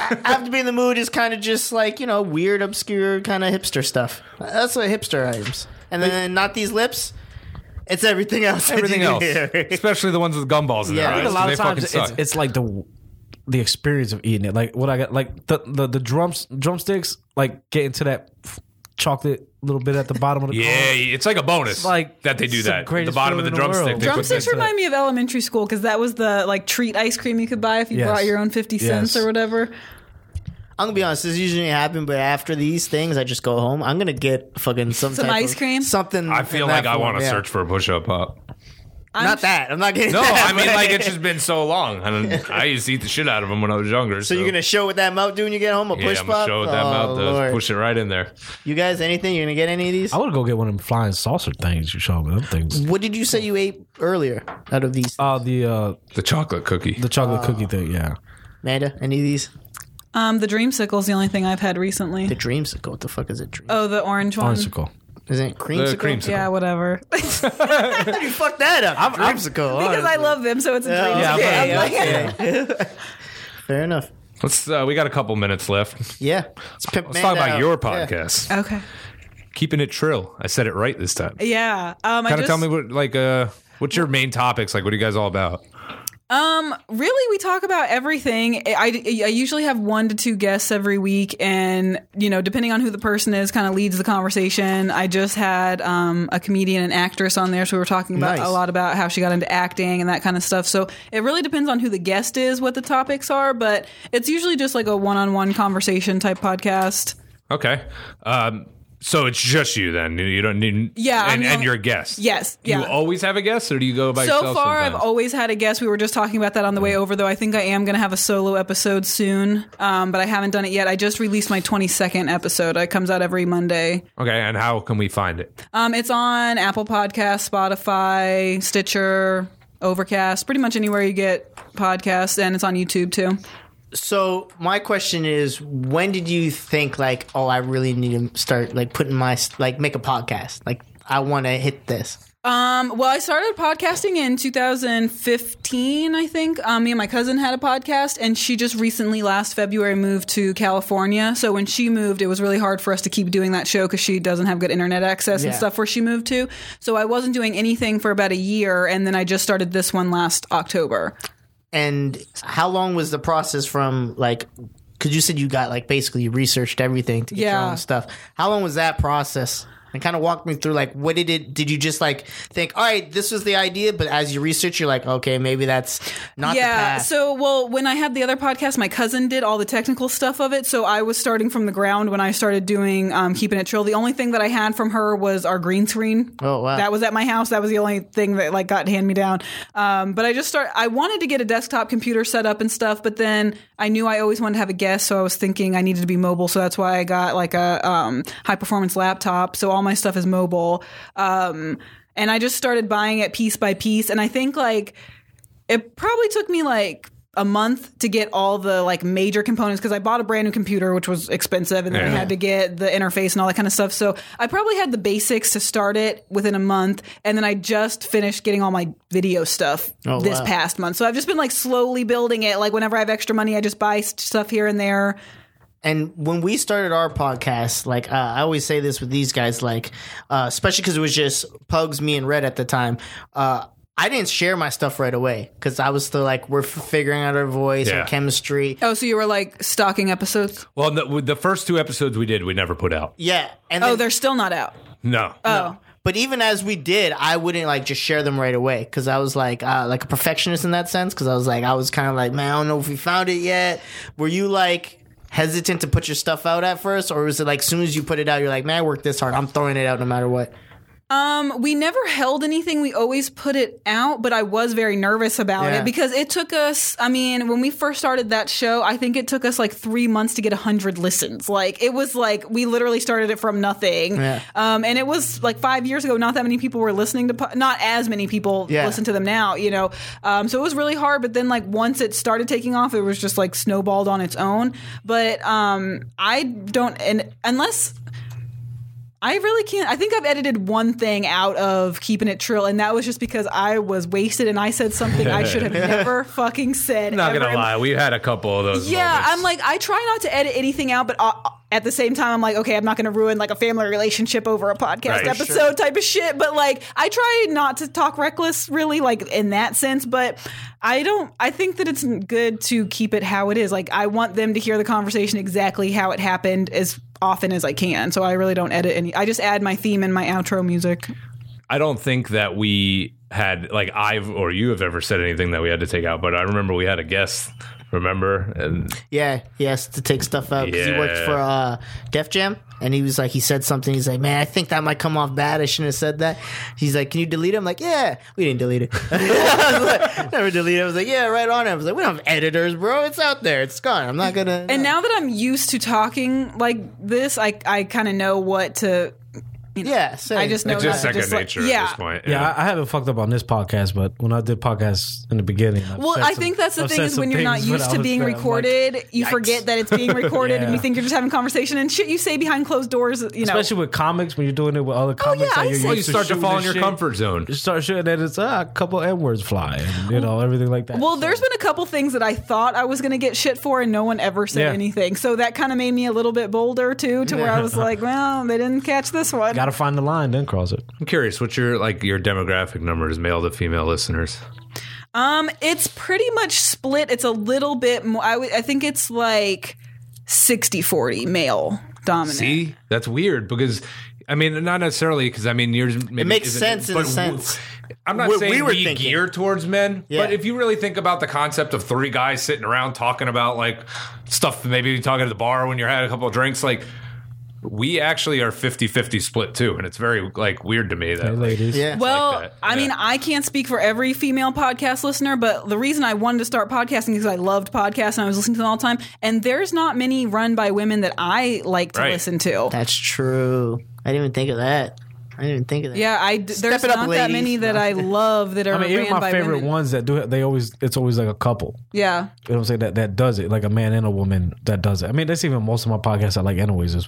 the I have to be in the mood is kind of just like you know weird, obscure kind of hipster stuff. That's what hipster items. And then not these lips. It's everything else. that Everything you else, hear. especially the ones with gumballs in Yeah. I their think a eyes, lot 'cause of they fucking times it's, suck. it's like the the experience of eating it. Like what I got, like the the, the drums drumsticks, like getting to that f- chocolate little bit at the bottom of the yeah, it's like a bonus It's like- that they do it's the that. The, greatest bottom of the feeling in the drumstick. world. they put Drumsticks that- remind me of elementary school because that was the like treat ice cream you could buy if you Yes. brought your own 50 cents Yes. or whatever. I'm gonna be honest. This usually happen, but after these things, I just go home. I'm gonna get fucking some Some type ice of- cream? something. I in feel that like I form, want to yeah. search for a push up pop. I'm not that. I'm not getting. No, that, I mean but- like it's just been so long. I, don't, I used to eat the shit out of them when I was younger. So, So, you're gonna show with that mouth, dude? When you get home a yeah, push I'm pop. gonna show with that Oh, mouth. uh, Lord. Push it right in there. You guys, anything? You gonna get any of these? I would go get one of them flying saucer things you showed me. Them things. What did you say you ate earlier out of these? Uh, the uh, the chocolate cookie. The chocolate cookie thing. Yeah. Amanda, any of these? Um, the dreamsicle's the only thing I've had recently. The dreamsicle. What the fuck is a dream? oh, the orange one. Isn't it creamsicle? Yeah, whatever. you fucked that up. I'm, dreamsicle. because I honestly. love them, so it's a dream. Yeah, Yeah, okay, I'm like- Fair enough. Let's. Uh, we got a couple minutes left. Yeah. Let's Let's talk about out. your Yeah. podcast. Okay. Keeping it trill. I said it right this time. Yeah. Um, I kind of just, tell me what like uh what's your main topics like what are you guys all about Um, really, we talk about everything. I, I I usually have one to two guests every week, and you know, depending on who the person is, kind of leads the conversation. I just had um, a comedian and actress on there, so we were talking about Nice. a lot about how she got into acting and that kind of stuff. So it really depends on who the guest is, what the topics are, but it's usually just like a one-on-one conversation type podcast. okay um so it's just you then you you don't need Yeah, I'm and, the and only- your guest Yes, Do you yeah. always have a guest or do you go by so yourself far, I've sometimes? always had a guest. We were just talking about that on the way over, though. I think I am going to have a solo episode soon, um, but I haven't done it yet. I just released my 22nd episode. It comes out every Monday. okay and how can we find it Um, it's on Apple Podcasts, Spotify, Stitcher, Overcast, pretty much anywhere you get podcasts, and it's on YouTube too. So my question is, when did you think like, oh, I really need to start like putting my like make a podcast? Like I want to hit this. Um, well, I started podcasting in 2015, I think. Um, me and my cousin had a podcast, and she just recently, last February, moved to California. So when she moved, it was really hard for us to keep doing that show because she doesn't have good internet access and Yeah. stuff where she moved to. So I wasn't doing anything for about a year, and then I just started this one last October. And how long was the process from like? Because you said you got like basically you researched everything to get your Yeah. own stuff. How long was that process? And kind of walk me through like what did it? Did you just like think, all right, this was the idea, but as you research, you're like, okay, maybe that's not the yeah. path. So, well, when I had the other podcast, my cousin did all the technical stuff of it. So I was starting from the ground when I started doing um, Keeping It Trill. The only thing that I had from her was our green screen. Oh, wow. That was at my house. That was the only thing that like got hand me down. Um, but I just start. I wanted to get a desktop computer set up and stuff, but then I knew I always wanted to have a guest, so I was thinking I needed to be mobile. So that's why I got like a um, high performance laptop. So all my stuff is mobile. Um, and I just started buying it piece by piece. And I think like it probably took me like a month to get all the like major components because I bought a brand new computer, which was expensive, and then I Yeah. had to get the interface and all that kind of stuff. So I probably had the basics to start it within a month, and then I just finished getting all my video stuff Oh, this wow. past month. So I've just been like slowly building it. Like whenever I have extra money, I just buy st- stuff here and there. and when we started our podcast like uh, i always say this with these guys like uh, especially because it was just pugs me and red at the time uh, i didn't share my stuff right away because i was still like we're f- figuring out our voice Yeah. our chemistry Oh, so you were like stocking episodes? well the, with the first two episodes we did we never put out yeah and Oh, then- they're still not out. no Oh, but even as we did i wouldn't like just share them right away because i was like uh, like a perfectionist in that sense because i was like i was kind of like man i don't know if we found it yet were you like hesitant to put your stuff out at first or was it like soon as you put it out you're like man i worked this hard i'm throwing it out no matter what Um, we never held anything. We always put it out, but I was very nervous about Yeah. it because it took us. I mean, when we first started that show, I think it took us like three months to get hundred listens. Like it was like we literally started it from nothing. Yeah. Um, and it was like five years ago. Not that many people were listening to. Po- not as many people Yeah. listen to them now. You know. Um, so it was really hard. But then like once it started taking off, it was just like snowballed on its own. But um, I don't and unless. I really can't. I think I've edited one thing out of keeping it trill, and that was just because I was wasted and I said something I should have never fucking said. i'm not ever gonna in my lie we had a couple of those yeah, moments. I'm like I try not to edit anything out, but uh, at the same time, I'm like, okay, I'm not going to ruin like a family relationship over a podcast Right. For episode type of shit. But like, I try not to talk reckless, really, like in that sense. But I don't. I think that it's good to keep it how it is. Like, I want them to hear the conversation exactly how it happened as often as I can. So I really don't edit any. I just add my theme and my outro music. I don't think that we had like I've or you have ever said anything that we had to take out, but I remember we had a guest Remember? And Yeah, he has to take stuff out because he worked Yeah. for uh, Def Jam, and he was like, he said something. He's like, man, I think that might come off bad. I shouldn't have said that. He's like, can you delete it? I'm like, yeah, we didn't delete it. I was like, Never delete it. I was like, yeah, right on. it. I was like, we don't have editors, bro. It's out there. It's gone. I'm not gonna. And now that I'm used to talking like this, I I kind of know what to. You know, yeah, I just know It's just not to second like- nature at yeah. this point. Yeah, I, I haven't fucked up on this podcast, but when I did podcasts in the beginning, I've Well, said I some- think that's the I've thing said is some when you're not things when used I to was being there, I'm like, recorded, you yikes. forget that it's being recorded, and Yeah. you think you're just having conversation and shit you say behind closed doors. You know, Oh, Especially with comics, when you're doing it with other comics, yeah, that I you're see. Well, used you start to shooting fall in and your shit. comfort zone. You start shooting, and it's ah, a couple n words fly, and you know everything like that. Well, there's been a couple things that I thought I was going to get shit for, and no one ever said Yeah. anything. So that kind of made me a little bit bolder too, to where I was like, well, they didn't catch this one. got to find the line, then cross it. I'm curious, what's your like your demographic numbers, male to female listeners? Um, it's pretty much split. It's a little bit more. I would- I think it's like 60-40 male dominant. See, that's weird because I mean, not necessarily because I mean, yours maybe makes isn't- sense in a but w- sense. I'm not What we saying we were gear thinking. towards men, Yeah. but if you really think about the concept of three guys sitting around talking about like stuff, maybe you're talking at the bar when you're had a couple of drinks, like. We actually are 50-50 split too, and it's very like weird to me that Hey, ladies, yeah. Well, that, I mean, yeah. I can't speak for every female podcast listener, but the reason I wanted to start podcasting is I loved podcasts and I was listening to them all the time. And there's not many run by women that I like to Right. listen to. That's true. I didn't even think of that. I didn't even think of that. Yeah, I d- there's it up, not that ladies. many that I love that are I mean, even ran my by favorite women. ones that do it, they always it's always like a couple. Yeah, You know what I'm saying? That that does it, like a man and a woman that does it. I mean, that's even most of my podcasts I like anyways is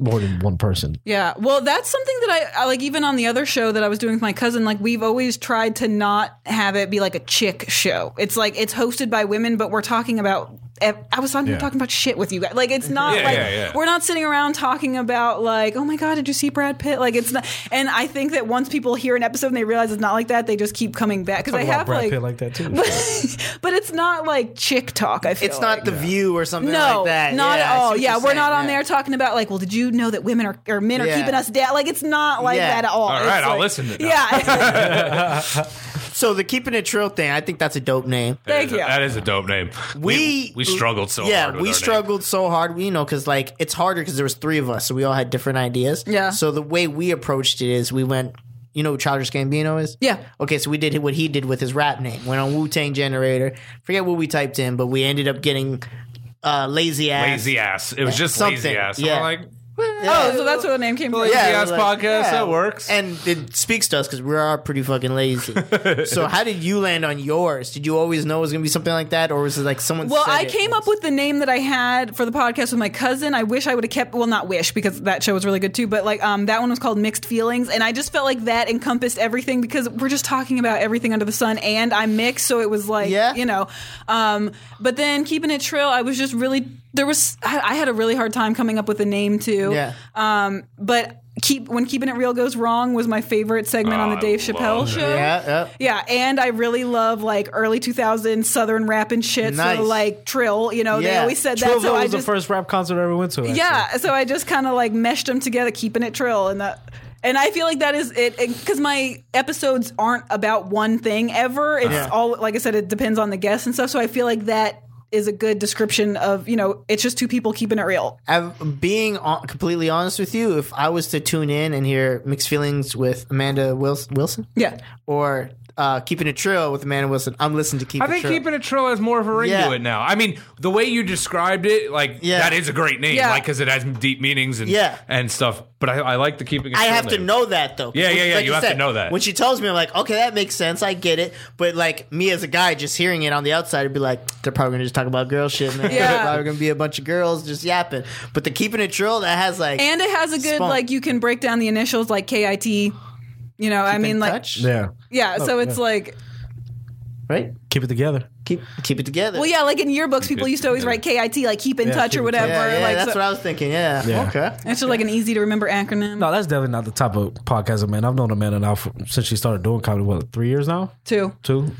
more than one person. yeah. Well, that's something that I, I like. Even on the other show that I was doing with my cousin, like we've always tried to not have it be like a chick show. It's like it's hosted by women, but we're talking about. I was talking, Yeah. talking about shit with you guys. Like it's not Yeah, like yeah, yeah. we're not sitting around talking about like, oh my god, did you see Brad Pitt? Like it's not. And I think that once people hear an episode and they realize it's not like that, they just keep coming back because I Talk about have Brad like, Pitt like that too. but it's not like chick talk. I feel It's not like. the view or something no, like that. not at Yeah, I see all. what Yeah, you're we're not saying. on Yeah. there talking about like, well, did you know that women are or men are Yeah. keeping us down? Like, it's not like Yeah. that at all. All It's right, I'll like- listen to that. Yeah, So the keeping it trill thing, I think that's a dope name. thank you. That is a dope name. we we struggled so yeah hard with we our name. struggled so hard you know because like it's harder because there was three of us so we all had different ideas Yeah. so the way we approached it is we went you know who Childish Gambino is Yeah. okay so we did what he did with his rap name went on Wu Tang Generator forget what we typed in but we ended up getting uh, lazy ass lazy ass. It was just Something, lazy ass. yeah. I'm like oh, so that's where the name came from. lazy Yeah, ass like, podcast. yeah. That works. and it speaks to us because we are pretty fucking lazy so how did you land on yours did you always know it was gonna be something like that or was it like someone Well, said I it? came up with the name that I had for the podcast with my cousin. I wish I would have kept well, not wish because that show was really good too, but like um that one was called Mixed Feelings and I just felt like that encompassed everything because we're just talking about everything under the sun and I'm mixed, so it was like, Yeah. you know. Um but then keeping it trill, I was just really there was I, I had a really hard time coming up with a name too. yeah Um but keep when keeping it real goes wrong was my favorite segment on the Oh, I Dave love Chappelle that. show. yeah, yeah. Yeah, and I really love like early 2000s southern rap and shit. Nice. So like trill, you know, they Yeah. always oh, said that. Trovo So I was the just first rap concert I ever went to. actually. yeah, so I just kind of like meshed them together, keeping it trill, and that. And I feel like that is it because my episodes aren't about one thing ever. It's all like I said, it depends on the guests and stuff. So I feel like that is a good description of you know it's just two people keeping it real. I've, being on, completely honest with you, if I was to tune in and hear mixed feelings with Amanda Wilson, Wilson Yeah, or uh, keeping it trill with Amanda Wilson, I'm listening to keep. I it think trill. keeping it trill has more of a ring Yeah. to it now. I mean, the way you described it, like Yeah. that is a great name, Yeah. like because it has deep meanings and Yeah. and stuff. But I, I like the keeping. It I Trill have to name. know that though. 'Cause Yeah, when- yeah, yeah, you have to know that. When she tells me, I'm like, okay, that makes sense. I get it. But like me as a guy, just hearing it on the outside, I'd be like, they're probably gonna just talk about girl shit. Man. Yeah. There's probably gonna be a bunch of girls just yapping. But the keeping it trill that has like and it has a good Spunk. like you can break down the initials like KIT. You know, I in mean like touch, yeah. yeah. Oh, so it's like right? Keep it together. Keep keep it together. Well, yeah, like in yearbooks, people used to always write KIT, like keep in Yeah, touch keep or in whatever. Yeah, yeah, like, that's so- what I was thinking. Yeah. Yeah. Okay. it's just like an easy to remember acronym. No, that's definitely not the type of podcast, man. I've known Amanda now for, since she started doing comedy. What, three years now? Too. Two?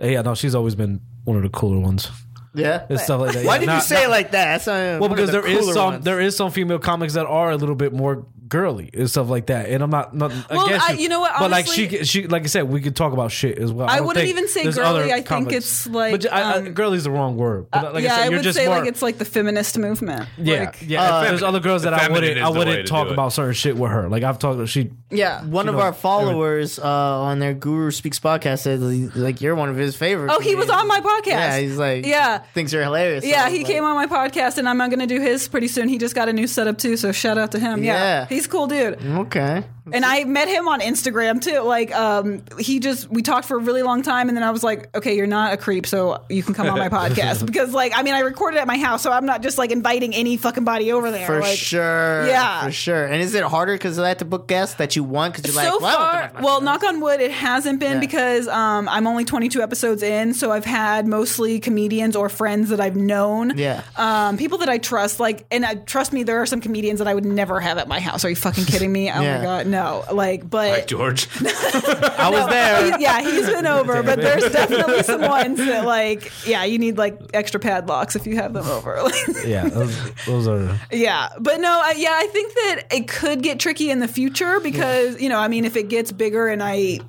Yeah, no, she's always been one of the cooler ones. Yeah. It's stuff like that. Why Yeah, did you not- say it like that? That's not- Well, one of because the there is cooler some ones. there is some female comics that are a little bit more girly and stuff like that. And I'm not nothing Well, against I- you, you know what, but like honestly- she, she, like I said, we could talk about shit as well. I don't wouldn't think even say there's girly. other I think comics. it's like, um, but, ju- I, I, girly's the wrong word. But like yeah, I, said, I you're would just say more, like it's like the feminist movement. yeah, Like, yeah. uh, there's other girls that I feminine wouldn't, is I the way wouldn't to talk do it. about certain shit with her. Like I've talked, she yeah. One You of know, our followers uh, on their Guru Speaks podcast said, like, you're one of his favorites. Oh, he was on my podcast. Yeah, he's like, Yeah. thinks you're hilarious. Yeah, So, he like, came on my podcast, and I'm going to do his pretty soon. He just got a new setup too, so shout out to him. Yeah, Yeah. he's a cool dude. Okay. And I met him on Instagram too. Like, um, he just we talked for a really long time, and then I was like, okay, you're not a creep, so you can come on my podcast because, like, I mean, I recorded at my house, so I'm not just like inviting any fucking body over there. For like, sure. Yeah. For sure. And is it harder because I have to book guests that you want? Because you're so like, well, far, well, knock on wood, it hasn't been Yeah. because um, I'm only 22 episodes in, so I've had mostly comedians or friends that I've known. Yeah. Um, people that I trust, like, and uh, trust me, there are some comedians that I would never have at my house. Are you fucking kidding me? Oh Yeah. my god, no! Like, but Like George. I was there. He- yeah, he's been over, but there's definitely some ones that, like, yeah, you need like extra padlocks if you have them over. Like, yeah, those, those are. yeah, but no, I, yeah, I think that it could get tricky in the future because you know, I mean, if it gets bigger and I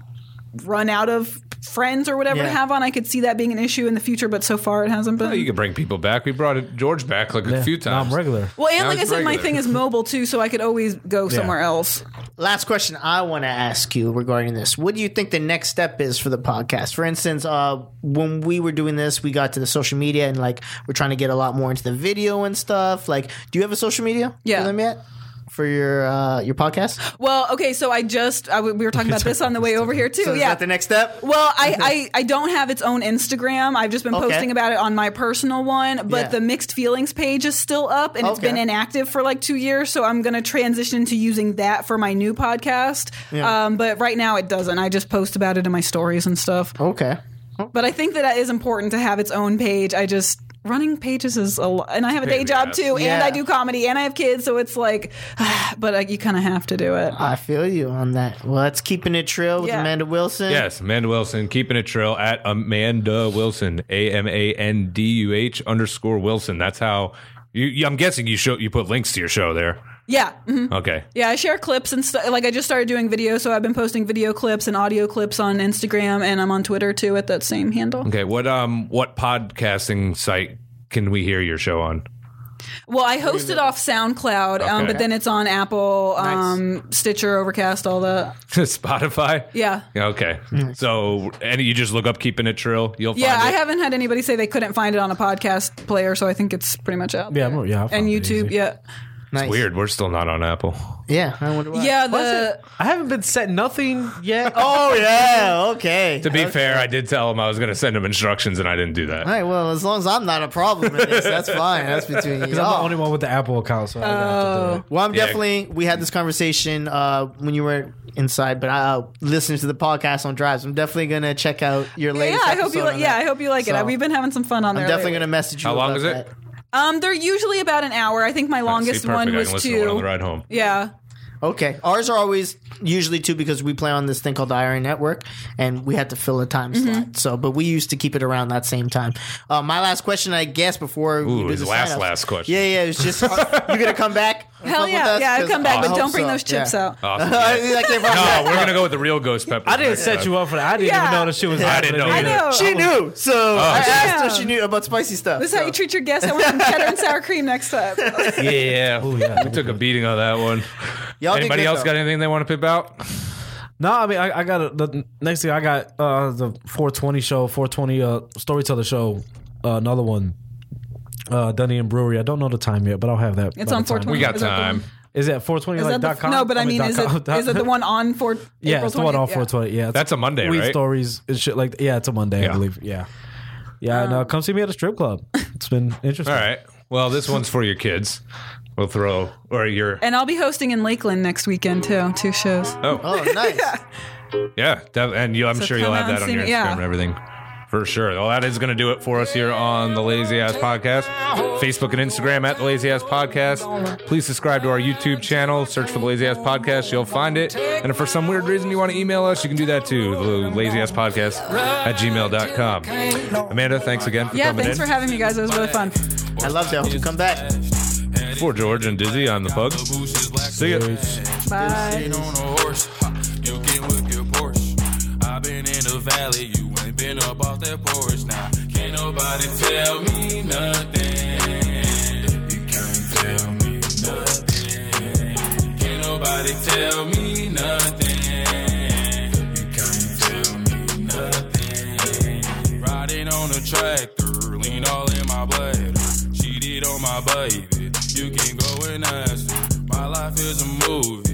run out of friends or whatever to Yeah. have on, I could see that being an issue in the future. But so far, it hasn't been. you can bring people back. We brought it- George back like a Yeah, few no, times. I'm regular. well, and Now like I it's said, my regular. thing is mobile too, so I could always go somewhere else. Last question I want to ask you regarding this. What do you think the next step is for the podcast? For instance, uh, when we were doing this, we got to the social media and like we're trying to get a lot more into the video and stuff. Like, do you have a social media Yeah. Oh, for them yet? For your uh, your podcast? Well, okay, so I just I w we were talking about this on the way over here too. So is yeah, that the next step? Well, I, I, I don't have its own Instagram. I've just been Okay. posting about it on my personal one, but Yeah. the mixed feelings page is still up and it's Okay. been inactive for like two years. So I'm going to transition to using that for my new podcast. Yeah. Um, but right now it doesn't. I just post about it in my stories and stuff. Okay. But I think that that is important to have its own page. I just. Running pages is a lot, and I have a Pain day in the job ass. too, and Yeah. I do comedy, and I have kids, so it's like, but like, you kind of have to do it. I feel you on that. Well, that's keeping it trail with Yeah. Amanda Wilson. Yes, Amanda Wilson, keeping it trail at Amanda Wilson, A M A N D U H underscore Wilson. That's how you, you- I'm guessing you show you put links to your show there. Yeah. mhm. Okay. Yeah, I share clips and stuff. Like I just started doing video, so I've been posting video clips and audio clips on Instagram, and I'm on Twitter too at that same handle. Okay. What um what podcasting site can we hear your show on? Well, I host it off SoundCloud, um, Okay. but then it's on Apple, um, Stitcher, Overcast, all that. Spotify? Yeah. Okay. So and you just look up keeping it trail, you'll find Yeah, it. I haven't had anybody say they couldn't find it on a podcast player, so I think it's pretty much out. Yeah, there. I'm- yeah, I and found it YouTube. easy. Yeah, Nice. It's weird. We're still not on Apple. Yeah. I wonder why. yeah. The I haven't been set nothing yet. Oh yeah. Okay. To be fair, I did tell him I was going to send him instructions and I didn't do that. All right. Well, as long as I'm not a problem in this, that's fine. That's between you. Because I'm the only one with the Apple account, so I'm gonna have to do it. Well, I'm Yeah. definitely. We had this conversation uh, when you were inside, but I uh, listening to the podcast on drives. I'm definitely gonna check out your yeah, latest. I hope you episode like. on Yeah, that. I hope you like So, it. We've been having some fun on I'm there. definitely lately. gonna message you. How long about is it? that. Um, they're usually about an hour. I think my longest See, perfect. one I was can listen to one on the two. ride home. Yeah. Okay, ours are always usually two because we play on this thing called the IRA Network, and we had to fill a time Mm-hmm. slot. So, but we used to keep it around that same time. Uh, my last question, I guess, before we Ooh, do his the last, sign-offs. last question. Yeah, yeah, it's just are, you gonna come back? and Hell fuck with yeah, us? yeah, 'Cause come back, I but hope don't bring so. those chips Yeah. out. Awesome. I Yeah. think I can't bring No, that. we're gonna go with the real ghost pepper. I didn't set you up for that. I didn't Yeah. even know that shit was I didn't happening. know I either. know. She knew, so Oh. I asked her. Oh. Damn. She knew about spicy stuff. This is how you treat your guests. I want some cheddar and sour cream next time. Yeah, yeah. Oh, yeah. we took a beating on that one. Y'all did Anybody good, else though. got anything they want to pip out? No, I mean, I, I got a, the next thing I got uh, the 420 show, 420 uh, storyteller show, uh, another one, uh, Dunny and Brewery. I don't know the time yet, but I'll have that. It's by on the time. 420. We got Is that the time. one? Is that 420 Is like that the, dot com? no, but I mean, dot is it com. is it the one on for Yeah, April it's the one 20th? on Yeah. 420. Yeah, it's That's a Monday, Weed right? stories and shit like Yeah, it's a Monday, Yeah. I believe. Yeah. Yeah, and uh, come see me at a strip club. It's been interesting. All right. Well, this one's for your kids. We'll throw or your And I'll be hosting in Lakeland next weekend too. Two shows. Oh, nice. yeah, def- and you, I'm So sure you'll come have out and that on see your Instagram me. Yeah. and everything. For sure. Well, that is going to do it for us here on the Lazy Ass Podcast. Facebook and Instagram at the Lazy Ass Podcast. Please subscribe to our YouTube channel. Search for the Lazy Ass Podcast. You'll find it. And if for some weird reason you want to email us, you can do that too. The Lazy Ass Podcast at gmail.com. Amanda, thanks again for Yeah, coming thanks in. for having me guys. It was really fun. I love that. Hope you come back. for George and Dizzy, I'm the Pug. See ya. Peace. Bye. Sitting on a horse, ha, you can whip your Porsche. I've been in the valley, you ain't been up off that porch. Now, can't nobody tell me nothing. You can't tell me nothing. Can't nobody tell me nothing. You can't tell me nothing. Riding on a tractor, lean all in my bladder. Cheated on my baby, you can go and ask her. My life is a movie.